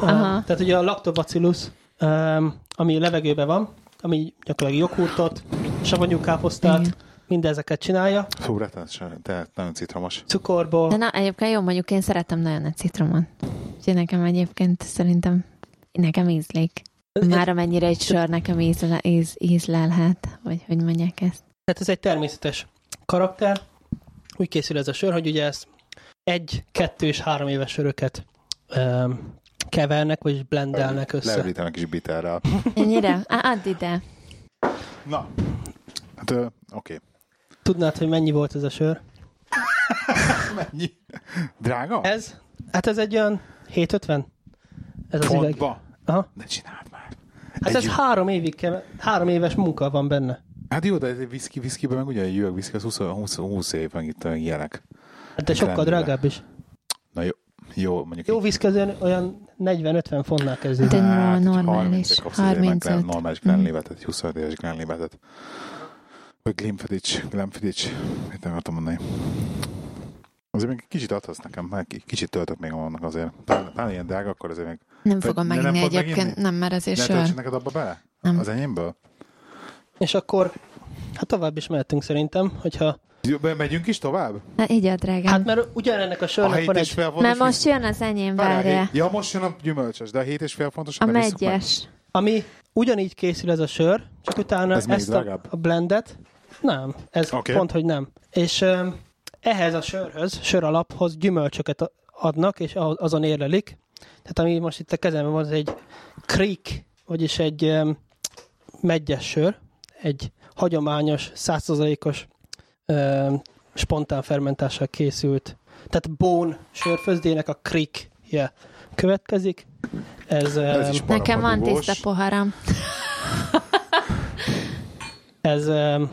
uh,
Aha.
tehát ugye a lactobacillus, um, ami levegőben van, ami gyakorlatilag joghurtot, savanyú káposztát,
Igen.
mindezeket csinálja,
Fú, rettenetesen, tehát nagyon citromos.
De
cukorból.
na, egyébként jó, mondjuk én szeretem nagyon a citromot. Úgyhogy nekem egyébként szerintem nekem ízlik. Már amennyire egy sör nekem ízle, íz, ízlelhet, vagy hogy mondják ezt.
Tehát Hát ez egy természetes karakter. Úgy készül ez a sör, hogy ugye ezt egy, kettő és három éves söröket um, kevernek, vagyis blendelnek össze.
Leörítem egy kis biterrel.
Ennyire? Á, add ide.
Na. Hát, ö, oké.
Tudnád, hogy mennyi volt ez a sör?
Mennyi? Drága?
Ez? Hát ez egy olyan 750? Ez az üveg.
Fontba?
Aha.
Ne csináld már.
Hát ez
Egy-
három, évig kell, három éves munka van benne.
Hát jó, de ez egy viszki, viszkiben meg ugye egy üveg viszki, az 20, 20, 20 év, meg itt olyan ilyenek.
Hát de sokkal
Rendben.
drágább is.
Na jó, jó mondjuk
Jó viszk az olyan- olyan 40-50 fontnál
De
kezdődik.
no-
egy
normális. Mhm.
30 kapsz egy ilyen
35.
Glen- normális Glenlivetet, egy 25 éves Hát, Glenlivetet. Vagy Glenfiddich, Glenfiddich, mit nem akartam mondani. Azért még kicsit adhatsz nekem, mert ki- kicsit töltök még annak azért. Talán, talán ilyen drága, akkor azért még...
Nem
Vagy
fogom
ne- nem
meginni
fogod
egyébként,
meginni?
nem, mert azért
Ne
sör.
töltsek neked abba bele?
Nem.
Az enyémből?
És akkor, hát tovább is mehetünk szerintem, hogyha...
Jó, be- Megyünk is tovább?
Na, így a drágám.
Hát mert ugyanennek a
A
sörnek
hét
van
és
egy...
fél fontos...
Mert most jön az enyém,
Várjál,
várja.
hét- Ja, most jön a gyümölcsös, de a hét és fél fontos...
A
ne visszük meg.
megyes.
Ami ugyanígy készül ez a sör, csak utána
Ez még
ezt a,
drágább?
a blendet... Nem, ez
Oké.
pont, hogy nem. És um, ehhez a sörhöz, sör alaphoz gyümölcsöket a- adnak, és ahhoz- azon érlelik. Tehát ami most itt a kezemben van, az egy creek, vagyis egy um, megyes sör, egy hagyományos, százszerzalékos um, spontán fermentással készült. Tehát bón sörfözdének a creek -je következik.
Ez
Ez, em,
is
Nekem van
parafagugós.
tiszta poharam.
Ez, em,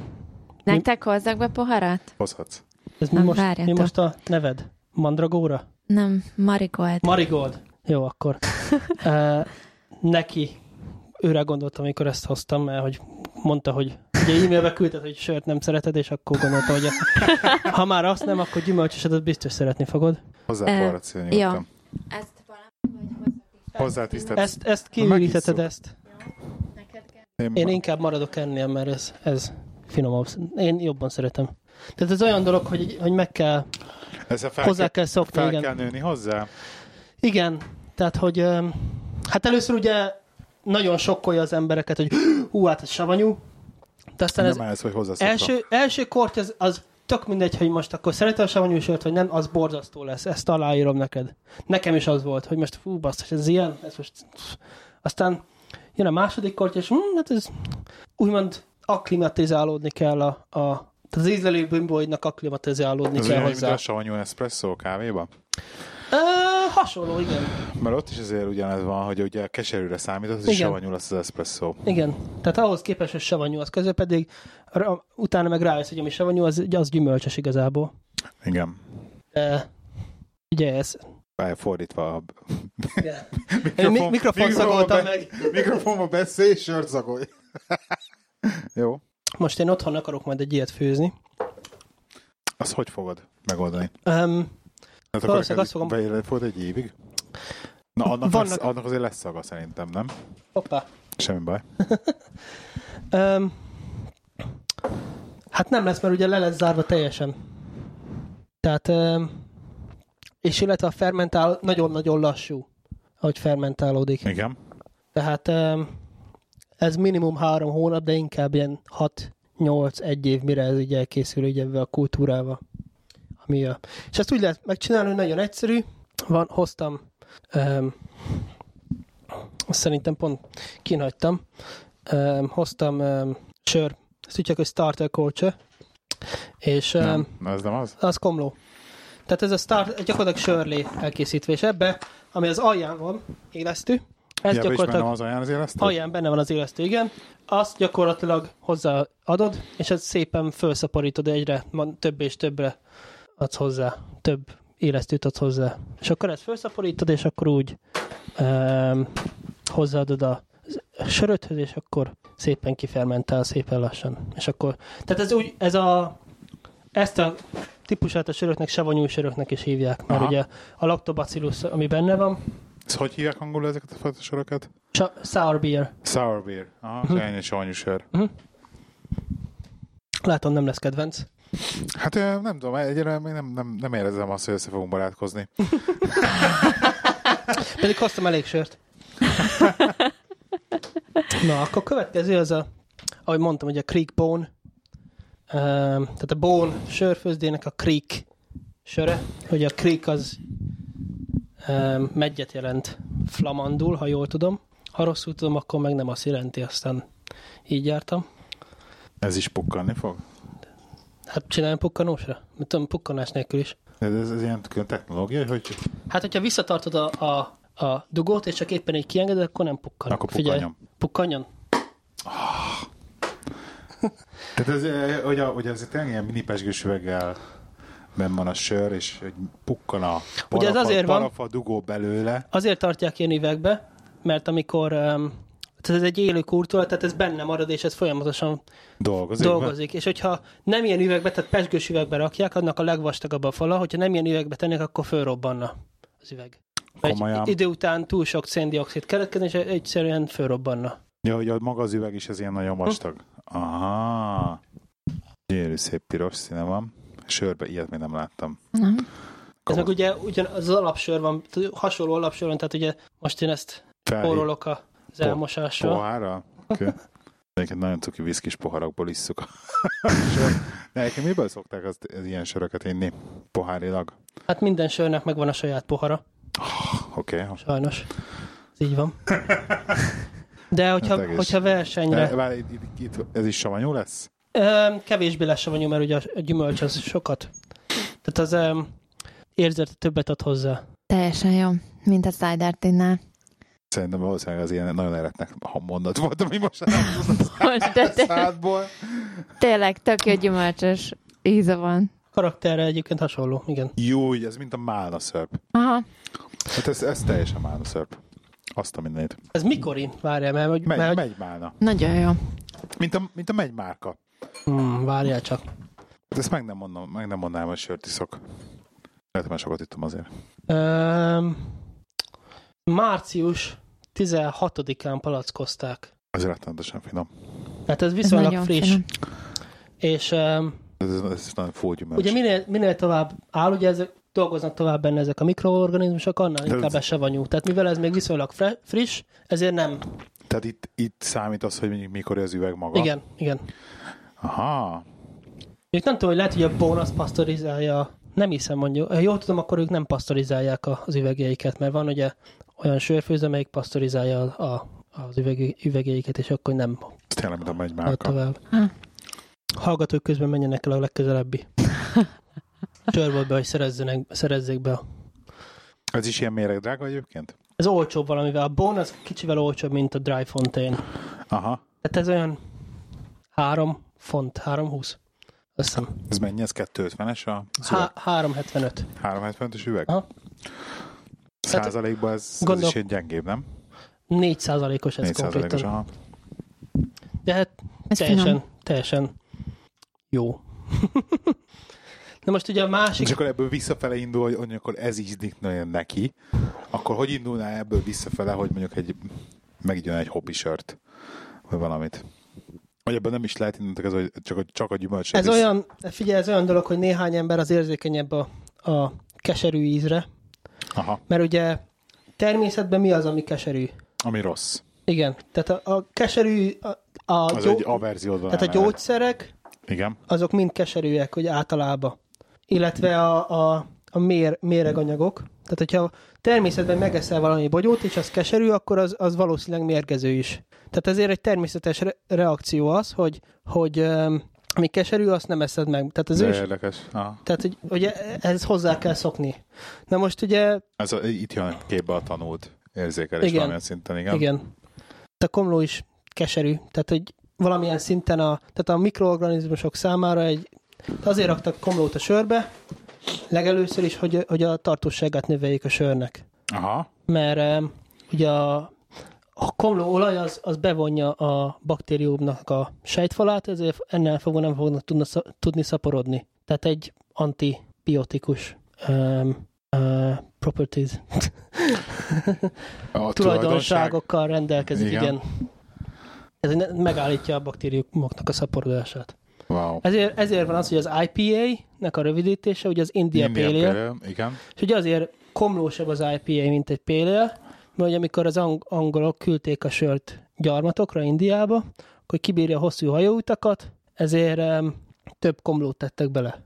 Nektek hozzak be poharat?
Hozhatsz.
ez mi,
Nem,
most, mi
várjatok.
most a neved? Mandragóra?
Nem, marigold.
Marigold. Jó, akkor. Uh, neki őre gondoltam, amikor ezt hoztam, mert hogy mondta, hogy ugye e-mailbe küldted, hogy sört nem szereted, és akkor gondoltam, hogy ha már azt nem, akkor gyümölcsösedet biztos szeretni fogod.
Hozzá
Eh,
poharat szívni nyugodtan.
Ezt valami
Hozzá tisztelt.
Ezt, ezt
megisszuk.
kiürítheted ezt.
neked kell.
Én inkább maradok ennél, mert ez, ez finomabb. Én jobban szeretem. Tehát ez olyan dolog, hogy, hogy meg kell,
Ezzel fel,
hozzá
kell,
kell szokni,
fel
igen.
kell nőni hozzá.
Igen, tehát hogy öm, hát először ugye nagyon sokkolja az embereket, hogy (gasps) hú, hát ez savanyú, de aztán
nem
Szóval ez
ez, hogy hozzá
első, első korty az, az tök mindegy, hogy most akkor szeretem a savanyú sört, vagy nem, az borzasztó lesz, ezt aláírom neked. Nekem is az volt, hogy most fú, basszus, ez ilyen, ez most... Aztán jön a második korty, és hm, hát ez úgymond akklimatizálódni kell a, a tehát az ízlelő bimboidnak akklimatizálódni
Ez
kell
olyan, mint
hozzá.
a savanyú espresszó kávéba?
Ö, Hasonló, igen.
Mert ott is azért ugyanez van, hogy ugye a keserűre számított,
Igen.
és savanyú lesz az espresszó.
Igen. Tehát ahhoz képest, hogy savanyú, az közül pedig ra, utána meg rájössz, hogy ami savanyú, az, az gyümölcsös igazából.
Igen.
De, ugye ez.
Bár Fordítva a
(laughs) Igen. Én mi- mikrofon szagoltam meg.
(laughs) Mikrofonba beszél, és sört szagolj. (laughs) Jó.
Most én otthon akarok majd egy ilyet főzni.
Azt hogy fogod megoldani?
Um,
Hát
Valószínűleg
akkor
azt fogom-
Vagy fogod egy évig? Na, annak,
Vannak-
Vannak... lesz, annak azért lesz szaga szerintem, nem?
hoppá.
Semmi baj.
Um, hát nem lesz, mert ugye le lesz zárva teljesen. Tehát, um, és illetve a fermentál nagyon-nagyon lassú, ahogy fermentálódik.
Igen.
Tehát em, ez minimum három hónap, de inkább ilyen 6-8-1 év, mire ez így elkészül így ebben a kultúrával. Ami a... És ezt úgy lehet megcsinálni, hogy nagyon egyszerű. Van, hoztam, um, szerintem pont kinhagytam, um, hoztam um, sör, ezt úgy csak, hogy starter culture, és um,
Nem. Na, ez nem az?
az komló. Tehát ez a start, gyakorlatilag sörlé elkészítve, és ebbe, ami az alján van, élesztő, ez
Ez ja, gyakorlatilag... is benne az
gyakorlatilag
ajánl az élesztő?
Alján benne van az élesztő, igen. Azt gyakorlatilag hozzáadod, és ezt szépen felszaporítod egyre, ma- több és többre adsz hozzá, több élesztőt adsz hozzá. És akkor ezt felszaporítod, és akkor úgy um, hozzáadod a söröthöz, és akkor szépen kifermentál, szépen lassan. És akkor, tehát ez úgy, ez a, ezt a típusát a söröknek, savanyú söröknek is hívják, mert
Aha.
ugye a lactobacillus, ami benne van,
Ezt hogy hívják angolul ezeket a fajta sorokat?
sa- sour beer,
Sour beer. Aha,
Mhm.
uh-huh. ennyi savanyú sör.
Látom, nem lesz kedvenc.
Hát ö, nem tudom, egyelőre még nem, nem, nem érezem azt, hogy össze fogunk barátkozni.
Pedig hoztam elég sört. Na, akkor következő az a, ahogy mondtam, hogy a Creek Bone. Ehm, tehát a Bone sörfőzdének a Creek söre. Hogy a Creek az um, megyet jelent flamandul, ha jól tudom. Ha rosszul tudom, akkor meg nem azt jelenti, aztán így jártam.
Ez is pukkanni fog?
Hát csináljam pukkanósra? Mit tudom, pukkanás nélkül is.
De Ez, ez ilyen külön technológia, hogy
Hát, hogyha visszatartod a, a, a dugót, és csak éppen így kiengeded, akkor nem pukkan.
Akkor
Figyelj.
pukkanjon.
Pukkanjon?
Tehát ez, eh, hogy, a, hogy ez tényleg ilyen mini pesgős üveggel benn van a sör, és hogy pukkan a parafa,
Ugye ez azért van-
parafa dugó belőle.
Azért tartják ilyen üvegbe, mert amikor um, tehát ez egy élő kultúra, tehát ez benne marad, és ez folyamatosan
Dolgozik.
dolgozik. És hogyha nem ilyen üvegbe, tehát pesgős üvegbe rakják, annak a legvastagabb a fala, hogyha nem ilyen üvegbe tennék, akkor fölrobbanna az üveg. Egy
Komolyan.
idő után túl sok széndiokszid keletkezik, és egyszerűen fölrobbanna.
Ja, hogy a maga az üveg is ez ilyen
Hm.
nagyon vastag. Aha. Gyönyörű szép piros színe van. Sörbe ilyet még nem láttam.
Nem?
Ez meg
Kapott
ugye ugyan az alapsör van, t- hasonló alapsör van, tehát ugye most én ezt
fel
porolok az elmosással.
pohára. Oké. Egyébként nagyon cuki viszkis poharakból isszuk a sört. De egyébként miből szokták az, az ilyen söröket inni? Pohárilag?
Hát minden sörnek megvan a saját pohara.
Oké. Okay.
Sajnos. Ez így van. De hogyha,
Hát egész.
hogyha versenyre...
Várj, itt, itt, itt, ez is savanyú lesz?
Öm, Kevésbé lesz savanyú, mert ugye a gyümölcs az sokat. Tehát az öm, érzett többet ad hozzá.
Teljesen jó. Mint a Szájdártinnál.
Szerintem valószínűleg az ilyen nagyon eretnek ha mondat volt, ami most elhangzott
Most de
a
té-
szádból.
tényleg tök jó gyümölcsös íze van.
Karakterre egyébként hasonló, igen.
Júj, ez mint a málna szörp.
Aha.
Hát ez, ez teljesen málna szörp. Azt a mindenit.
Ez mikorin? Várjál, mert, hogy,
Megy,
mert, hogy-
megy málna.
Nagyon jó.
Mint a, mint a megy márka.
hmm, várjál csak.
Ezt meg nem, mondom, meg nem mondanám, hogy sört iszok. Lehet, már sokat ittam azért.
Öm, március 16-án palackozták.
Ez rettenetesen finom.
Tehát ez
Ez
viszonylag
nagyon
friss.
finom. Hát
És öm,
Ez, ez, ez nagyon fógyümös.
Ugye minél, minél tovább áll, ugye ezek, dolgoznak tovább benne ezek a mikroorganizmusok, annál
De-
inkább ez savanyú. Tehát mivel ez még viszonylag fre, friss, ezért nem.
Tehát itt, itt számít az, hogy mondjuk mikor az üveg maga.
Igen, igen.
Aha.
Még nem tudom, hogy lehet, hogy a bónasz pasztorizálja, nem hiszem mondjuk. Ha jól tudom, akkor ők nem pasztorizálják a- az üvegeiket, mert van ugye olyan sörfőző, amelyik pasztorizálja a, a, az üveg, üvegeiket, és akkor nem
Ez tényleg, mint a megy
ad
márka.
tovább.
Ha.
Hallgatók közben menjenek el a legközelebbi sörboltba, hogy szerezzenek, szerezzék be a
Ez is ilyen méreg drága egyébként?
Ez olcsóbb valamivel. A Bone az kicsivel olcsóbb, mint a Dry Fontaine.
Aha.
Tehát ez olyan 3 font, 320. Azt hiszem.
Ez mennyi? Ez 250-es a
Há- 375.
375-es üveg?
Aha. Hát,
Százalékban ez, ez
Gondolom-
is egy gyengébb, nem?
4 százalékos ez
4 százalékos,
konkrétan.
aha.
De hát
Ez
teljesen,
finom.
teljesen jó. (laughs) Na most ugye a másik...
És akkor ebből visszafele indul, hogy mondjuk akkor ez ízlik nagyon neki, akkor hogy indulná ebből visszafele, hogy mondjuk egy megígyön egy hobby sört, vagy valamit? Vagy ebben nem is lehet indultak ez, hogy csak, a- csak a gyümölcs.
Ez olyan, figyelj, ez olyan dolog, hogy néhány ember az érzékenyebb a, a keserű ízre,
Aha,
mert ugye természetben mi az, ami keserű?
ami rossz.
Igen, tehát a, a keserű, a, a,
Az
gyó-
egy averziódban
tehát a gyógyszerek,
Igen.
azok mind keserűek, hogy általában. Illetve a, a, a mér, méreganyagok. Tehát, hogyha természetben megeszel valami bogyót, és az keserű, akkor az, az valószínűleg mérgező is. Tehát ezért egy természetes re- reakció az, hogy, hogy öm, ami keserű, azt nem eszed meg. Tehát, az
Ez
ős,
érdekes. Aha.
tehát hogy, ugye ez hozzá kell szokni. Na most ugye,
Ez a, itt jön képbe a tanult érzékelés
Igen.
valamilyen szinten, igen.
igen, igen a komló is keserű. Tehát, hogy valamilyen szinten a, tehát a mikroorganizmusok számára egy, tehát azért raktak komlót a sörbe, legelőször is, hogy, hogy a tartóságát növeljék a sörnek.
Aha.
Mert em, ugye a, a komló olaj az, az bevonja a baktériumnak a sejtfalát, ezért ennél fogva nem fognak tudna, sza- tudni szaporodni. Tehát egy antibiotikus um, uh, properties,
A
tulajdonságokkal rendelkezik,
Igen.
igen. igen. Ez ne- megállítja a baktériumoknak a szaporodását.
Wow.
Ezért, ezért van az, hogy az IPA-nek a rövidítése, ugye az India, India Pale Ale,
Pale Ale, Igen.
és ugye azért komlósabb az IPA, mint egy Pale Ale, mert ugye amikor az ang- angolok küldték a sört gyarmatokra, Indiába, akkor kibírja a hosszú hajóutakat, ezért um, több komlót tettek bele.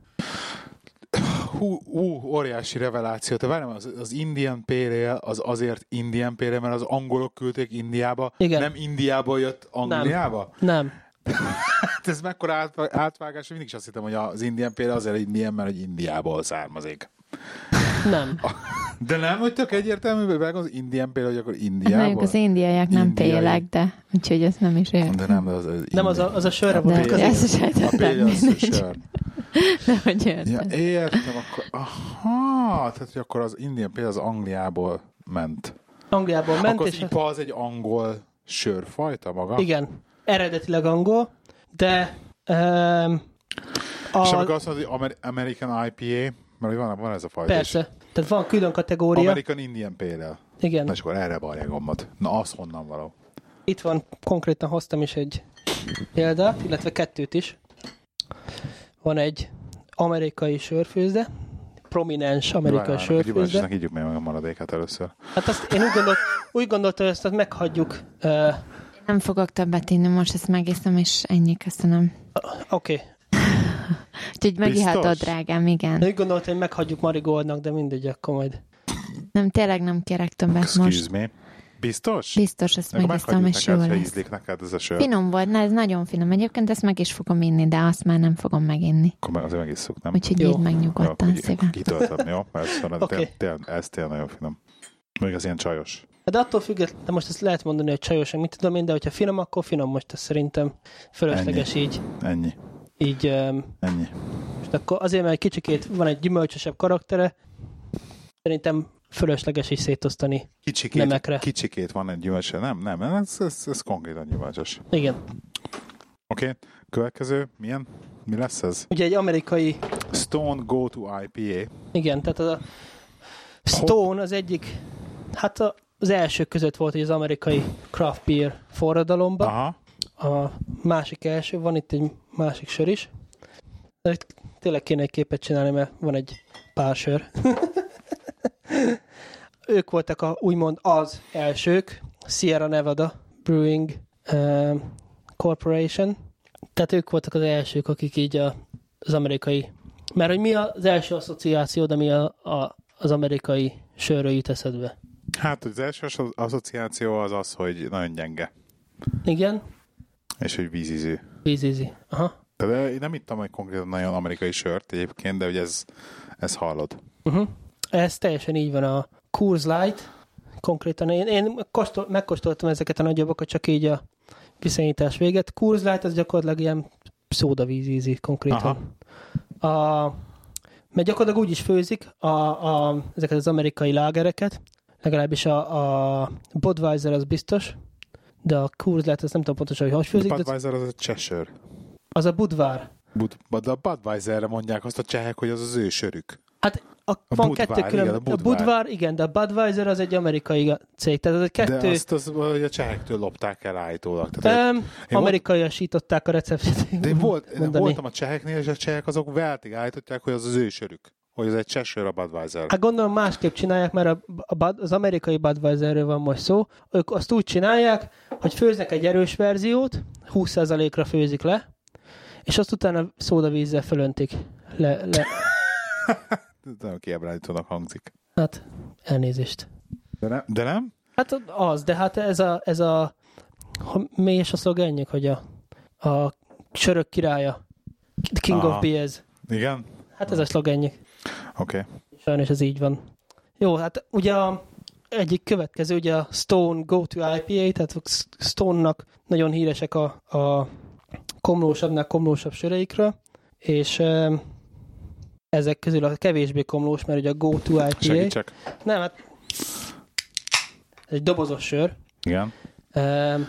Hú, ú, óriási reveláció. Te várjál, az, az Indian Pale Ale az azért Indian Pale Ale, mert az angolok küldték Indiába,
Igen.
nem Indiából jött Angliába?
Nem.
Hát ez mekkora átva- átvágás, mindig is azt hittem, hogy az Indian Pale Ale azért Indian, mert hogy Indiából származik.
Nem.
De nem, hogy tök egyértelmű, hogy vágom, az Indian Pale, hogy akkor
Hát mondjuk
Indiából.
az indiaiak nem
Indiai.
pélek, de úgyhogy ezt nem is ér.
De nem, de az, az
Nem az a, az a sörre
De
Pale
vonatkozik.
Ale.
ezt is
A Pale
ejtettem,
Ale az
mindegy.
sör.
De hogy
Ja,
érted?
értem, akkor... Aha, tehát hogy akkor az Indian Pale az Angliából ment.
Angliából ment,
akkor az
és a-
IPA az egy angol sörfajta maga?
Igen, eredetileg angol, de um,
És
a,
amikor azt mondod, hogy Amer- American IPA, mert hogy van, van ez a fajta is.
persze, tehát van külön kategória.
American Indian Pale Ale. Na
Igen,
és akkor erre balja gombot. Na, az honnan való.
itt van, konkrétan hoztam is egy példát, illetve kettőt is. Van egy amerikai sörfőzde, prominens amerikai
Várjál, várjál,
sörfőzde.
A higgyük meg meg a maradékát először.
Hát azt én úgy, gondolt, úgy gondoltam, hogy ezt meghagyjuk. Uh,
Nem fogok többet inni, most ezt megiszem, és ennyi, köszönöm.
Oké, okay.
Úgyhogy megihatod,
Biztos?
drágám, igen.
úgy gondoltam, hogy meghagyjuk Marigoldnak, de mindegy, akkor majd.
Nem, tényleg nem kérek többet most.
Excuse me. Biztos?
Biztos, ezt
Akkor
megiszem,
meghagyjuk
és
neked,
jó
ha
lesz.
ízlik neked ez a sör.
Finom volt, na ez nagyon finom. Egyébként ezt meg is fogom inni, de azt már nem fogom meginni.
Akkor meg azért megisszuk, nem?
Úgyhogy
Jó.
így meg
Jó,
nyugodtan,
akkor így-
szívem.
Kitöltöm, jó? Mert ez,
Oké.
okay. tél, ez tényleg nagyon finom. Még az ilyen csajos.
De Hát attól függetlenül, de most ezt lehet mondani, hogy csajosan, mit tudom én, de hogyha finom, akkor finom most, ez szerintem fölösleges így.
Ennyi.
így um,
Ennyi.
most akkor azért, mert egy kicsikét van egy gyümölcsösebb karaktere, szerintem fölösleges is szétosztani.
Kicsikét,
Nemekre.
kicsikét van egy gyümölcse. Nem, nem, ez, ez, ez konkrétan gyümölcsös.
Igen.
Oké, okay. következő, milyen? Mi lesz ez?
Ugye egy amerikai,
Stone Go to IPA.
igen, tehát az a Stone az egyik, hát a, az első között volt, hogy az amerikai craft beer forradalomban.
Aha.
a másik első, van itt egy másik sör is. De itt tényleg kéne egy képet csinálni, mert van egy pár sör. (laughs) ők voltak a, úgymond az elsők, Sierra Nevada Brewing uh, Corporation. Tehát ők voltak az elsők, akik így a, az amerikai... Mert hogy mi az első asszociáció, de mi a, a, az amerikai sörről jut eszedbe.
Hát az első asso- asszociáció az az, hogy nagyon gyenge,
Igen?
és hogy vízízű.
Vízízi. Aha.
Tehát én nem ittam egy konkrétan nagyon amerikai sört egyébként, de hogy ez, ez hallod.
Uh-huh. Ez teljesen így van a Coors Light, konkrétan én, én kóstol, megkóstoltam ezeket a nagyobbakat, csak így a viszonyítás véget. Coors Light az gyakorlatilag ilyen szódavízízi konkrétan. Aha. A, mert gyakorlatilag úgy is főzik a, a, ezeket az amerikai lágereket, legalábbis a, a Budweiser az biztos, de a Coors Light azt nem tudom pontosan, hogy hogy
A
főzik, de az,
Budweiser az a Cheshire.
az a Budvar.
Bud, de a Budweiserre mondják azt a csehek, hogy az az ő sörük.
Hát a,
A
van
Budvar,
kettő külön.
igen, a
a
Budvar.
Budvar, igen, de a Budweiser az egy amerikai cég. Tehát az egy
Kettő.
kettő
De azt az, hogy a csehektől lopták el állítólag. Tehát,
um,
én
amerikaiasították a receptet.
de én volt, én
mondani.
voltam a cseheknél, és a csehek azok veltig állították, hogy az az ő sörük. Hogy az egy Cheshire a Budweiser.
Hát gondolom másképp csinálják, mert a, a Bud, az amerikai Budweiserről van most szó. Ők azt úgy csinálják, hogy főznek egy erős verziót, 20%-ra főzik le, és azt utána szódavízzel fölöntik. Le, le.
Ez Nagyon kiábrándítónak hangzik.
Hát, elnézést.
De nem? De nem?
Hát az, de hát ez a, ez a ha- mi is a szlogenjük, hogy a, a sörök királya, King Aha.
Aha.
of Beers.
Igen?
Hát ez a szlogenjük.
Oké. Okay.
Sajnos ez így van. Jó, hát ugye a egyik következő, ugye a Stone Go to IPA, tehát Stone-nak nagyon híresek a, a komlósabbnál komlósabb söreikről, és em, ezek közül a kevésbé komlós, mert ugye a Go to IPA,
Segítsek.
nem, hát ez egy dobozos sör,
Igen.
Em,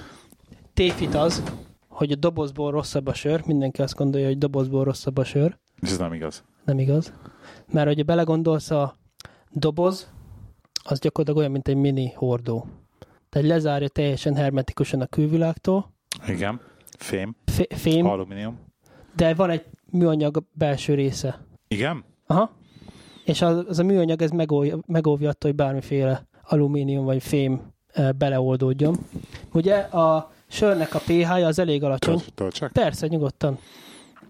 tévhit az, hogy a dobozból rosszabb a sör, mindenki azt gondolja, hogy dobozból rosszabb a sör,
És ez nem igaz.
nem igaz. Mert hogyha belegondolsz, a doboz az gyakorlatilag olyan, mint egy mini hordó. Tehát lezárja teljesen hermetikusan a külvilágtól,
Igen. Fém.
fé- fém,
Alumínium.
de van egy műanyag belső része.
Igen?
Aha. És az, az a műanyag ez megóvja, megóvja attól, hogy bármiféle alumínium vagy fém eh, beleoldódjon. Ugye a sörnek a pH-ja az elég alacsony.
Tölt- Töltsek?
Persze, nyugodtan.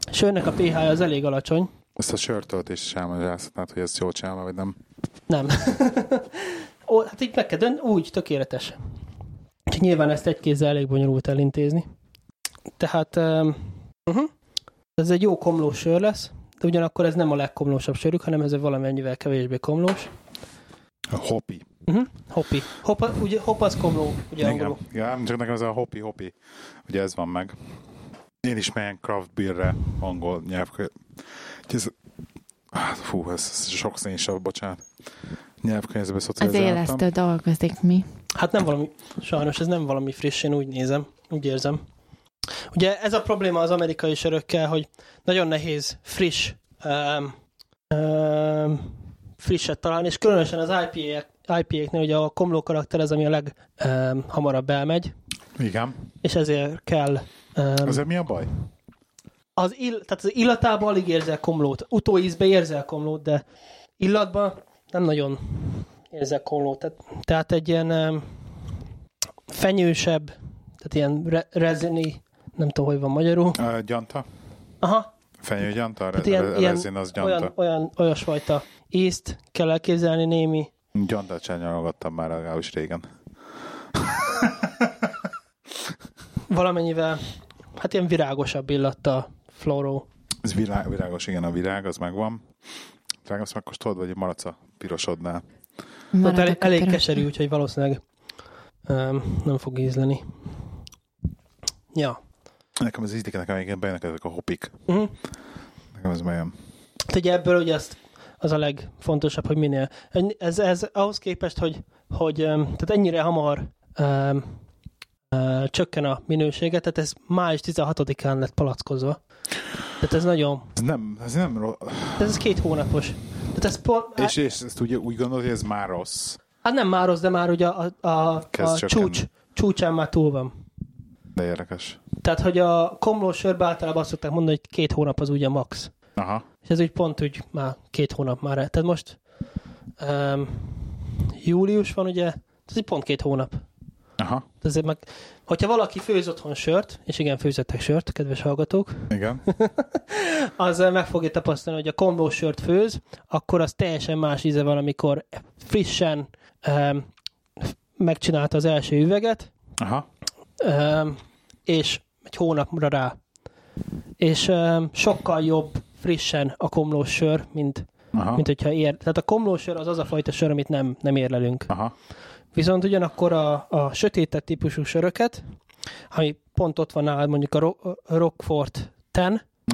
A sörnek a pH-ja az elég alacsony,
Ezt a sörtöltést is elmagyarázhatnád, hogy ezt jól csinálva, vagy nem.
Nem. Ó, hát így meg kell dönt, úgy, tökéletes. Úgyhogy nyilván ezt egy kézzel elég bonyolult elintézni. Tehát um, uh-huh. ez egy jó komlós sör lesz, de ugyanakkor ez nem a legkomlósabb sörük, hanem ez valamennyivel kevésbé komlós.
A hopi.
Uh-huh. Hopi. Hopa, ugye, hop az komló, ugye angolul.
Igen. Ja, csak nekem ez a hopi hopi. Ugye ez van meg. Én is melyen craft beerre angol nyelv. Ez, hát, fú, ez, ez sok szénsav, bocsánat. Nyelvkönyvbe
Az
szocializáltam.
élesztő dolgozik mi.
Hát nem valami, sajnos ez nem valami friss, én úgy nézem, úgy érzem. Ugye ez a probléma az amerikai sörökkel, hogy nagyon nehéz friss, um, um, frisset találni, és különösen az IPA-ek, IPA-knél ugye a komló karakter az, ami a leghamarabb um, elmegy,
Igen.
és ezért kell um,
Azért mi a baj?
az, ill, tehát az illatában alig érzel komlót. Utóízbe érzel komlót, de illatban nem nagyon érzel komlót. Tehát, tehát egy ilyen em, fenyősebb, tehát ilyen re, rezini, nem tudom, hogy van magyarul.
Ö, gyanta?
Aha,
Fenyőgyanta?
tehát
Re-
Hát ilyen,
re-
ilyen
rezin az
olyan,
gyanta.
olyan, olyasfajta ízt kell elképzelni némi.
Gyantát sem nyalogattam már legalábbis régen.
Valamennyivel, hát ilyen virágosabb illattal, floró.
Ez világ, virágos, igen, a virág, az megvan. Drágám, azt megkóstolod, vagy maradsz a pirosodnál?
Tehát elég,
Maradok a
elég
piros-
keserű, úgyhogy valószínűleg em, nem fog ízleni. Ja.
Nekem ez ízlik, nekem igen bejönnek ezek a hopik.
Uh-huh.
Nekem ez bejön.
Hát ugye ebből ugye azt, az a legfontosabb, hogy minél. Ez, ez ahhoz képest, hogy, hogy öm, tehát ennyire hamar öm, ö, csökken a minősége, tehát ez május 16-án lett palackozva. Tehát ez nagyon,
Ez nem, ez nem rossz.
tehát ez két hónapos. Tehát ez pont,
És, és ezt ugye úgy gondolod, hogy ez már rossz.
hát nem már rossz, de már ugye a, a, a,
Kezd
a
csökkenni.
csúcs, csúcsán már túl van.
De érdekes.
Tehát, hogy a komlós sörbe általában azt szokták mondani, hogy két hónap az ugye max.
Aha.
És ez úgy pont úgy már két hónap már. el. Tehát most um, július van, ugye? Ez így pont két hónap.
Aha.
Tehát Ezért meg, hogyha valaki főz otthon sört, és igen, főzettek sört, kedves hallgatók, (laughs)
Igen.
az eh, meg fogja tapasztalni, hogy a kombó sört főz, akkor az teljesen más íze van, amikor frissen um, megcsinálta az első üveget,
Aha.
um, és egy hónapra rá. És um, sokkal jobb frissen a komlós sör, mint
Aha.
mint hogyha ér... Tehát a komlósör az az a fajta sör, amit nem, nem érlelünk.
Aha.
Viszont ugyanakkor a, a sötétebb típusú söröket, ami pont ott van nálad, mondjuk a Ro- Rockford 10,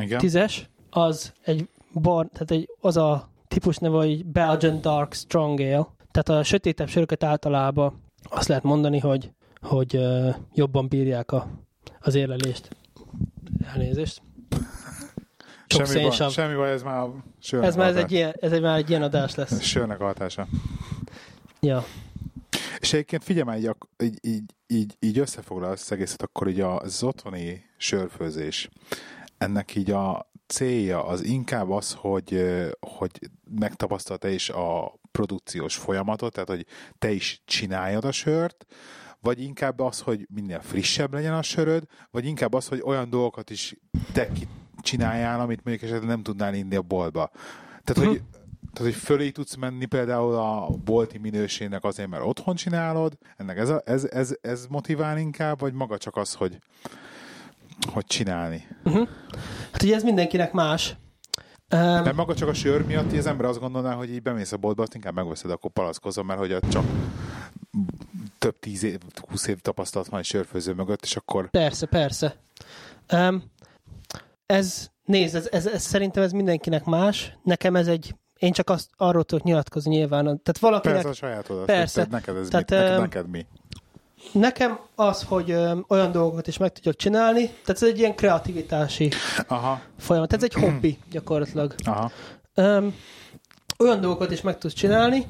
Igen.
tízes, az egy bar, tehát egy, az a típus neve, hogy Belgian Dark Strong Ale. Tehát a sötétebb söröket általában azt lehet mondani, hogy, hogy ö, jobban bírják a, az érlelést. Elnézést. Sok
Semmi baj,
szénsav.
semmi baj, ez már a sörnek
Ez már, ez,
hatás-
egy ilyen, ez egy, már egy ilyen adás lesz.
Sörnek a hatása.
Ja.
És egyébként figyelj már, így, ak- így, így, így, így összefoglalva ezt az egészet, akkor így az otthoni sörfőzés, ennek így a célja az inkább az, hogy, ö, hogy megtapasztalt te is a produkciós folyamatot, tehát hogy te is csináljad a sört, vagy inkább az, hogy minél frissebb legyen a söröd, vagy inkább az, hogy olyan dolgokat is te ki- csináljál, amit mondjuk esetleg nem tudnál inni a boltba. Tehát, hogy, tehát, hogy fölé tudsz menni például a bolti minőségnek azért, mert otthon csinálod, ennek ez, a, ez, ez, ez motivál inkább, vagy maga csak az, hogy hogy csinálni.
Hát ugye ez mindenkinek más. Um,
Mert maga csak a sör miatt így az ember azt gondolná, hogy így bemész a boltba, azt inkább megveszed, akkor palackozom, mert hogy ott csak több tíz év, húsz év tapasztalat van egy sörfőző mögött, és akkor
Persze, persze. Um, ez, nézd, ez, ez, ez, szerintem ez mindenkinek más. Nekem ez egy, én csak azt, arról tudok nyilatkozni nyilván. Tehát valakinek,
persze a sajátodat.
Persze.
Tehát neked ez
Tehát,
Tehát, mit, neked,
em,
neked mi?
nekem az, hogy öm, olyan dolgokat is meg tudjak csinálni, tehát ez egy ilyen kreativitási
Aha,
folyamat. Ez egy hobbi gyakorlatilag.
aha.
Öm, olyan dolgokat is meg tudsz csinálni,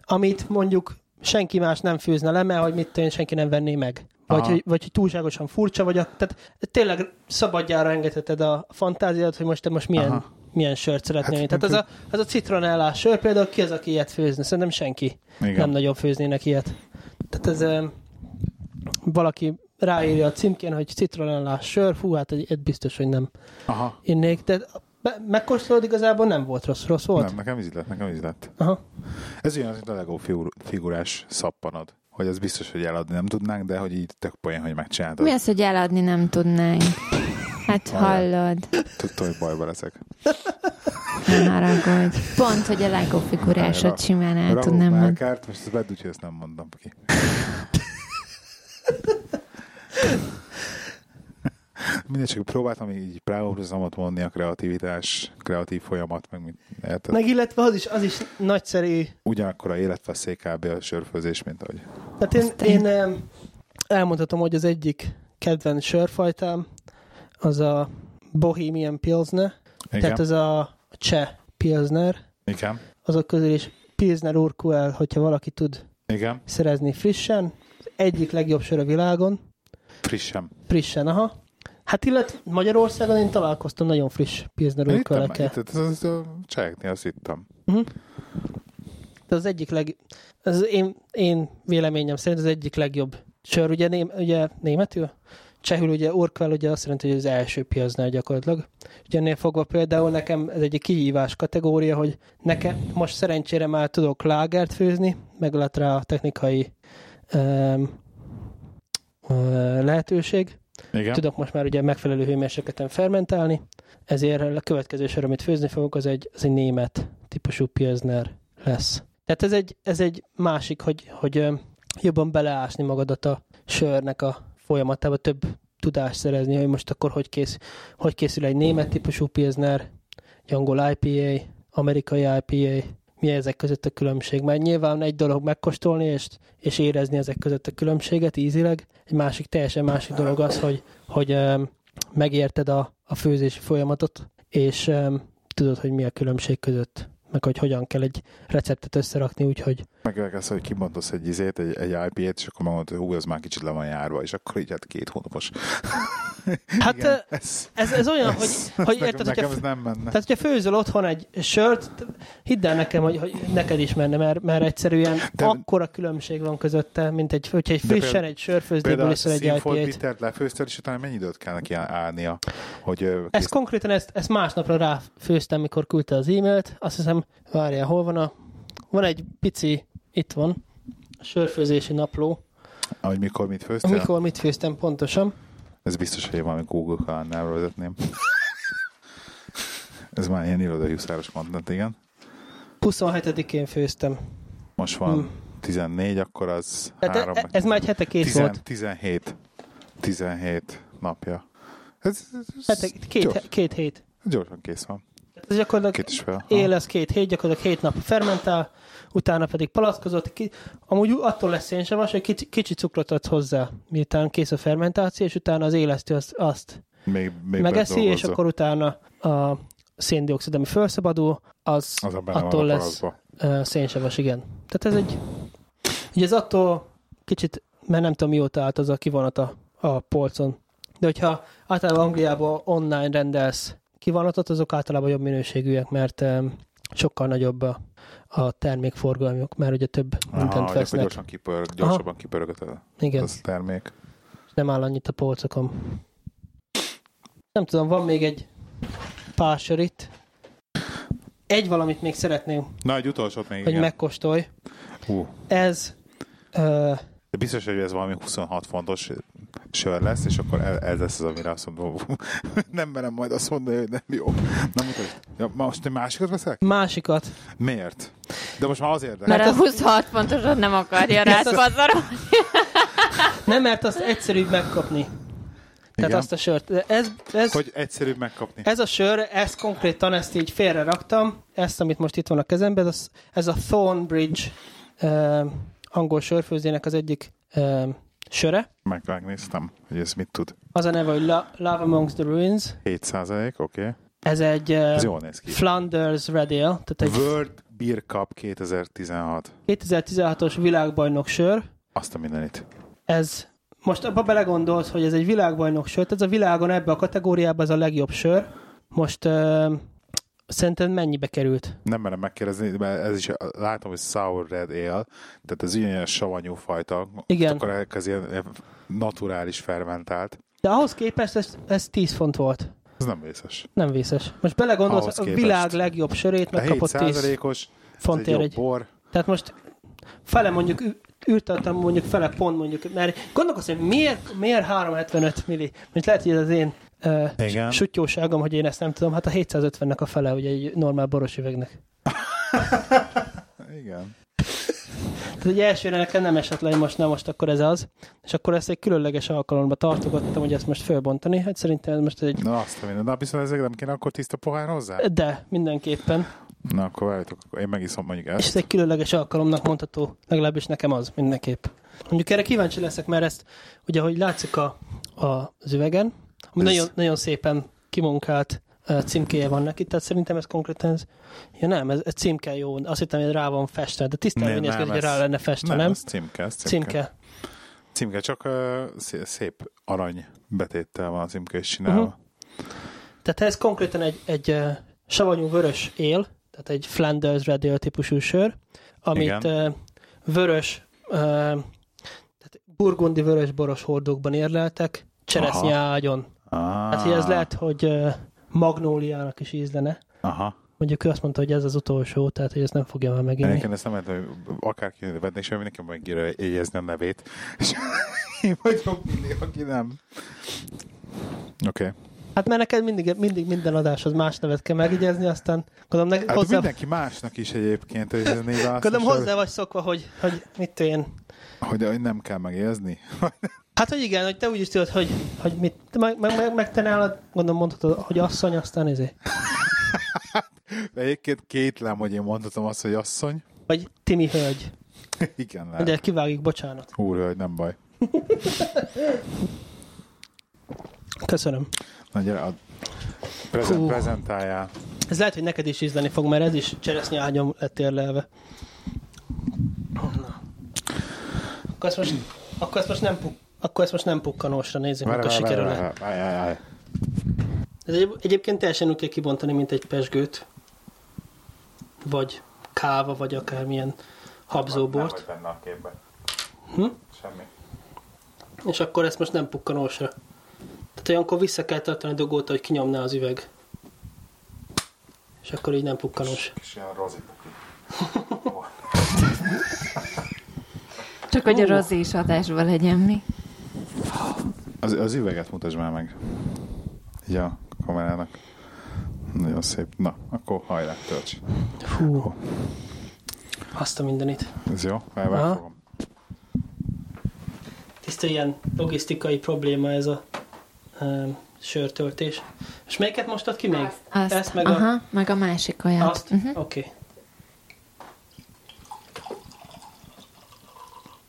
amit mondjuk senki más nem főzne le, mert hogy mit tudom én, senki nem venné meg. Vagy,
Aha.
hogy, vagy hogy túlságosan furcsa vagy. A, tehát tényleg szabadjára engedheted a fantáziát, hogy most te most milyen,
Aha.
milyen sört szeretnél.
Hát
Hát, tehát az a, az a citronellás sör például, ki az, aki ilyet főzne? Szerintem senki.
Igen.
Nem nagyon főznének ilyet. Tehát ez öm, valaki ráírja a címkén, hogy citronellás sör, fú, hát egy, egy biztos, hogy nem
Aha.
innék. De be- megkóstolod igazából, nem volt rossz, rossz volt?
Nem, nekem ízlet, nekem ízlet.
Aha.
Ez olyan, mint a Lego figur- figurás szappanod. Hogy ez biztos, hogy eladni nem tudnánk, de hogy így tök poén, hogy megcsináltad.
Mi az, hogy eladni nem tudnánk? Hát hallod,
Tudtad, hogy bajba leszek.
Hát,
ne haragudj. Pont, hogy a Lego
Hajrá.
figurásot simán el
Rakok
tudnám
már
mondani.
kárt, most ez bedd, úgyhogy ezt nem mondom ki. (laughs) Mindegy, csak próbáltam így párhuzamot mondni a kreativitás, kreatív folyamat, meg mint, érted?
Meg illetve az is, az is nagyszerű.
Ugyanakkor a életveszély kb. a sörfőzés, mint ahogy.
Tehát én, én em, elmondhatom, hogy az egyik kedvenc sörfajtám az a Bohemian Pilsner,
Igen,
tehát ez a cseh Pilsner,
igen,
azok közül is Pilsner Urquell, hogyha valaki tud
igen,
szerezni frissen, az egyik legjobb sör a világon,
frissen.
frissen, aha. Hát illetve Magyarországon én találkoztam nagyon friss Pilsner
Én hittem,
Urquell-ekkel.
itt, ez, ez a csáknél azt hittem.
De az egyik leg... Az én, én véleményem szerint az egyik legjobb sör, ugye, ném, ugye németül? Csehül ugye Urquell ugye azt jelenti, hogy az első piacnál gyakorlatilag. Ugye ennél fogva például nekem ez egy kihívás kategória, hogy nekem most szerencsére már tudok lágert főzni, meg lett rá a technikai um, lehetőség.
Igen,
Tudok most már ugye megfelelő hőmérsékleten fermentálni, ezért a következő sor, amit főzni fogok, az egy, az egy német típusú pilsner lesz. Tehát ez egy, ez egy másik, hogy, hogy ö, jobban beleásni magadat a sörnek a folyamatába, több tudást szerezni, hogy most akkor hogy, kész, hogy készül egy német típusú pilsner, egy angol IPA, amerikai IPA, mi ezek között a különbség. Mert nyilván egy dolog megkóstolni és, és érezni ezek között a különbséget ízileg, egy másik, teljesen másik dolog az, hogy, hogy öm, megérted a, a főzési folyamatot, és öm, tudod, hogy mi a különbség között, meg hogy hogyan kell egy receptet összerakni, úgyhogy
megvegesz, hogy kibontasz egy izét, egy, egy IPA-t, és akkor megmondod, hogy hú, ez már kicsit le van járva, és akkor így hát két hónapos.
hát
Igen,
ö,
ez,
ez, ez olyan, hogy, hogy
nekem,
érted,
nekem
hogyha
ez nem menne.
Tehát, hogyha főzöl otthon egy sört, t- hidd el nekem, hogy, hogy neked is menne, mert, mert egyszerűen
De-
De... akkora különbség van közötte, mint egy, hogyha egy
De
frissen
például-
egy sörfőzdéből
Például a
iszol egy
színfolt
IPA-t.
bittert lefőztél, és utána mennyi időt kell neki állnia, hogy ö,
Ezt konkrétan ezt, ezt másnapra ráfőztem, mikor küldte az e-mailt. Azt hiszem, várjál, hol van a... Van egy pici, itt van, a sörfőzési napló.
hogy mikor mit főztél?
Mikor mit főztem pontosan?
Ez biztos, hogy én valami Google kalendára vezetném. Ez már ilyen irodai huszáros content, igen.
27-én főztem.
Most van 14, akkor az
Tehát
három,
e- Hmm. ez már egy hete két
tizen-
volt.
17. 17 napja. Ez, ez, ez
Hete, két,
gyors,
he- két hét.
gyorsan kész van.
Tehát Ez gyakorlatilag
Két és fel.
él lesz két hét, gyakorlatilag hét nap fermentál, utána pedig palackozott. Ki, amúgy attól lesz szénsavas, hogy kicsi, kicsi cukrot adsz hozzá, miután kész a fermentáció, és utána az élesztő azt, azt
Még, még
megeszi, és
bedolgozza.
akkor utána a széndiokszid, ami felszabadul, az,
az a benne van
attól
a
lesz
palacba.
ö, szénsavas, igen. Tehát ez egy... Ugye ez attól kicsit, mert nem tudom mióta állt az a kivonata a polcon. De hogyha általában Angliában online rendelsz kivonatot, azok általában jobb minőségűek, mert ö, sokkal nagyobb a, a termékforgalmuk, mert ugye több
Aha,
mindent
hogy akkor
vesznek.
gyorsan kipör, gyorsabban kipörögött a-
Igen,
az a termék.
nem áll annyit a polcokon. Nem tudom, van még egy pár sör itt. Egy valamit még szeretném, Igen.
Na, egy utolsót még,
hogy
igen.
megkóstolj.
Hú,
Ez ö,
de biztos, hogy ez valami 26 fontos sör lesz, és akkor e- ez lesz az, amire azt mondom, hú, (laughs) nem merem majd azt mondani, hogy nem jó. Na, mutasd. Ja, ma most egy másikat veszek?
másikat.
Miért? De most már az érdekel.
Mert
Hát
a
az-
26 pontosat nem akarja
Ezt
rád
az-
pazarolni.
Nem, mert azt egyszerűbb megkapni. Tehát
Igen.
azt a sört. De Ez, ez,
Hogy egyszerűbb megkapni.
ez a sör, ezt konkrétan ezt így félre raktam, ezt, amit most itt van a kezemben, ez, a- ez a Thornbridge uh, angol sörfőzének az egyik uh, söre.
Meg, megnéztem, hogy ez mit tud.
Az a neve, hogy La- Love Amongst the Ruins.
7 oké. Okay.
Ez egy
Ez
uh,
jól néz ki.
Flanders Red Ale, tehát egy
World Beer Cup 2016.
2016-os világbajnok sör.
Azt a mindenit.
ez most abba belegondolsz, hogy ez egy világbajnok sör, ez a világon ebbe a kategóriába ez a legjobb sör. Most uh, szerinted mennyibe került?
Nem merem megkérdezni, mert ez is, látom, hogy sour red ale, tehát ez ilyen savanyú fajta.
Igen.
Akkor ez ilyen ilyen naturális fermentált.
De ahhoz képest ez, ez 10 font volt.
Ez nem vészes.
Nem vészes. Most belegondolsz,
Ahhoz
a
képest.
világ legjobb sörét
A 7
megkapott 10
százalékos, ez egy
fontért.
jobb
Egy...
bor.
Tehát most fele mondjuk ü- űrtartam mondjuk fele pont mondjuk, mert gondolkozz, hogy miért, miért 375 milli? Most lehet, hogy ez az én uh,
Igen.
sutyóságom, hogy én ezt nem tudom, hát a 750-nek a fele, ugye egy normál boros üvegnek.
Igen.
Tehát egy elsőre nekem nem esett le, hogy most na most akkor ez az. És akkor ezt egy különleges alkalomba tartogattam, hogy ezt most fölbontani. Hát szerintem ez most egy...
Na azt a minden. Na viszont ezek nem kéne akkor tiszta pohár hozzá?
De, mindenképpen.
Na akkor várjátok, akkor én megiszom mondjuk
És
ezt.
ez egy különleges alkalomnak mondható, legalábbis nekem az, mindenképp. Mondjuk erre kíváncsi leszek, mert ezt, ugye, ahogy látszik a, a, az üvegen, ami
Ez-
nagyon, nagyon szépen kimunkált eh, címkéje van neki, tehát szerintem ez konkrétan ez... Ja nem, ez, ez címke jó, azt hittem, hogy rá van festve, de tisztán
Nem,
nem, néz ki,
nem,
hogy
ez-
rá lenne festve,
Nem,
nem?
ez címke, ez címke.
Címke.
Címke, csak uh, szép arany betéttel van a címke is csinálva.
Mhm. Tehát ez konkrétan egy, egy ö, savanyú vörös él, tehát egy Flanders Red Ale típusú sör, amit
Igen.
ö, vörös, ö, tehát burgundi vörös boros hordókban érleltek, cseresznyágyon.
Ah,
Hát hogy ez lehet, hogy ö, magnóliának is ízlene.
Aha.
Mondjuk ő azt mondta, hogy ez az utolsó, tehát hogy ezt nem fogja már meginni.
Nekem ezt nem lehet, hogy akárki venni, és nekem meg kéne jegyezni a nevét. És (laughs) én vagyok mindig, aki nem. Oké. Okay.
Hát mert neked mindig, mindig minden adáshoz más nevet kell megígyezni, aztán gondolom, ne,
Hát
hozzá,
mindenki másnak is egyébként, hogy ez név azt
gondolom
is,
hozzá vagy szokva, hogy, hogy mit tudom én,
hogy, hogy nem kell megjegyezni. (laughs)
Hát, hogy igen, hogy te úgy is tudod, hogy, hogy mit, te meg, meg, meg, meg te nálad, gondolom mondhatod, hogy asszony, aztán izé.
Egyébként kétlem, hogy én mondhatom azt, hogy asszony. (laughs)
Vagy Timi hölgy.
Igen, lehet.
De kivágjuk, bocsánat.
Úr, hogy nem baj.
Köszönöm.
Na gyere, ad. Prezent,
Hú.
prezentáljál.
Ez lehet, hogy neked is ízleni fog, mert ez is cseresznyi ágyam lett érlelve. Na. Akkor ezt most, akkor ezt most nem puk, akkor ezt most nem pukkanósra nézzük,
Várj,
akkor
várj, várj,
sikerül -e.
várj, várj, várj, várj.
Ez egy, egyébként teljesen úgy kell kibontani, mint egy pesgőt. Vagy káva, vagy akármilyen habzóbort.
Nem vagy benne a képben.
Hm?
Semmi.
És akkor ezt most nem pukkanósra. Tehát olyankor vissza kell tartani a dugót, hogy kinyomná az üveg. És akkor így nem pukkanós.
Kis ilyen rozipuki.
(laughs)
Csak hogy a Rozi is adásban legyen mi.
Az, az üveget mutasd már meg. Ja, a kamerának. Nagyon szép. Na, akkor hajrá, tölts.
Hú. Azt a mindenit.
Ez jó?
Aha.
Elvágom.
Tiszta ilyen logisztikai probléma ez a um, sörtöltés. És melyiket mostad ki még?
Azt,
Ezt meg a-
aha, a... meg a másik Mhm. olyan.
Azt? Oké. Okay.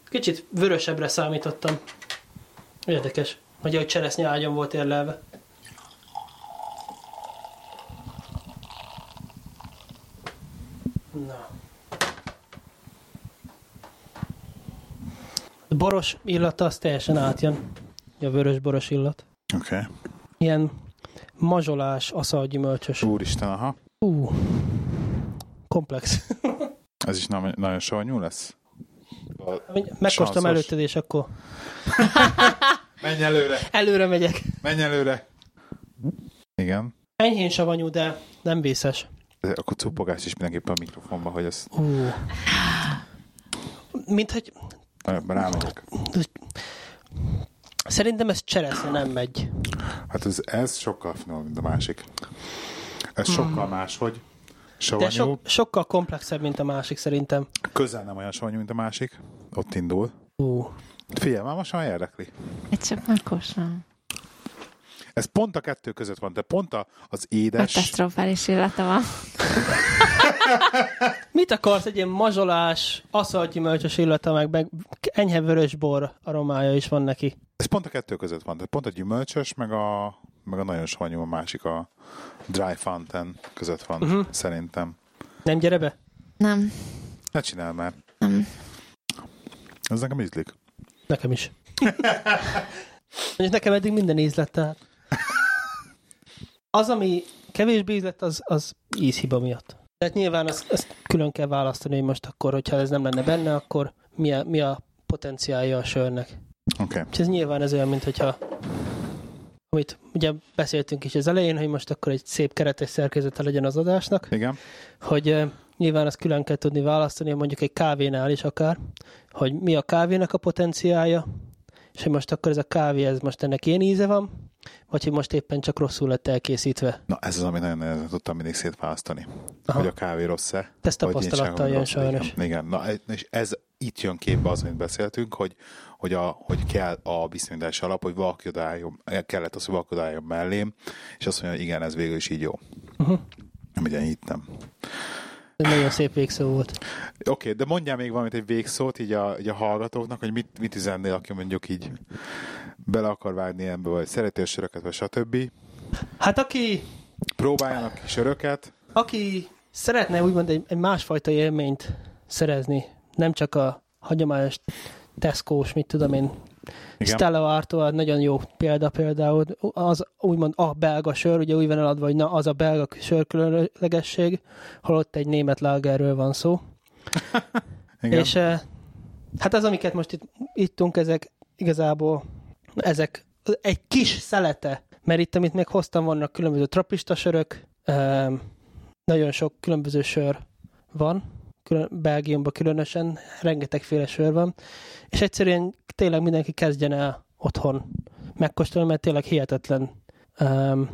Kicsit vörösebbre számítottam. Érdekes. Hogy a cseresznye ágyon volt érlelve. Na. A boros illata az teljesen átjön. A vörös boros illat.
Oké. Okay.
Ilyen mazsolás, aszalgyümölcsös.
Úristen, aha.
Ú, komplex.
Ez is na- nagyon savanyú lesz.
Megkostam
Sanszos.
előtted, és akkor
Menj előre!
előre megyek.
Menj előre! Igen.
Enyhén savanyú, de nem vészes.
De Akkor cupogás is mindenképpen a mikrofonba, hogy ezt
Ú. Mint hogy
rámegyek.
szerintem ez cseresznye nem megy.
Hát ez, ez sokkal finom, mint a másik. Ez sokkal máshogy. Savanyú.
Hmm. De so, sokkal komplexebb, mint a másik szerintem.
Közel nem olyan savanyú, mint a másik. Ott indul.
Ú.
Figyelj, már most már érdekli.
Egy csak megkóstolom.
Ez pont a kettő között van, de pont a, az édes...
Katasztrofális illata van.
Mit akarsz? Egy ilyen mazsolás, aszalgyümölcsös illata, meg, meg enyhe vörösbor aromája is van neki.
Ez pont a kettő között van, tehát pont a gyümölcsös, meg a, meg a nagyon savanyú, a másik a dry fountain között van,
Mhm.
uh-huh. szerintem.
Nem gyere be?
Nem,
Ne csinál már.
nem.
Ez nekem ízlik.
Nekem is. És nekem eddig minden íz lett, tehát. Az, ami kevésbé íz lett, az, az ízhiba miatt. Tehát nyilván ezt, ezt külön kell választani, hogy most akkor, hogyha ez nem lenne benne, akkor mi a, mi a potenciálja a sörnek.
Oké. Okay.
És ez nyilván ez olyan, mint hogyha amit ugye beszéltünk is az elején, hogy most akkor egy szép keretes szerkezete legyen az adásnak,
Igen.
hogy eh, nyilván azt külön kell tudni választani, mondjuk egy kávénál is akár, hogy mi a kávénak a potenciája, és hogy most akkor ez a kávé, ez most ennek ilyen íze van, vagy hogy most éppen csak rosszul lett elkészítve.
Na ez az, amit nagyon nehezen tudtam mindig szétválasztani.
Aha.
Aha. Hogy a kávé rossz-e.
Ezt
vagy nincs
tapasztalattal
semmi
jön
rossz.
sajnos.
Igen. Igen. Na, e- és ez itt jön képbe az, amit beszéltünk, hogy, hogy, a, hogy kell a bizonyítás alap, hogy valaki odálljon, kellett az, hogy valaki odálljon mellém, és azt mondja, hogy igen, ez végül is így jó.
Uh-huh.
Ugye itt nem.
Ez nagyon szép végszó volt.
Oké, okay, de mondjál még valamit, egy végszót így a, így a hallgatóknak, hogy mit, mit üzennél, aki mondjuk így bele akar vágni ilyenbe, vagy szereti a söröket, vagy stb.
Hát aki,
Próbáljanak ki söröket.
aki szeretne úgymond egy, egy másfajta élményt szerezni, nem csak a hagyományos Tesco-s, mit tudom én,
Igen.
Stella Artois nagyon jó példa például, az úgymond a belga sör, ugye úgy van eladva, hogy na az a belga sör különlegesség, holott egy német lágerről van szó.
Igen.
És eh, hát az, amiket most itt ittunk, ezek igazából ezek egy kis szelete, mert itt, amit még hoztam, vannak különböző trapista sörök, em, nagyon sok különböző sör van, külön, Belgiumban különösen, rengetegféle sör van, és egyszerűen tényleg mindenki kezdjen el otthon megkóstolni, mert tényleg hihetetlen um,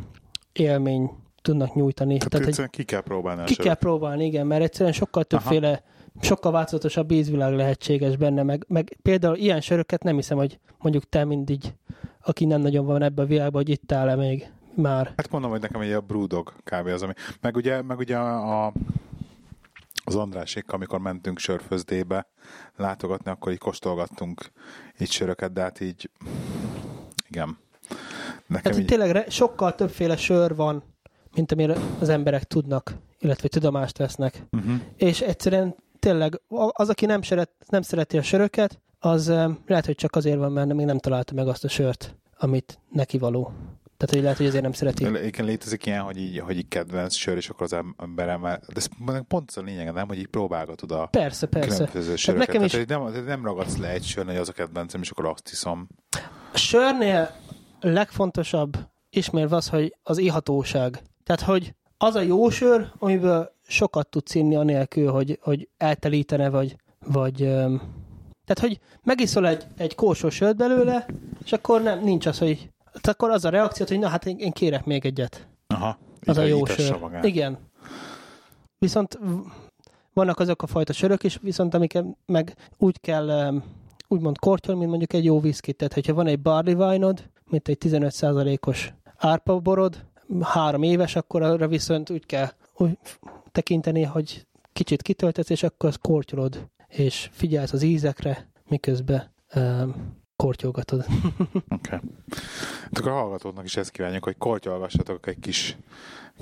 élmény tudnak nyújtani.
Tehát egyszerűen ki kell próbálni a
Ki
söröket.
kell próbálni, igen, mert egyszerűen sokkal többféle, sokkal változatosabb ízvilág lehetséges benne, meg, meg például ilyen söröket nem hiszem, hogy mondjuk te mindig, aki nem nagyon van ebben a világban, hogy itt áll-e még már.
Hát mondom, hogy nekem egy a Brewdog kb. az, ami... Meg ugye, meg ugye a, a az Andrásékkal, amikor mentünk sörfözdébe látogatni, akkor így kóstolgattunk így söröket, de hát így... Igen. Nekem
Tehát itt
így...
tényleg re- sokkal többféle sör van, mint amire az emberek tudnak, illetve tudomást vesznek.
Uh-huh.
És egyszerűen tényleg a- az, aki nem, szeret, nem szereti a söröket, az eh, lehet, hogy csak azért van, mert még nem találta meg azt a sört, amit neki való. Tehát, hogy lehet, hogy azért nem szereti.
Igen, létezik ilyen, hogy így, hogy így kedvenc sör, és akkor az emberem, de ez pont az a lényeg, nem, hogy így próbálgatod a
Persze, persze.
különböző söröket.
nekem
Tehát,
is-
hogy nem, tehát nem ragadsz le egy sörn, hogy az a kedvencem, és akkor azt hiszem.
A sörnél legfontosabb ismérve az, hogy az ihatóság. Tehát, hogy az a jó sör, amiből sokat tudsz inni anélkül, hogy, hogy eltelítene, vagy, vagy öm, tehát, hogy megiszol egy, egy kósó sört belőle, és akkor nem, nincs az, hogy tehát akkor az a reakciót, hogy na hát én, én kérek még egyet.
Aha.
az a jó
Itassa
sör.
magát.
Igen. Viszont v- vannak azok a fajta sörök is, viszont amiket meg úgy kell em, úgymond kortyolni, mint mondjuk egy jó viszkit. Tehát, hogyha van egy barley wine-od, mint egy 15%-os árpaborod, három éves, akkor arra viszont úgy kell úgy tekinteni, hogy kicsit kitöltesz, és akkor azt kortyolod, és figyelsz az ízekre, miközben um, kortyolgatod.
Hát Akkor a hallgatóknak is ezt kívánjuk, hogy kortyolgassatok egy kis,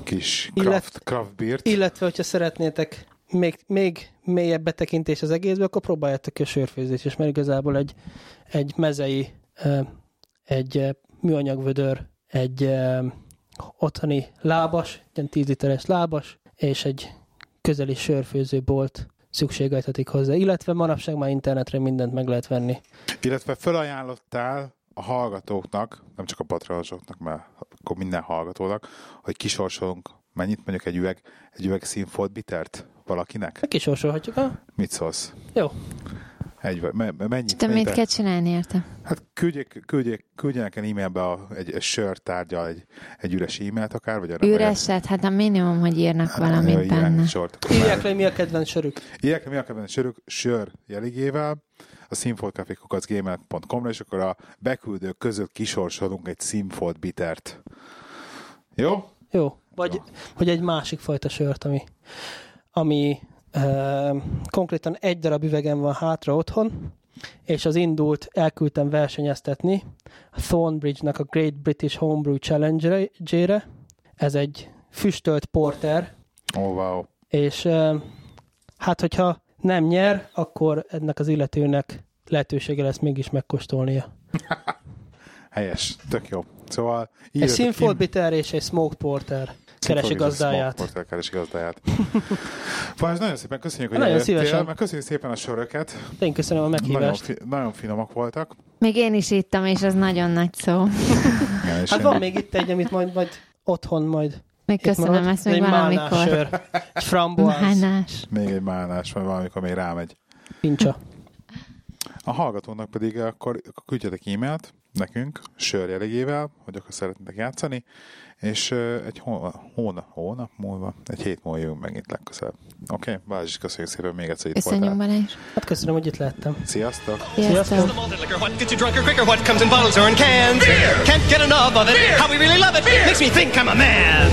kis
Illet-
craft, craft beert.
Illetve, hogyha szeretnétek még, még mélyebb betekintés az egészbe, akkor próbáljátok ki a sörfőzést is, mert igazából egy, egy mezei, ö, egy ö, műanyagvödör, egy ö, otthoni lábas, ilyen 10 literes lábas, és egy közeli sörfőzőbolt szükségeltetik hozzá, illetve manapság már internetre mindent meg lehet venni.
Illetve felajánlottál a hallgatóknak, nem csak a patronsoknak, mert akkor minden hallgatónak, hogy kisorsolunk mennyit, mondjuk egy üveg, egy üveg színfolt bitert valakinek?
Kisorsolhatjuk, ha?
Mit szólsz?
Jó.
Egy, vagy- me, me, mennyi,
De mit
mennyibe-
kell csinálni érte?
Hát küldjék, küldjék, küldjenek el e-mailbe a, egy, egy sört tárgyal, egy, egy üres e-mailt akár, vagy arra
Üreset, hát a minimum, Hát, hogy írnak valamit benne.
Sort,
Írják le, hogy mi a kedvenc sörük.
Írják mi a kedvenc sörök sör jeligével, a színfoltcafé.gmail.com-ra, és akkor a beküldők között kisorsolunk egy színfolt bitert. Jó?
Jó. Vagy,
Jó.
vagy egy másik fajta sört, ami, ami ö, konkrétan egy darab üvegem van hátra otthon, és az indult elküldtem versenyeztetni a Thornbridge-nak a Great British Homebrew Challenge-re. Ez egy füstölt porter,
Ó, oh, wow.
és ö, hát hogyha nem nyer, akkor ennek az illetőnek lehetősége lesz mégis megkóstolnia.
Helyes. Tök jó. Szóval
Egy Sinfold Bitter és egy Smoked Porter. Keresi gazdáját.
Keresi
(laughs)
gazdáját. Fajs, nagyon szépen köszönjük, hogy
Nagyon
eljöttél,
szívesen.
meg köszönjük szépen a söröket.
Én köszönöm a
Nagyon,
meghívást.
fi- nagyon finomak voltak.
Még én is ittam, és az nagyon nagy szó.
Igen, és
Hát
én-
van még itt egy, amit majd, majd otthon majd.
Még
itt
köszönöm
marad.
ezt még
Egy málnás
valamikor.
sör. Egy framboász.
Hánás.
még egy málnás, vagy valamikor még rámegy.
Pincsa.
A hallgatónak pedig akkor küldjetek e-mailt nekünk, sörjelegével, hogy akkor szeretnétek játszani, és ö, egy hó- hónap, hónap múlva, egy hét múlva jövünk meg itt legközelebb. Oké, okay? Balázs, köszönjük szépen még egyszer, itt
Köszönjük,
voltál.
Balázs.
Hát köszönöm, hogy itt lehettem.
Sziasztok!
Sziasztok.
The malted liquor, what gets you drunker quicker? What comes in bottles or in cans? Can't get enough of it. How we really love it. Makes me think I'm a man.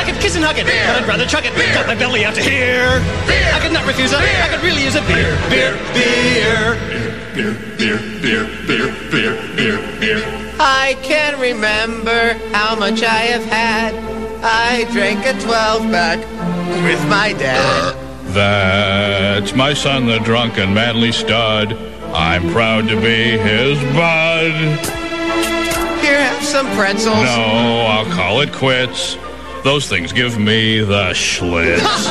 I could kiss and hug it, but I'd rather chug it. Got my belly out to here. I could not refuse it. I could really use a beer, beer, beer.
beer, beer, beer, beer, beer, beer, beer.
I can remember how much I have had. I drank a 12 pack with my dad.
That's my son, the drunk and manly stud. I'm proud to be his bud.
Here, have some pretzels.
No, I'll call it quits. Those things give me the schlitz.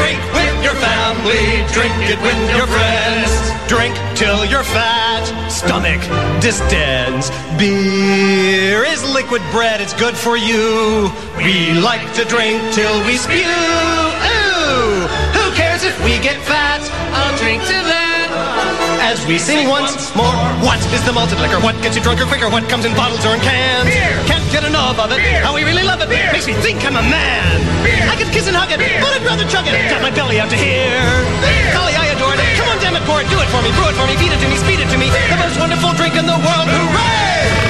Drink with your family, drink it with your friends. Drink till your fat stomach distends. Beer is liquid bread, it's good for you. We like to drink till we spew. Ooh, who cares if we get fat? I'll drink to that. As we sing once more, what is the malted liquor? What gets you drunker quicker? What comes in bottles or in cans? Can't get enough of it. How we really love it. Makes me think I'm a man. I could kiss and hug it, but I'd rather chug it. Got my belly out to here. Golly, I adore it. Come on, damn it, pour it. Do it for me, brew it for me, feed it to me, speed it to me. The most wonderful drink in the world. Hooray!